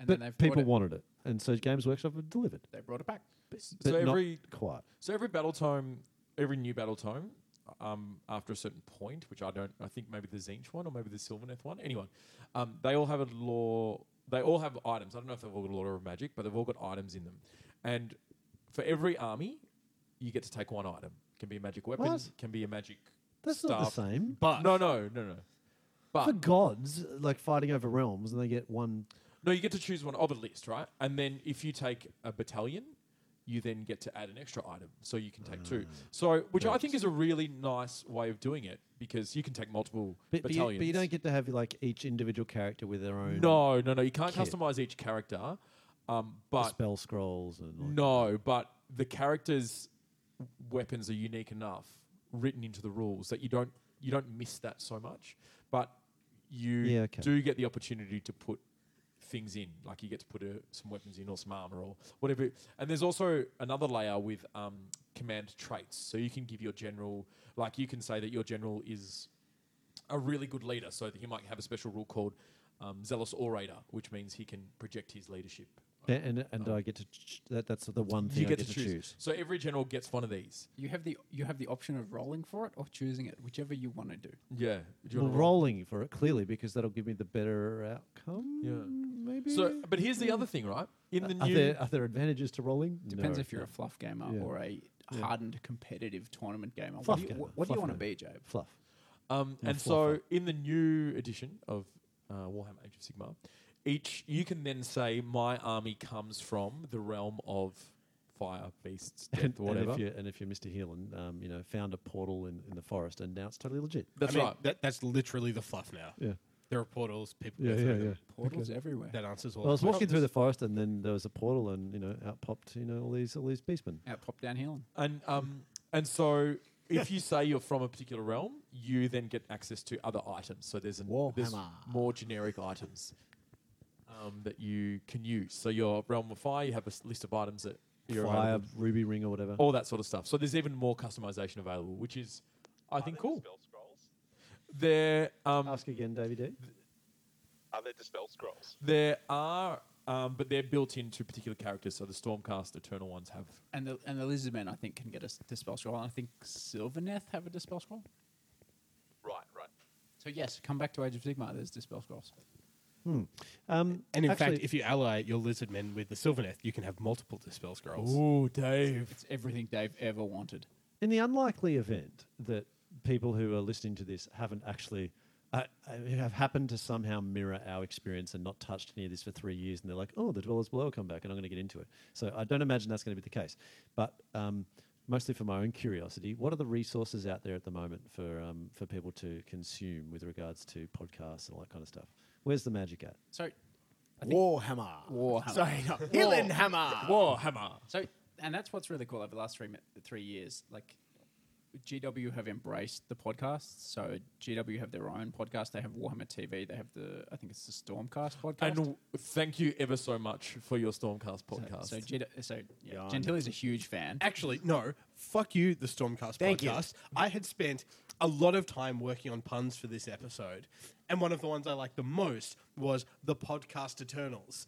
and then But they've brought people it, wanted it, and so Games Workshop have delivered. they brought it back. But, so but every- not quite. So every battle tome, every new battle tome, um, after a certain point, which I don't, I think maybe the Zinch one or maybe the Sylvaneth one, anyone, um, they all have a law. They all have items. I don't know if they've all got a lot of magic, but they've all got items in them. And for every army, you get to take one item. Can be a magic weapon. What? Can be a magic. That's staff. not the same. But No, no, no, no. For But gods, like fighting over realms, and they get one. No, you get to choose one of a list, right? And then if you take a battalion, you then get to add an extra item, so you can take Ah, two. So, which I think is a really nice way of doing it because you can take multiple But, but, you, battalions. but you don't get to have like each individual character with their own No, no, no. You can't Kit. customize each character, um, but spell scrolls and. all- no, but the characters' weapons are unique enough, written into the rules that you don't you don't miss that so much. But you Yeah, okay. do get the opportunity to put things in, like you get to put uh some weapons in or some armor or whatever. And there's also another layer with um, command traits, so you can give your general, like you can say that your general is a really good leader, so that he might have a special rule called um, zealous orator, which means he can project his leadership A- And and do I get to ch- that. That's the one thing you I get, to, choose. choose. So every general gets one of these. You have the you have the option of rolling for it or choosing it, whichever you want to do. Yeah. well, rolling for it clearly because that'll give me the better outcome. Yeah. maybe. So, but here's the other thing, right? In the are new, there uh, are there advantages to rolling? Depends No. if you're a fluff gamer Yeah. or a hardened competitive tournament gamer. Fluff what do you, gamer. what, what do you Fluff want to gamer. be, Jabe? [LAUGHS] fluff. um, Yeah, and fluffer. so in the new edition of uh, Warhammer Age of Sigmar, each you can then say my army comes from the realm of fire, beasts, death, And, and whatever. if you and if you're Mr. Heelan, um, you know, found a portal in, in the forest, and now it's totally legit. That's I mean, right. That, that's literally the fluff now. Yeah. There are portals. People Yeah, go through yeah, them. Portals everywhere. That answers all. Well, I was the walking questions. through the forest, and then there was a portal, and you know, out popped you know all these all these beastmen. Out pop down healing. And um, and so if you say you're from a particular realm, you then get access to other items. So there's, an, there's more generic items um, that you can use. So your realm of fire, you have a s- list of items that you're Fire, available, ruby ring, or whatever. all that sort of stuff. So there's even more customization available, which is I think cool. Dispel scrolls. There um, Ask again, Davy D. Are there dispel scrolls? there are. Um, but they're built into particular characters, so the Stormcast Eternal ones have. And the and the lizardmen I think can get a s- dispel scroll. And I think Sylvaneth have a dispel scroll. Right, right. So yes, come back to Age of Sigmar. There's dispel scrolls. Um, And in actually- fact, if you ally your lizard men with the Sylvaneth, you can have multiple dispel scrolls. Ooh, Dave! It's everything Dave ever wanted. In the unlikely event that people who are listening to this haven't actually, uh, uh, who have happened to somehow mirror our experience and not touched any of this for three years, and they're like, oh, the Dwellers Below will come back and I'm going to get into it. So I don't imagine that's going to be the case. But um, mostly for my own curiosity, what are the resources out there at the moment for, um, for people to consume with regards to podcasts and all that kind of stuff? Where's the magic at? So Warhammer. Warhammer. Sorry, no. Hillenhammer. Warhammer. So, and that's what's really cool over the last three mi- three years. Like, GW have embraced the podcasts. So GW have their own podcast. They have Warhammer TV. They have the I think it's the Stormcast podcast. And w- thank you ever so much for your Stormcast podcast. so, so, GW, so yeah, Gentili's a huge fan. Actually, no. Fuck you, the Stormcast Thank you. podcast. I had spent a lot of time working on puns for this episode, and one of the ones I liked the most was the podcast Eternals.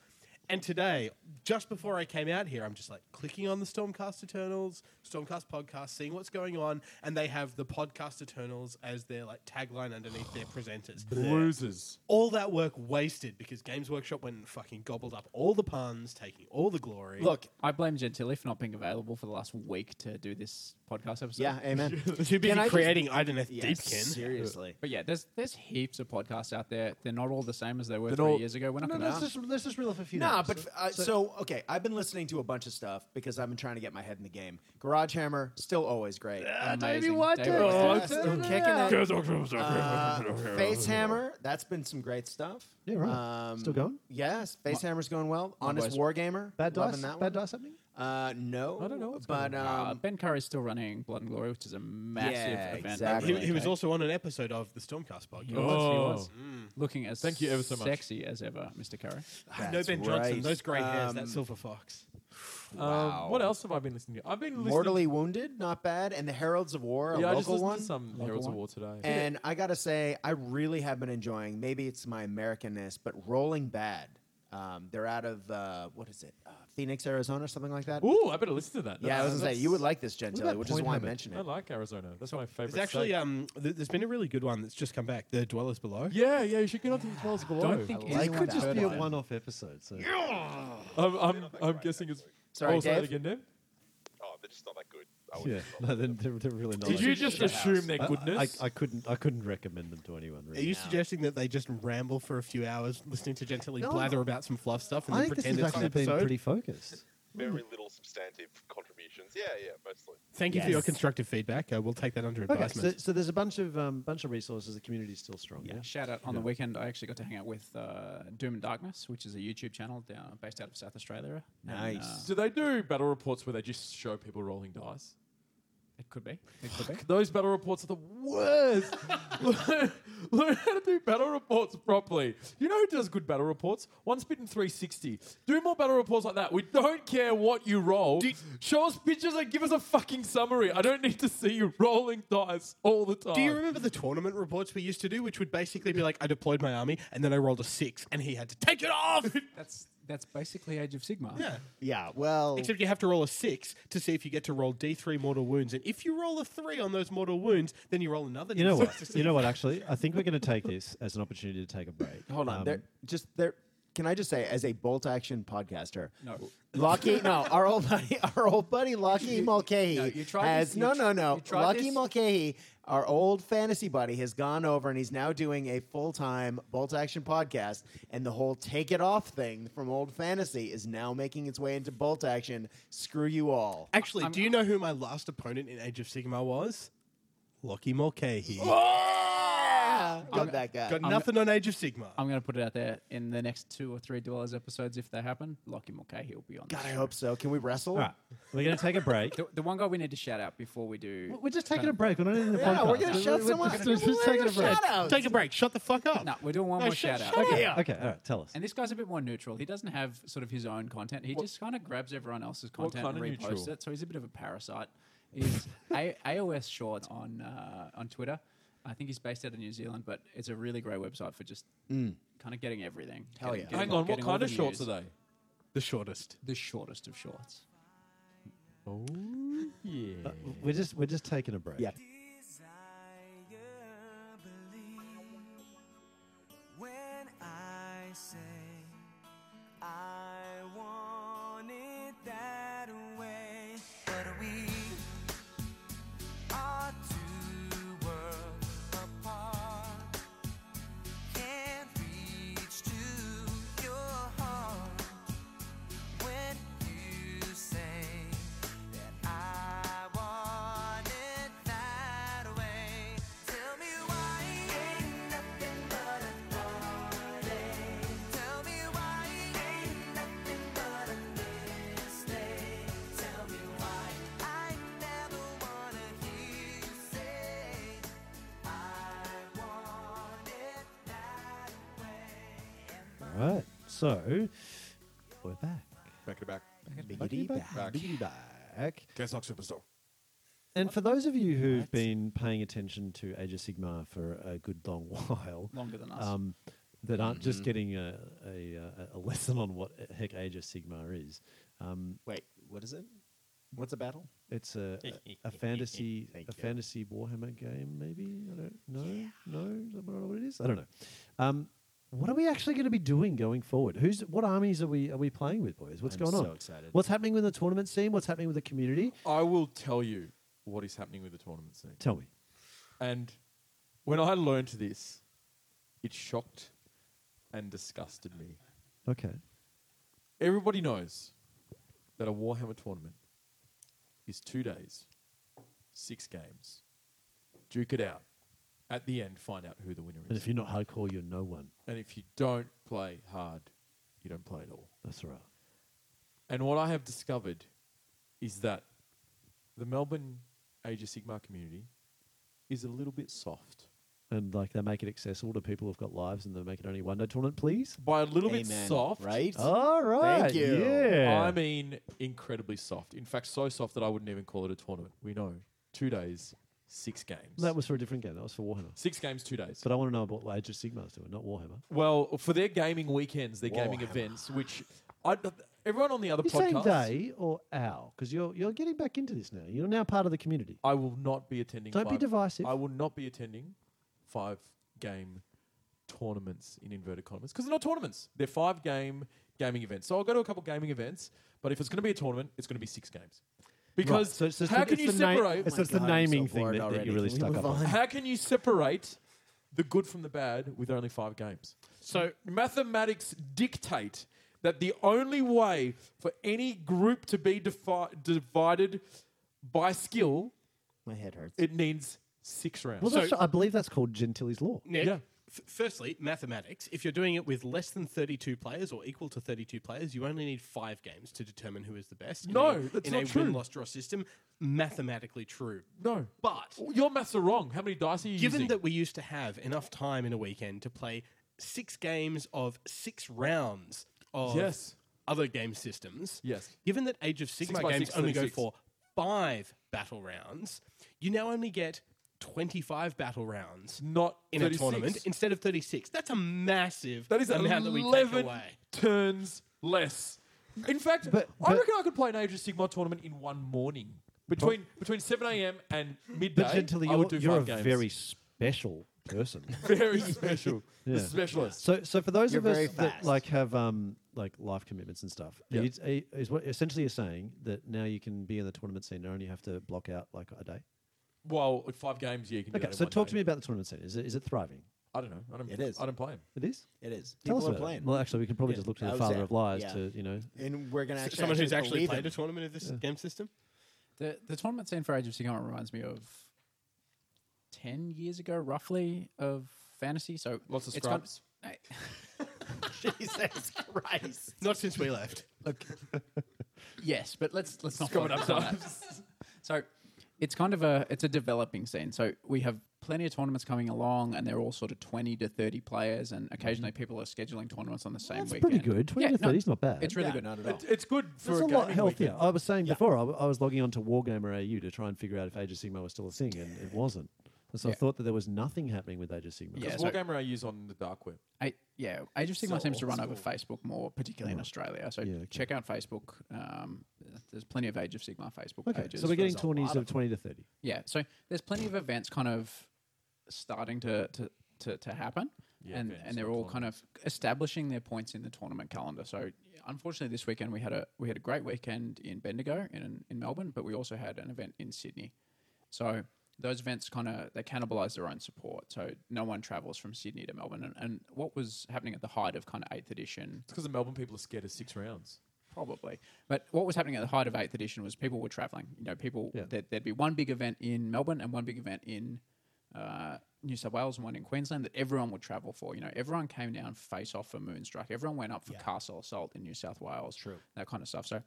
And today, just before I came out here, I'm just like clicking on the Stormcast Eternals, Stormcast podcast, seeing what's going on, and they have the podcast Eternals as their like tagline underneath their presenters. Bruises. All that work wasted because Games Workshop went and fucking gobbled up all the puns, taking all the glory. Look, I blame Gentili for not being available for the last week to do this podcast episode. Yeah, [LAUGHS] amen. too busy Can I just- creating Ideneth Yes, Deepkin. seriously. But yeah, there's there's heaps of podcasts out there. They're not all the same as they were They're three all- years ago. We're not No, going let's to. just, let's just reel off a few. No, Nah, but uh, so, okay, I've been listening to a bunch of stuff because I've been trying to get my head in the game. Garage Hammer still always great. Amazing. David I'm Wise. kicking it. [LAUGHS] Uh, Face Hammer, that's been some great stuff. Um, Yeah, right. Still going? Yes, Face Hammer's going well. Honest boys. Wargamer, Bad dice. loving that Bad one. dice happening. Uh, no, I don't know what's but Uh, um, ben Curry's still running Blood and Glory, which is a massive Yeah, event. exactly. He, he was Okay. also on an episode of the Stormcast podcast. looking as Thank you ever so much. sexy as ever, Mr. Curry. no That's Ben Johnson, right. those grey hairs, Um, that silver fox. Um, what else have I been listening to? I've been listening. Mortally Wounded, not bad, and the Heralds of War, a yeah, I just local listened one. to some Heralds of War today. And I gotta say, I really have been enjoying. Maybe it's my Americanness, but Rolling Bad. Um, they're out of uh, what is it, uh, Phoenix, Arizona, or something like that. Ooh, I better listen to that. yeah, I was gonna say That's- you would like this, Gentilly, about which is Point why Hammer? I mentioned I it. like Arizona. That's my favorite. There's actually state. um, th- there's been a really good one that's just come back. The Dwellers Below. yeah, yeah. You should get on to the Twelves Below. don't think Like It could that. just be a Yeah. one-off episode. So I'm, I'm, I'm guessing it's. Sorry, oh, say that Dave? again, Dave. Oh, they're just not that good. I would yeah, [LAUGHS] no, they're, they're, they're really not. Did you just assume their I- Uh, I, goodness? I couldn't. I couldn't recommend them to anyone. Are Really. you suggesting that they just ramble for a few hours listening to Gentilly No. blather about some fluff stuff and I then think this pretend has it's an actually been episode? pretty focused. very little substantive contributions. Yeah, yeah, mostly. Thank you for your constructive feedback. Uh, we'll take that under Okay, advisement. so, so there's a bunch of um, bunch of resources. The community's still strong. Yeah. Shout out on the weekend, I actually got to hang out with uh, Doom and Darkness, which is a YouTube channel down, based out of South Australia. And, Nice. uh, Do they do battle reports where they just show people rolling dice? it could be. It could be. Those battle reports are the [LAUGHS] worst. learn, learn how to do battle reports properly. You know who does good battle reports? One spit in 360. Do more battle reports like that. We don't care what you roll. show us pictures and give us a fucking summary. I don't need to see you rolling dice all the time. Do Oh. you remember the tournament reports we used to do, which would basically be like, I deployed my army and then I rolled a six and he had to take it off? That's that's basically Age of Sigma. [LAUGHS] Yeah. Yeah, well, Except you have to roll a six to see if you get to roll D3 mortal wounds. And if you roll a three on those mortal wounds, then you roll another You know D6 to what? [LAUGHS] see You know if- what? Actually, I think we're going to take this as an opportunity to take a break. hold on. Um, they're just they're. Can I just say, as a bolt action podcaster, no. Lockie, no, our old buddy, [LAUGHS] our old buddy Lockie Mulcahy no, you tried has this- you no, tr- no, no. you tried Lockie this? Mulcahy, our old fantasy buddy, has gone over and he's now doing a full time bolt action podcast. And the whole take it off thing from old fantasy is now making its way into bolt action. Screw you all. Actually, do you know who my last opponent in Age of Sigma was? Lockie [LAUGHS] Mulcahy. Ah, Got that guy. Got nothing on Age of Sigma. I'm going to put it out there in the next two or three Dwellers episodes, if they happen, Lockie Mulcahy will be on. God, this I show. hope so. Can we wrestle? All right, we're going to take a break. The, the one guy we need to shout out before we do. We're just taking a break. We're not ending the Yeah, podcast. we're gonna shut someone. just- we're just taking gonna a break. shout out. Take a break. Shut the fuck up. No, we're doing one No, more shut- shout out. shut Okay. up. Okay, all right. Tell us. And this guy's a bit more neutral. He doesn't have sort of his own content. He just kind of grabs everyone else's content and kind of reposts neutral? it. So he's a bit of a parasite. He's a- [LAUGHS] AOS Shorts on uh, on Twitter. I think he's based out of New Zealand, but it's a really great website for just Mm. kind of getting everything. Hell Getting- yeah. getting Hang all- on, what getting all kind the of shorts are news. they? The shortest. The shortest of shorts. Yeah. We're just we're just taking a break. Yeah. when I say I want it that way, but we are two worlds apart. Can't reach to your heart when you say that I want it that way. Tell me why ain't nothing but a heartache. Tell me why ain't nothing but a mistake. Tell me why I never wanna hear you say I want it that way. All right. So we're back. Back it back. Biggity back. Biggity back. Guess not superstore. And for those of you who've been paying attention to Age of Sigma for a good long [LAUGHS] while, Longer than us. um, that aren't Mm-hmm. just getting a, a, uh, a lesson on what uh, heck Age of Sigma is. Um, Wait, what is it? What's a battle? it's a, a, [LAUGHS] a fantasy Thank a you. fantasy Warhammer game, maybe. I don't know. No, is that what, what it is? I don't know. Um, what are we actually going to be doing going forward? Who's what armies are we are we playing with, boys? What's I'm going on? so excited. What's happening with the tournament scene? What's happening with the community? I will tell you what is happening with the tournament scene. Tell me. And when I learned this, it shocked and disgusted me. Okay. Everybody knows that a Warhammer tournament is two days, six games. Duke it out. At the end, find out who the winner And is. if you're not hardcore, you're no one. and if you don't play hard, you don't play at all. That's right. And what I have discovered is that the Melbourne Age of Sigma community is a little bit soft. And like they make it accessible to people who've got lives and they make it only one day tournament, please. By a little bit Amen, soft, right? All right. you. Yeah. I mean, incredibly soft. In fact, so soft that I wouldn't even call it a tournament. We know two days, six games. that was for a different game. That was for Warhammer. six games, two days. But I want to know about what Age of Sigmar's doing, not Warhammer. well, for their gaming weekends, their gaming events, which I, everyone on the other You saying podcast, day or hour? Because you're you're getting back into this now. You're now part of the community. I will not be attending. Don't be five- divisive. I will not be attending five game tournaments in inverted commas because they're not tournaments. They're five game gaming events. So I'll go to a couple gaming events, but if it's going to be a tournament, it's going to be six games. Because Right. So it's just how the- can it's you the na- separate? it's just the Oh God, I'm so naming thing bored that, that already. you're really Can we stuck move up on. on? How can you separate the good from the bad with only five games? So mathematics dictate that the only way for any group to be defi- divided by skill, My head hurts. it needs six rounds. Well, So- that's, I believe that's called Gentili's law. Nick, Yeah. f- firstly, mathematics. If you're doing it with less than 32 players or equal to 32 players, you only need five games to determine who is the best. In No, a, that's in not a true. win, loss, draw system, mathematically true. no, But your maths are wrong. How many dice are you given using? that we used to have enough time in a weekend to play six games of six rounds of Yes. other game systems, Yes. given that Age of Sigma by games six, only go 36. for five battle rounds, you now only get 25 battle rounds not in 36. a tournament instead of 36. That's a massive That is amount that we take eleven away. turns less. In fact, But- I but- reckon I could play an Age of Sigma tournament in one morning. Between between seven a.m. and midday, But Gentili, I would do you're, you're a five games. [LAUGHS] very special person. [LAUGHS] very special. Yeah. The specialist. so, so for those You're of us very that fast. like have um, like life commitments and stuff, Yeah. it's- i- is what essentially you're saying that now you can be in the tournament scene and only have to block out like a day. Well, at five games, yeah, you can. do Okay, that in so one talk day. to me about the tournament scene. Is it, is it thriving? I don't know. I don't. It is. I don't play him. It is. It is. Tell People us are about playing. it. Well, actually, we can probably Yeah, just look to I the would father say- of lies yeah. to you know. and we're gonna actually Someone who's actually believe played him. a tournament of this game system? The the tournament scene for Age of Sigmar reminds me of ten years ago, roughly, of fantasy. So Lots of it's gone- scrubs. [LAUGHS] Jesus Christ. Not since we left. yes, but let's let's not Scrubbing focus up on that. [LAUGHS] So it's kind of a it's a developing scene. So we have plenty of tournaments coming along, and they're all sort of twenty to thirty players, and occasionally people are scheduling tournaments on the same That's weekend. pretty good. 20 Yeah, to 30 is not bad. It's really Yeah, good. not at all. It- it's good for It's a, a, lot gaming healthier. weekend. I was saying before, I, w- I was logging onto Wargamer AU to try and figure out if Age of Sigma was still a thing, and it wasn't. And so I Yeah. thought that there was nothing happening with Age of Sigma. Yeah, Because so- Wargamer I use on the dark web. I, yeah, Age of Sigma So seems to old run over Facebook more, particularly in Australia. So Yeah, okay. check out Facebook. Um, there's plenty of Age of Sigma Facebook Okay, pages. so we're getting There's a lot tourneys of 20 to 30. Yeah, so there's plenty of events kind of starting to to, to, to happen, Yeah, and events, and they're not all kind of establishing their points in the tournament calendar. So unfortunately, this weekend we had a we had a great weekend in Bendigo in in Melbourne, but we also had an event in Sydney. So those events kind of they cannibalise their own support. So no one travels from Sydney to Melbourne, and, and what was happening at the height of kind of eighth edition It's because the Melbourne people are scared of six rounds. Probably. But what was happening at the height of 8th edition was people were traveling. You know, people, Yeah. there, there'd be one big event in Melbourne and one big event in uh, New South Wales and one in Queensland that everyone would travel for. You know, everyone came down face off for Moonstruck. Everyone went up for Castle Assault in New South Wales. True. That kind of stuff. So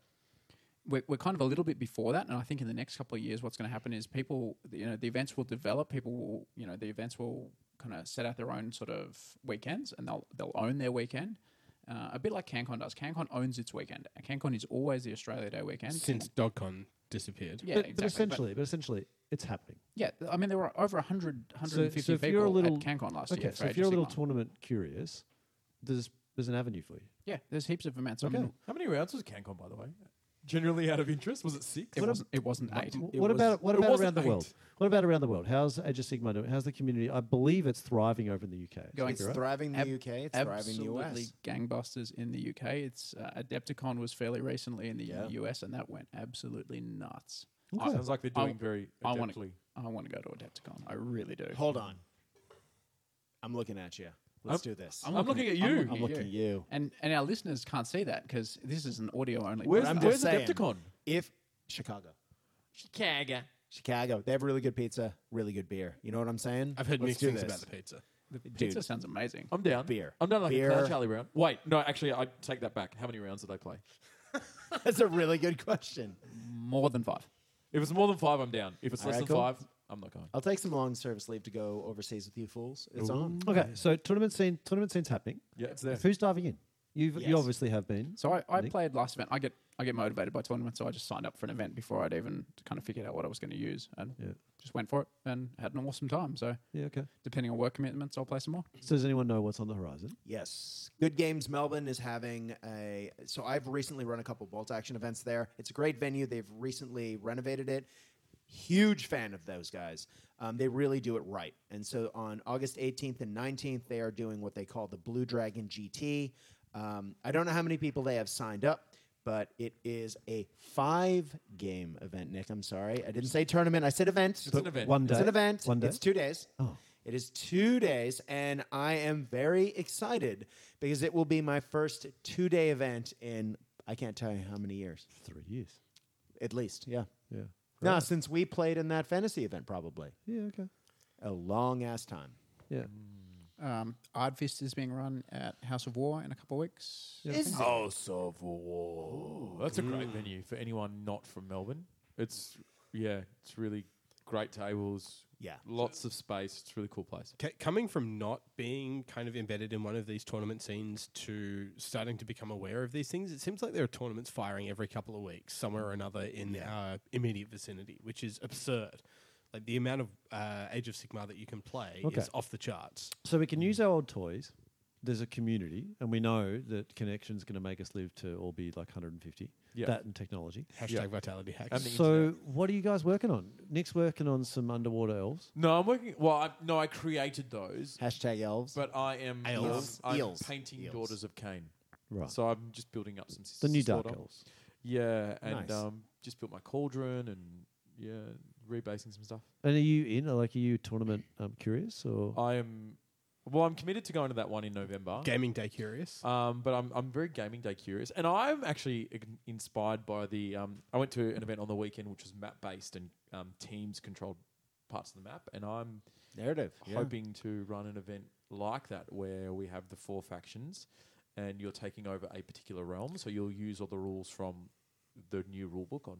we're, we're kind of a little bit before that. And I think in the next couple of years, what's going to happen is people, you know, the events will develop. People will, you know, the events will kind of set out their own sort of weekends and they'll, they'll own their weekend. Uh, a bit like CanCon does. CanCon owns its weekend. CanCon is always the Australia Day weekend. Since DogCon disappeared. yeah, but, exactly. but essentially, but, essentially, it's happening. yeah, th- I mean, there were over 100, So, 150 so if people you're a little at CanCon last okay, year. for so if Age you're a of little Sigmar. tournament curious, there's there's an avenue for you. yeah, there's heaps of events. Okay. I mean, How many rounds was CanCon, by the way? Generally out of interest, was it six? it wasn't, it wasn't eight. Wh- what about what it about wasn't around the eight. world? What about around the world? How's Age of Sigma doing? How's the community? I believe it's thriving over in the UK. Is that Going It's correct? thriving in Ab- the UK, it's thriving in the absolutely US. gangbusters in the UK. It's uh, Adepticon was fairly recently in the US, and that went absolutely nuts. Oh, sounds like they're I- doing very I want adeptly. to. I want to go to Adepticon. I really do. Hold on. I'm looking at you. Let's do this. I'm looking at you. I'm looking at you. And and our listeners can't see that because this is an audio only. Where's, I'm where's just saying, Adepticon? If Chicago, Chicago, they have really good pizza, really good beer. You know what I'm saying? I've heard mixed Let's do things this. about the pizza. the pizza sounds amazing. I'm down. Beer. I'm down like a Beer. clown Charlie Brown. Wait, no, actually, I take that back. How many rounds did I play? [LAUGHS] That's a really good question. More than five. If it's more than five, I'm down. If it's All less right, than cool. five, I'm not going. I'll take some long service leave to go overseas with you fools. It's on. Okay, so tournament scene, tournament scene's happening. Yeah, it's there. Who's diving in? You've, Yes. You obviously have been. So I, I Nick? played last event. I get I get motivated by tournaments, so I just signed up for an event before I'd even kind of figured out what I was going to use, and Yeah. just went for it and had an awesome time. So Yeah, okay. depending on work commitments, I'll play some more. So does anyone know what's on the horizon? Yes. Good Games Melbourne is having a. So I've recently run a couple bolt action events there. It's a great venue. They've recently renovated it. Huge fan of those guys. Um, they really do it right. And so on August 18th and 19th, they are doing what they call the Blue Dragon GT. Um, I don't know how many people they have signed up, but it is a five game event, Nick. I'm sorry. I didn't say tournament, I said event. It's an event. One day. It's an event. One day. It's two days. Oh. It is two days, and I am very excited because it will be my first two day event in I can't tell you how many years, Three years. at least. Yeah. Yeah. No, since we played in that fantasy event, probably Yeah, okay. a long ass time. Yeah. Um, Ardfist is being run at House of War in a couple of weeks. Yeah. Is it? House of War. Oh, That's a great Mm. venue for anyone not from Melbourne. It's yeah, it's really great tables. Yeah. lots of space. It's a really cool place. C- coming from not being kind of embedded in one of these tournament scenes to starting to become aware of these things, it seems like there are tournaments firing every couple of weeks somewhere or another in our immediate vicinity, which is absurd. Like the amount of uh, Age of Sigma that you can play Okay. is off the charts. So we can use our old toys. There's a community, and we know that connection's going to make us live to all be like 150. Yeah. That and technology. Hashtag Vitality Hacks. And the So what are you guys working on? Nick's working on some underwater elves. No, I'm working. Well, I, no, I created those, Hashtag elves. but I am um, Eels. I'm Eels. painting Eels. Daughters of Cain. Right. So I'm just building up some. the Sisters new of Dark Slaughter. Elves. Yeah, and Nice. um, just built my cauldron and yeah, rebasing some stuff. And are you in? Like, are you tournament um, curious or? I am. Well, I'm committed to going to that one in November. Gaming Day Curious. Um, but I'm, I'm very gaming day curious, and I'm actually ig- inspired by the. Um, I went to an event on the weekend which was map based and um, teams controlled parts of the map, and I'm Narrative. hoping to run an event like that where we have the four factions, and you're taking over a particular realm. So you'll use all the rules from the new rulebook on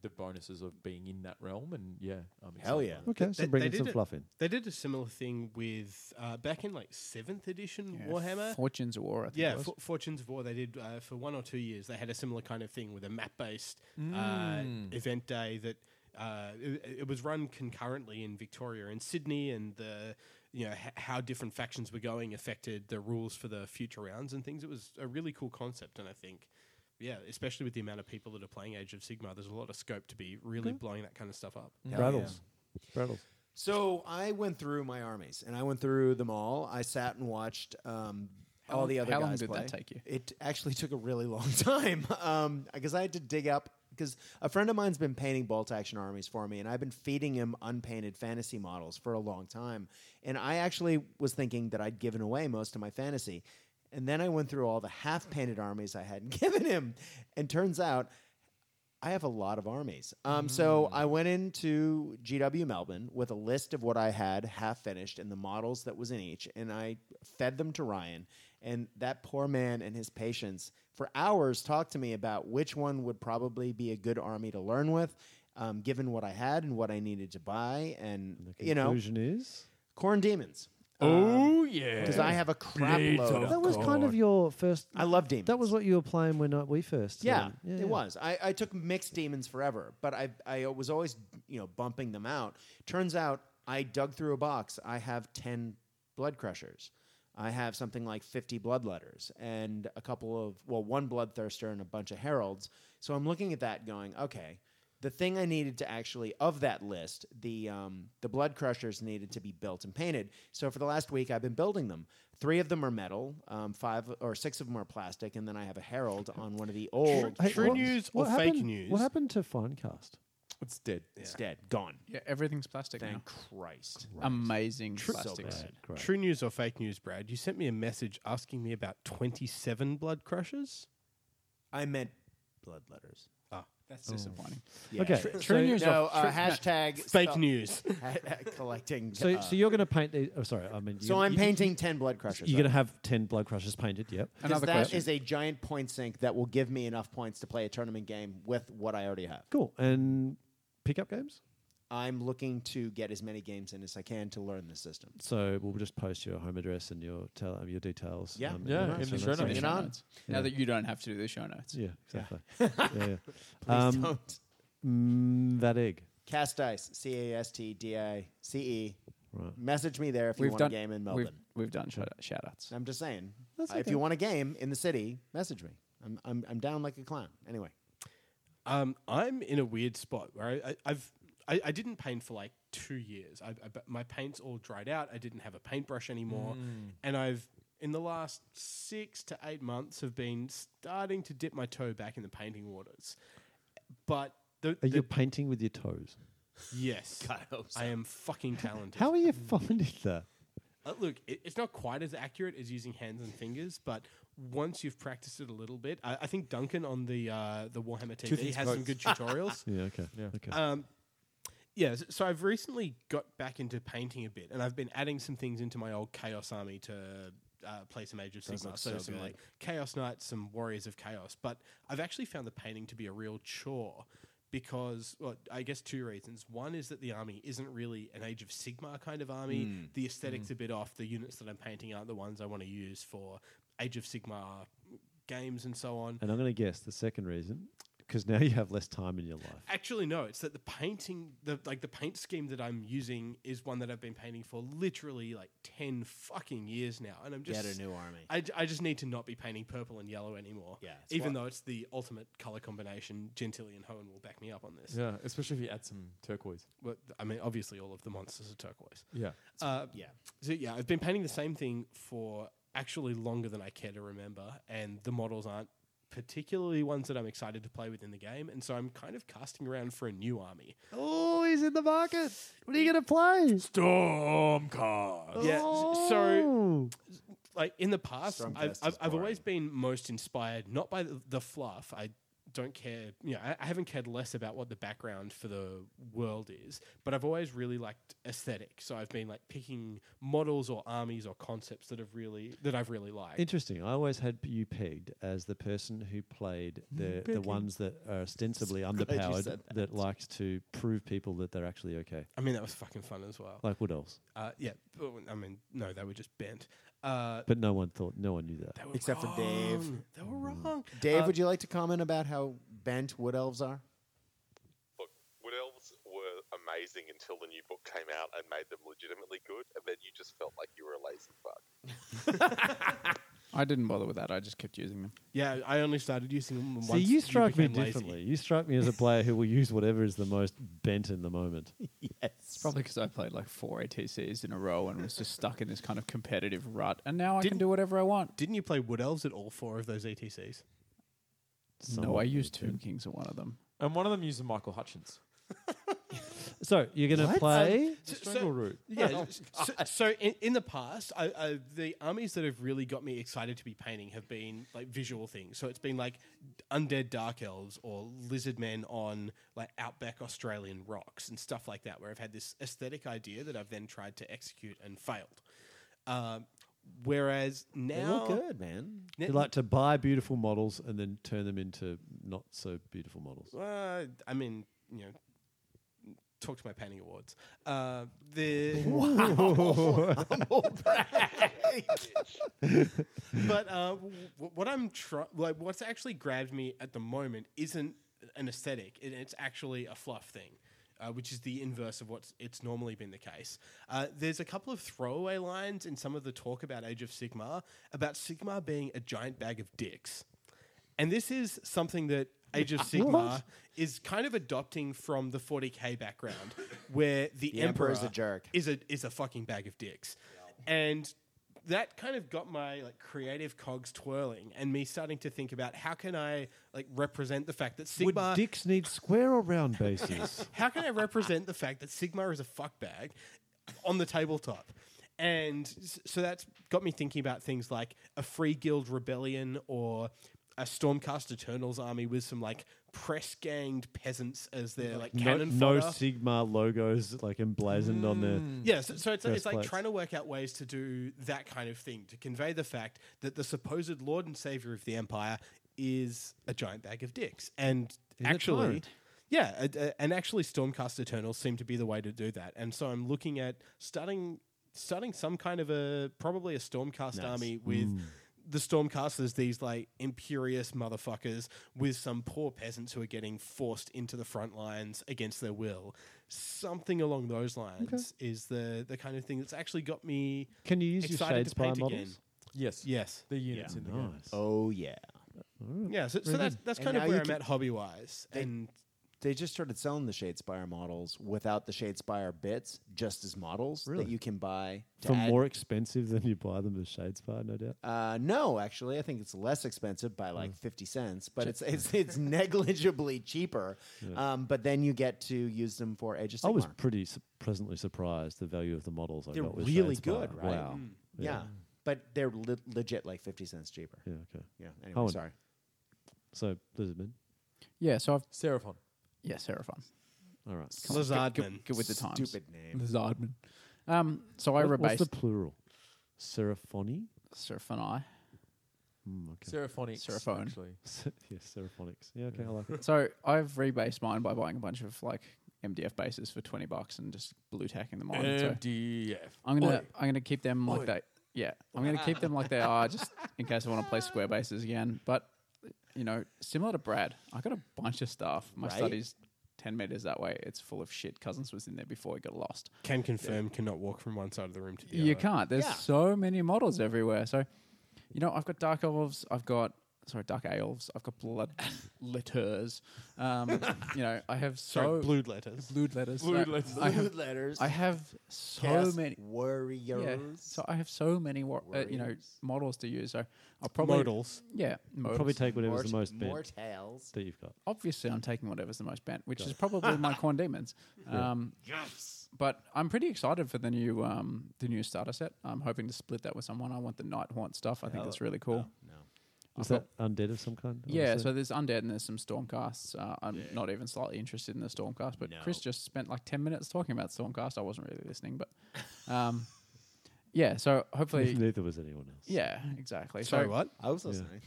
the bonuses of being in that realm, and yeah, I'm Hell excited yeah. by that. okay, so They- bringing they some did it- fluff in. They did a similar thing with uh, back in like seventh edition Yeah, Warhammer. Fortunes of War. I think Yeah, it was. F- Fortunes of War. They did uh, for one or two years. They had a similar kind of thing with a map-based Mm. uh, event day that uh, it, it was run concurrently in Victoria and Sydney, and the you know h- how different factions were going affected the rules for the future rounds and things. It was a really cool concept, and I think. Yeah, especially with the amount of people that are playing Age of Sigma, there's a lot of scope to be really blowing that kind of stuff up. Brattles. Brattles. So I went through my armies, and I went through them all. I sat and watched um, all the other how long guys did play. that take you? It actually took a really long [LAUGHS] time because I had to dig up. Because a friend of mine's been painting bolt action armies for me, and I've been feeding him unpainted fantasy models for a long time. And I actually was thinking that I'd given away most of my fantasy, and then I went through all the half painted armies I hadn't [LAUGHS] given him, and turns out I have a lot of armies. Um, So I went into GW Melbourne with a list of what I had half finished and the models that was in each, and I fed them to Ryan. And that poor man and his patients for hours talked to me about which one would probably be a good army to learn with, um, given what I had and what I needed to buy, and The you know, conclusion is corn demons. Oh yeah. because I have a crap Blades load. of Of that was kind of your first. Oh, I love demons. That was what you were playing when uh, we first. Yeah, um, it was. I, I took mixed demons forever, but I I was always you know bumping them out. Turns out I dug through a box. I have ten blood crushers. I have something like fifty bloodletters and a couple of well, one bloodthirster and a bunch of heralds. So I'm looking at that, going, okay, the thing I needed to actually of that list, the um, the blood crushers needed to be built and painted. So for the last week, I've been building them. Three of them are metal, um, five or six of them are plastic, and then I have a herald on one of the old. Hey, True news or fake happened, news? What happened to Finecast? It's dead. It's dead. Gone. Yeah, Uh, everything's plastic Thank now. Christ. Amazing True- so plastics. bad. Great. True news or fake news, Brad? You sent me a message asking me about 27 blood crushes. I meant blood letters. Ah. That's disappointing. Okay. Tr- So- true news. No, no, uh, tr- hashtag Fake stop- news. [LAUGHS] collecting. So, uh, so you're going to paint these. Oh, sorry. I mean, So you- I'm you- painting 10 blood crushers. You're going to have 10 blood crushers painted, yep. Because Another that question. is a giant point sink that will give me enough points to play a tournament game with what I already have. Cool. And pickup games? I'm looking to get as many games in as I can to learn the system. So we'll just post your home address and your tel- um, your details. Yeah. um, Yeah, the in the show show notes. notes. Show know? notes. Now that you don't have to do the show notes. Yeah, exactly. yeah, yeah. Please Um, don't. mm, that egg. Cast Dice, C A S T D I C E. Right. Message me there if you We've want done a game in We've, Melbourne. we've done shout, shout outs. I'm just saying. That's uh, If okay. you want a game in the city, message me. I'm, I'm, I'm down like a clown. Anyway, [LAUGHS] Um, I'm in a weird spot where I, I, I've I, I didn't paint for like two years. I, I, but my paint's all dried out. I didn't have a paintbrush anymore, and I've in the last six to eight months have been starting to dip my toe back in the painting waters. But the, Are the- you painting with your toes? yes, I, am fucking talented. How are you finding that? Uh, look, it, it's not quite as accurate as using hands and fingers, but once you've practiced it a little bit, I, I think Duncan on the uh, the Warhammer TV has some good tutorials. Yeah, okay. okay. Um, yeah, s- so I've recently got back into painting a bit, and I've been adding some things into my old Chaos Army to uh, play some Age of Sigmar. So, some like Chaos Knights, some Warriors of Chaos. But I've actually found the painting to be a real chore because, well, I guess two reasons. One is that the army isn't really an Age of Sigmar kind of army. The aesthetics a bit off. The units that I'm painting aren't the ones I want to use for Age of Sigmar games and so on. and I'm going to guess the second reason, because now you have less time in your life. Actually, no. It's that the painting, the like the paint scheme that I'm using is one that I've been painting for literally like ten fucking years now, and I'm just get a new army. I, j- I just need to not be painting purple and yellow anymore. Yeah, it's even what- though it's the ultimate color combination. Gentili and Hohen will back me up on this. Yeah, especially if you add some turquoise. Well, th- I mean, obviously, all of the monsters are turquoise. Yeah. Uh, yeah. So yeah, I've been painting the same thing for actually longer than I care to remember, and the models aren't particularly ones that I'm excited to play with in the game, and so I'm kind of casting around for a new army. Oh, he's in the market. What are you going to play? Stormcast. Yeah. s- So Oh. like in the past, Strumfest I've, is I've, I've boring. always been most inspired not by the, the fluff. I don't care. You know, I, I haven't cared less about what the background for the world is, but I've always really liked aesthetic. So I've been like picking models or armies or concepts that have really that I've really liked. Interesting. I always had you pegged as the person who played Mm, the, the ones that are [LAUGHS] ostensibly underpowered said that. likes to prove people that they're actually okay. I mean, that was fucking fun as well. Like what else? Uh, yeah, but when- I mean, no, they were just bent. Uh, But no one thought, no one knew that. they were Except for Dave. wrong. They were wrong. Dave, Uh, would you like to comment about how bent wood elves are? Look, Wood Elves were amazing until the new book came out and made them legitimately good, and then you just felt like you were a lazy fuck. I didn't bother with that. I just kept using them. Yeah, I only started using them once. See, you strike me became lazy. differently. You strike me as [LAUGHS] a player who will use whatever is the most bent in the moment. It's probably because I played like four ATCs in a row and was just stuck in this kind of competitive rut. And now I can Didn't- do whatever I want. Didn't you play Wood Elves at all four of those E ETCs? no, I Somewhat used two kings at one of them. And one of them uses Michael Hutchins. So you're going to play. Um, So- so- Strangle root. Yeah. so, so in, in the past, I, I, the armies that have really got me excited to be painting have been like visual things. So it's been like undead dark elves or lizard men on like outback Australian rocks and stuff like that, where I've had this aesthetic idea that I've then tried to execute and failed. Um, whereas now, They look good, man. You like to buy beautiful models and then turn them into not so beautiful models. Uh, I mean, you know, talk to my painting awards. Uh, the [LAUGHS] [LAUGHS] but uh, w- w- what I'm trying, like, what's actually grabbed me at the moment isn't an aesthetic, it, it's actually a fluff thing. Uh, which is the inverse of what's it's normally been the case. Uh, there's a couple of throwaway lines in some of the talk about Age of Sigmar about Sigmar being a giant bag of dicks. And this is something that Age of [LAUGHS] Sigmar is kind of adopting from the 40k background, where the, The emperor Emperor's a jerk. Is a is a fucking bag of dicks, and that kind of got my like creative cogs twirling and me starting to think about how can I like represent the fact that Sigma Would dicks need square or round [LAUGHS] bases? how can I represent the fact that Sigma is a fuckbag on the tabletop? And s- so that's got me thinking about things like a free guild rebellion or a Stormcast Eternals army with some like press ganged peasants as their like no, cannon no fodder. Hmm. Sigma logos like emblazoned on there. Yeah, so, so it's, it's Breast like plates. trying to work out ways to do that kind of thing to convey the fact that the supposed lord and savior of the empire is a giant bag of dicks, and Is a actually, tyrant. yeah, a- a- and actually, Stormcast Eternals seem to be the way to do that. And so I'm looking at starting starting some kind of a probably a Stormcast army with. The Stormcasters, these like imperious motherfuckers with some poor peasants who are getting forced into the front lines against their will. Something along those lines is the the kind of thing that's actually got me Can you use your excited Shade to Spy paint models? again. Yes. Yes. The units in the game. Oh yeah. Yeah, so, so Very that's good. that's And kind of now where you I'm can- at hobby wise. And They just started selling the Shadespire models without the Shadespire bits, just as models Really? that you can buy. to For add- more expensive than you buy them as Shade Spy, no doubt. Uh, no, actually, I think it's less expensive by Mm. like fifty cents, but it's it's [LAUGHS] it's negligibly cheaper. Um, but then you get to use them for Age of I Sigmar. was pretty su- pleasantly surprised the value of the models I they're got with really Shadespire. good, right? Wow. Mm. Mm. Yeah. but they're le- legit like fifty cents cheaper. Yeah, okay. Yeah. Anyway, Owen. sorry. So, Lizardman. Yeah, so I've Seraphon. yeah, Seraphon. All right. Come on, get- get- Get, with the times. Stupid name. Zardman. Um, so I What- rebased what's the plural? [LAUGHS] Seraphony? Seraphonai. Mm, okay. Seraphonics. Seraphon. Actually. yeah, Seraphonics. Yeah, okay, I like it. So I've rebased mine by buying a bunch of like MDF bases for twenty bucks and just blue tacking them Oh, on. So MDF. I'm gonna Oi. I'm gonna keep them like Oi. they yeah. I'm gonna keep them like they are just in case I want to play square bases again. But you know, similar to Brad, I got a bunch of stuff. My Right? studies ten meters that way. It's full of shit. Cousins was in there before he got lost. can confirm cannot walk from one side of the room to the You other. can't. There's Yeah. so many models everywhere. So, you know, I've got dark elves. I've got sorry, dark elves. I've got blood letters. Um, you know, I have so Sorry, blue letters. blued letters. Blued Uh, letters. [LAUGHS] I have, Good letters. I have so Chaos many. warriors. Yeah, so I have so many wa- uh, you know Warriors. models to use. So I'll probably Modals. Yeah, models. Probably take whatever's Mort- the most bent Mortals. that you've got. obviously I'm taking whatever's the most bent, which is probably [LAUGHS] my Quan Demons. Um, yes. But I'm pretty excited for the new um, the new starter set. I'm hoping to split that with someone. I want the Night Haunt stuff. I think that's really cool. Is that undead of some kind? I would Yeah, say? so there's undead and there's some stormcasts. Uh, I'm not even slightly interested in the stormcast, but Chris just spent like ten minutes talking about stormcast. I wasn't really listening, but um, [LAUGHS] yeah. So hopefully, Neither was anyone else. yeah, exactly. Sorry, so what? I was listening.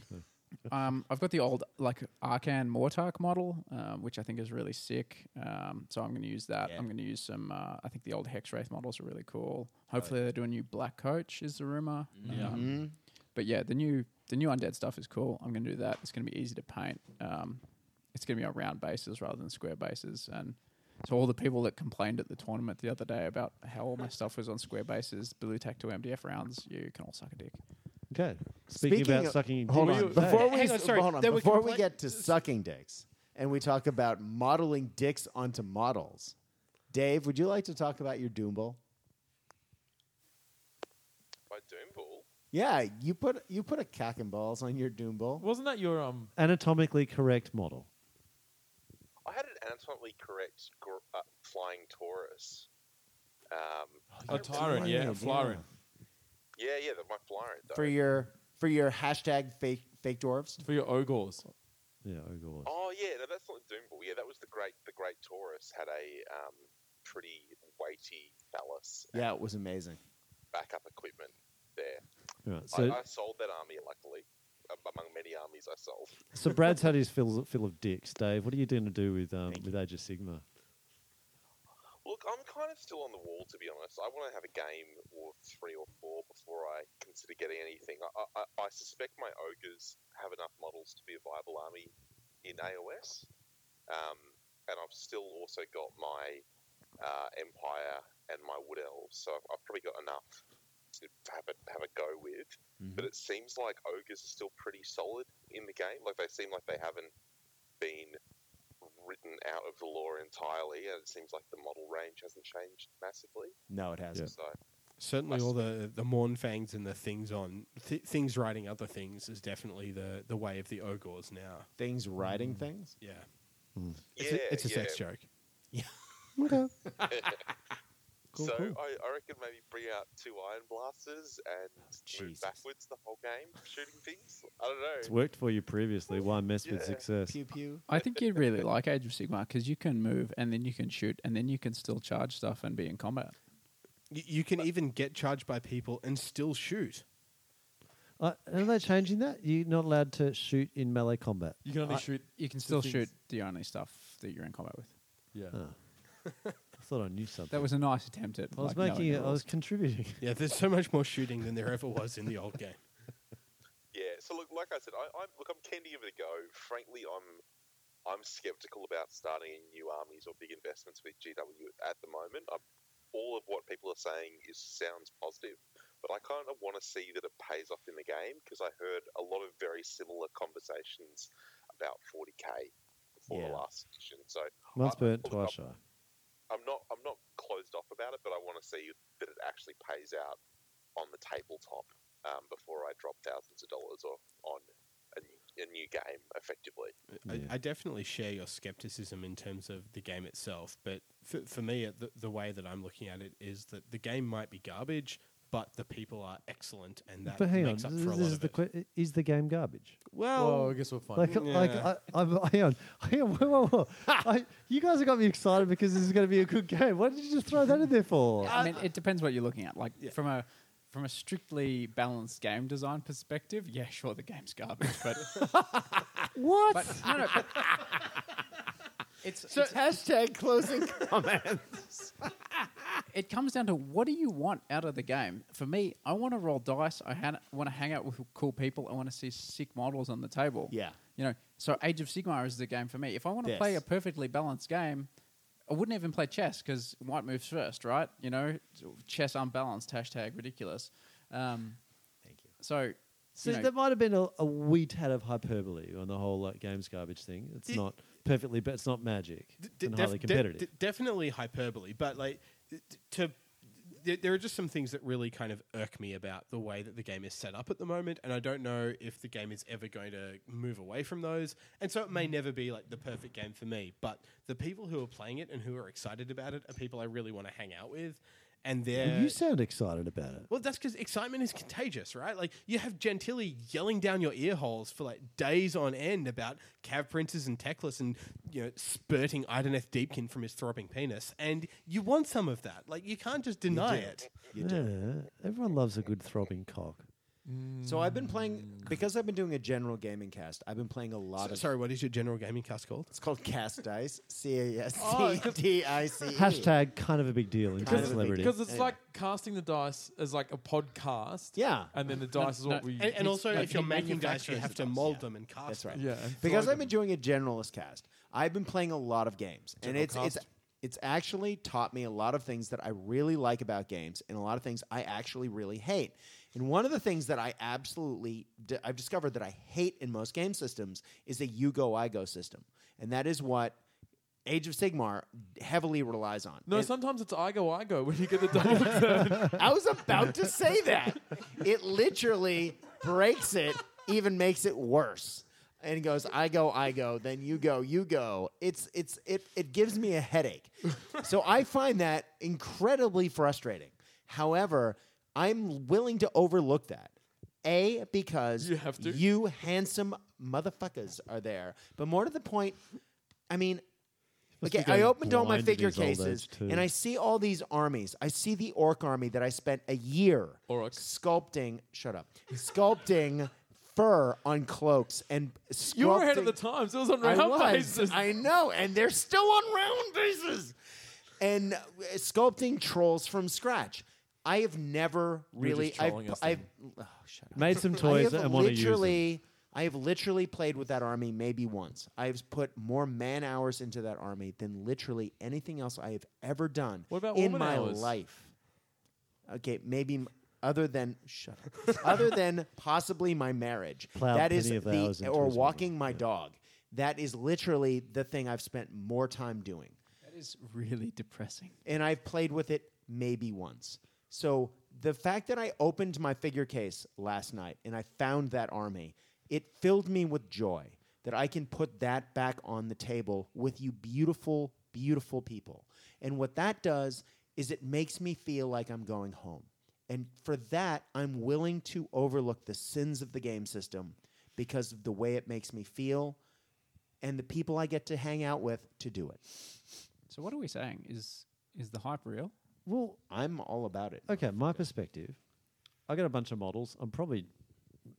um, I've got the old like Arcan Mortark model, um, which I think is really sick. Um, so I'm going to use that. I'm going to use some. Uh, I think the old Hex Wraith models are really cool. Hopefully they do a new Black Coach is the rumor. Mm-hmm. Yeah. Mm-hmm. Um, but yeah, the new the new undead stuff is cool. I'm going to do that. It's going to be easy to paint. Um, it's going to be on round bases rather than square bases. And so all the people that complained at the tournament the other day about how all my stuff was on square bases, blue tack to MDF rounds, you can all suck a dick. Okay. Speaking, Speaking about of- sucking. Hold dicks, on. hey, Before we Hang on, sorry. hold on. There were Before we compli- get to sucking dicks and we talk about modeling dicks onto models, Dave, would you like to talk about your Doom Bowl? By Doom Ball, Yeah, you put you put a cack and balls on your Doom Bowl. Wasn't that your um? Anatomically correct model. I had an anatomically correct gr- uh, flying Taurus. Um, Oh, A tyrant, yeah, a flyron. yeah, yeah, the, my flyer. Though. For your for your hashtag fake fake dwarves. For your ogres. Yeah, Ogor. Oh yeah, no, that's not a Doom Ball. Yeah, that was the great. The great Taurus had a um, pretty weighty phallus Yeah, it was amazing. backup equipment there. Right. So, I, I sold that army, luckily, um, among many armies I sold. so Brad's had his fill, fill of dicks. Dave, what are you going to do with um, with Age of Sigma? Look, I'm kind of still on the wall, to be honest. I want to have a game or three or four before I consider getting anything. I, I, I- I suspect my ogres have enough models to be a viable army in AOS, um, and I've still also got my uh, empire and my wood elves, so I've, I've probably got enough to have a have a go with. But it seems like ogres are still pretty solid in the game. Like they seem like they haven't been written out of the law entirely, and it seems like the model range hasn't changed massively. No, it hasn't. So Certainly, all the the Mornfangs and the things on th- things writing other things is definitely the the way of the Ogors now. Things writing Mm. things. Yeah, Hmm. it's a, it's a sex joke. Yeah. Okay. so I, I reckon maybe bring out two iron blasters and move backwards the whole game, shooting things. I don't know. It's worked for you previously. Why mess with Yeah. success? pew. I think you'd really like Age of Sigma because you can move and then you can shoot and then you can still charge stuff and be in combat. Y- you can even get charged by people and still shoot. Uh, are they changing that? You're not allowed to shoot in melee combat. You can only I- shoot. You can the still things- shoot the only stuff that you're in combat with. Yeah. Oh. I thought I knew something. That was a nice attempt at. I was like, knowing making it. the I was rules. [LAUGHS] contributing. Yeah, there's so much more shooting than there ever was in the [LAUGHS] old game. Yeah. So look, like I said, I, I'm look, I'm keen to give it a go. Frankly, I'm I'm skeptical about starting in new armies or big investments with GW at the moment. i all of what people are saying is sounds positive, but I kind of want to see that it pays off in the game because I heard a lot of very similar conversations about 40k before the Yeah. last edition. So Once burnt, I- look, twice I'm- shy. I'm not I'm not closed off about it, but I want to see that it actually pays out on the tabletop um, before I drop thousands of dollars or, on a, new- a new game effectively. I, I definitely share your skepticism in terms of the game itself, but for, for me, it- the, the way that I'm looking at it is that the game might be garbage, but the people are excellent, and that But hang on, makes this, up for a this lot is of the it. que- is the game garbage? Well, I guess we'll find. Like, out. like Yeah. I, I'm, hang on, [LAUGHS] hang on, whoa, whoa, [LAUGHS] whoa. I, you guys have got me excited because this is going to be a good game. What did you just throw that in there for? I mean, it depends what you're looking at. Like from a from a strictly balanced game design perspective, yeah, sure, the game's garbage, [LAUGHS] but What? but no, no, but it's, it's hashtag closing comment. [LAUGHS] it comes down to what do you want out of the game? For me, I want to roll dice. I han- want to hang out with cool people. I want to see sick models on the table. Yeah. you know. So Age of Sigmar is the game for me. If I want to Yes. play a perfectly balanced game. I wouldn't even play chess because white moves first, right? You know, chess unbalanced, hashtag ridiculous. Um, Thank you. So, So you know, there might have been a, a wee tad of hyperbole on the whole like games garbage thing. It's Did- not perfectly, but it's not magic D- d- and def- highly de- competitive. de- definitely hyperbole, but like d- d- to there, there are just some things that really kind of irk me about the way that the game is set up at the moment, and I don't know if the game is ever going to move away from those. And so it Mm. may never be like the perfect game for me, but the people who are playing it and who are excited about it are people I really want to hang out with, and they're. you sound excited about it. well, that's because excitement is contagious, right? Like you have Gentili yelling down your ear holes for like days on end about cav princes and Teclis and you know spurting Ideneth Deepkin from his throbbing penis, and you want some of that. Like you can't just deny it. Yeah, everyone loves a good throbbing cock. So I've been playing because I've been doing a general gaming cast. I've been playing a lot So- of. sorry, what is your general gaming cast called? [LAUGHS] It's called Cast Dice. C A S T Oh, [LAUGHS] D I C E. Hashtag kind of a big deal in Kind kind of a big celebrity. Because it's Anyway. like casting the dice as like a podcast. Yeah. And then the dice is what we. And, and also, if you're making dice, you manufactures have the to dice, mold yeah. them and cast. That's right. them. Yeah, and Because throw I've been doing a generalist cast. I've been playing a lot of games, and it's it's it's actually taught me a lot of things that I really like about games, and a lot of things I actually really hate. And one of the things that I absolutely d- I've discovered that I hate in most game systems is a you go I go system, and that is what Age of Sigmar heavily relies on. No, And- sometimes it's I go, I go when you get the [LAUGHS] double. I was about to say that. It literally breaks it, even makes it worse. And goes, I go, I go, then you go, you go. It's it's it it gives me a headache. so I find that incredibly frustrating. However, I'm willing to overlook that. A because You have to. you handsome motherfuckers are there. But more to the point, I mean, Must be Okay, I going opened all blind my at figure his old age, cases too. and I see all these armies. I see the orc army that I spent a year Orc. sculpting. Shut up. Sculpting [LAUGHS] fur on cloaks and [LAUGHS] sculpting. you were ahead of the times. It was on round I was. basis. I know, and they're still on round bases. And uh, sculpting trolls from scratch. I have never really. just I've, trolling us I've oh, shut up. Made some [LAUGHS] I toys have and want to use them. literally, I have literally played with that army maybe once. I have put more man hours into that army than literally anything else I have ever done What about in woman my hours? life. Okay, maybe m- other than shut up, [LAUGHS] other than possibly my marriage. Plowed that is plenty of hours the into or his woman, walking my dog. That is literally the thing I've spent more time doing that is really depressing. and I've played with it maybe once. So the fact that I opened my figure case last night and I found that army, it filled me with joy that I can put that back on the table with you beautiful, beautiful people. And what that does is it makes me feel like I'm going home. And for that, I'm willing to overlook the sins of the game system because of the way it makes me feel and the people I get to hang out with to do it. So what are we saying? Is is the hype [LAUGHS] real? Well, I'm all about it. Okay, my perspective. I got a bunch of models. I'm probably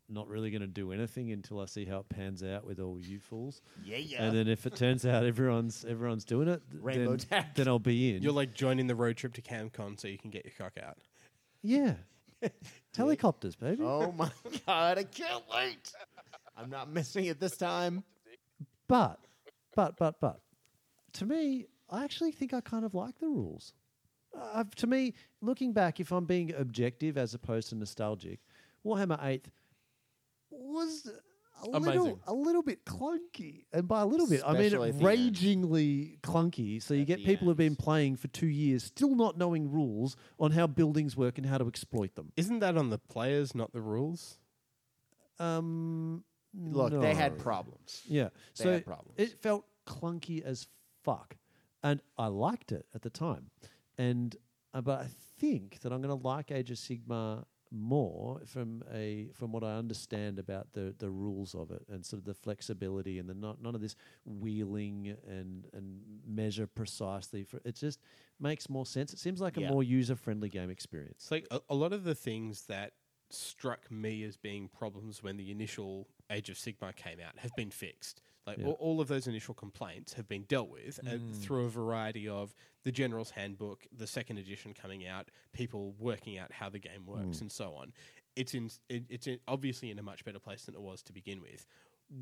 not really going to do anything until I see how it pans out with all you fools. Yeah, yeah. And then if it turns out everyone's everyone's doing it, th- Rainbow then, then I'll be in. You're like joining the road trip to CamCon so you can get your cock out. [LAUGHS] yeah, helicopters, baby. Oh my [LAUGHS] god, I can't wait. I'm not missing it this time. But, but, but, but, to me, I actually think I kind of like the rules. Uh, I've- to me, looking back, if I'm being objective as opposed to nostalgic, Warhammer 8 was a little, Amazing. a little bit clunky. And by a little bit, Especially I at mean the end. ragingly clunky. So you get people who've been playing for two years still not knowing rules on how buildings work and how to exploit them. Isn't that on the players, not the rules? Um, Look, they had no. problems. Yeah. They so had problems. it felt clunky as fuck, and I liked it at the time, and uh, but I think that I'm going to like Age of Sigma more from a from what I understand about the the rules of it and sort of the flexibility and the not none of this wheeling and and measure precisely for it just makes more sense. It seems like a Yeah. more user friendly game experience. It's like a, a lot of the things that struck me as being problems when the initial Age of Sigma came out have been fixed. Like all, all of those initial complaints have been dealt with uh, through a variety of the General's Handbook, the second edition coming out, people working out how the game works, and so on. It's in it, it's in, obviously in a much better place than it was to begin with.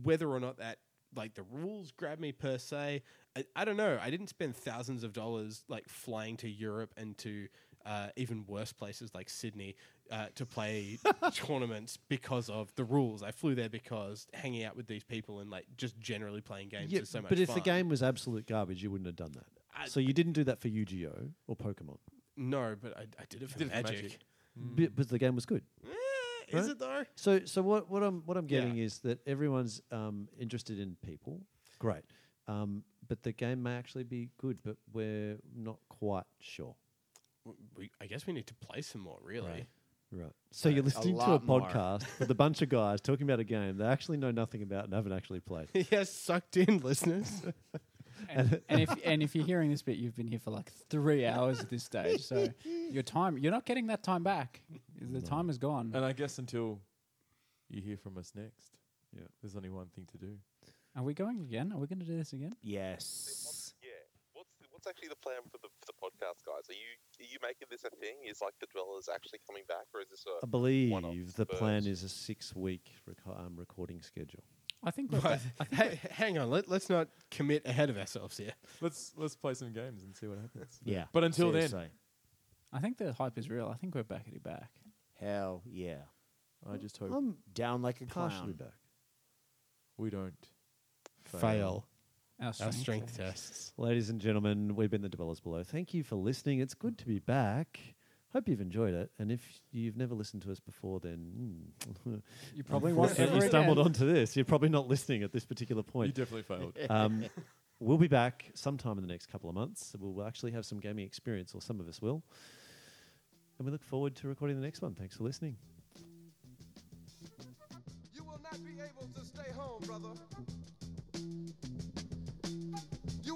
Whether or not that like the rules grab me per se. I, I don't know. I didn't spend thousands of dollars like flying to Europe and to uh, even worse places like Sydney uh, to play tournaments because of the rules. I flew there because hanging out with these people and like just generally playing games is so much but if the fun. game was absolute garbage, you wouldn't have done that. I- so you didn't do that for Yu-Gi-Oh or Pokemon. no, but I, I did it for Did it for magic. Magic. Bi- but the game was good. Eh, Is Right? it though? So, so what, what I'm what I'm Yeah. getting is that everyone's um, interested in people. Great, um, but the game may actually be good, but we're not quite sure. W- We, I guess we need to play some more. Really, Right. So you're listening to a lot more. podcast with a bunch of guys talking about a game they actually know nothing about and haven't actually played. [LAUGHS] yeah, sucked in, listeners. [LAUGHS] And, and if and if you're hearing this bit, you've been here for like three hours at this stage. So your time, you're not getting that time back. The time is gone. Uh, And I guess until you hear from us next, Yeah. there's only one thing to do. Are we going again? Are we going to do this again? Yes. Yeah. What's the, what's actually the plan for the, for the podcast, guys? Are you are you making this a thing? Is like the dwellers actually coming back, or is this a I believe one-off the plan burst? is a six-week reco- um, recording schedule. I think. But we're back. ha- hang on, let, let's not commit ahead of ourselves here. Let's let's play some games and see what happens. Yeah. But until Seriously. I think the hype is real. I think we're backity back. hell yeah, then, I just hope Um, I'm down like a clown. partially back. we don't Fail Our our strength. strength tests. Ladies and gentlemen, we've been the Dwellers Below. Thank you for listening. It's good to be back. Hope you've enjoyed it. And if you've never listened to us before, then [LAUGHS] mm, You probably won't unfortunately, ever you stumbled again. onto this. You're probably not listening at this particular You point. definitely failed. Um, we'll be back sometime in the next couple of months. We'll actually have some gaming experience, or some of us will. And we look forward to recording the next one. Thanks for listening. You will not be able to stay home, brother. You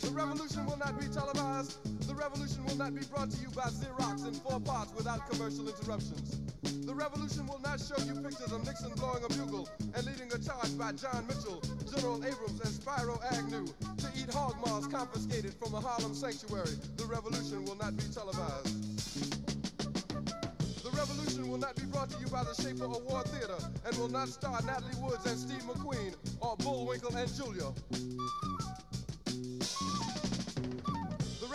The revolution will not be televised. The revolution will not be brought to you by Xerox in four parts without commercial interruptions. The revolution will not show you pictures of Nixon blowing a bugle and leading a charge by John Mitchell, General Abrams, and Spyro Agnew to eat hog maws confiscated from a Harlem sanctuary. The revolution will not be televised. The revolution will not be brought to you by the Schaefer Award Theater and will not star Natalie Woods and Steve McQueen or Bullwinkle and Julia. The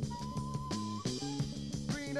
Green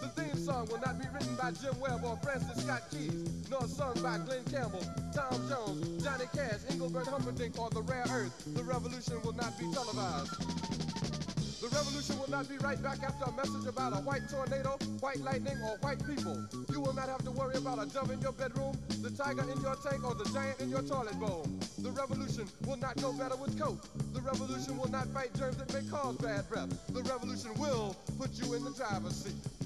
The theme song will not be written by Jim Webb or Francis Scott Keys, nor sung by Glenn Campbell, Tom Jones, Johnny Cash, Engelbert Humperdinck, or The Rare Earth. The revolution will not be televised. The revolution will not be right back after a message about a white tornado, white lightning, or white people. You will not have to worry about a dove in your bedroom, the tiger in your tank, or the giant in your toilet bowl. The revolution will not go better with coke. The revolution will not fight germs that may cause bad breath. The revolution will put you in the driver's seat.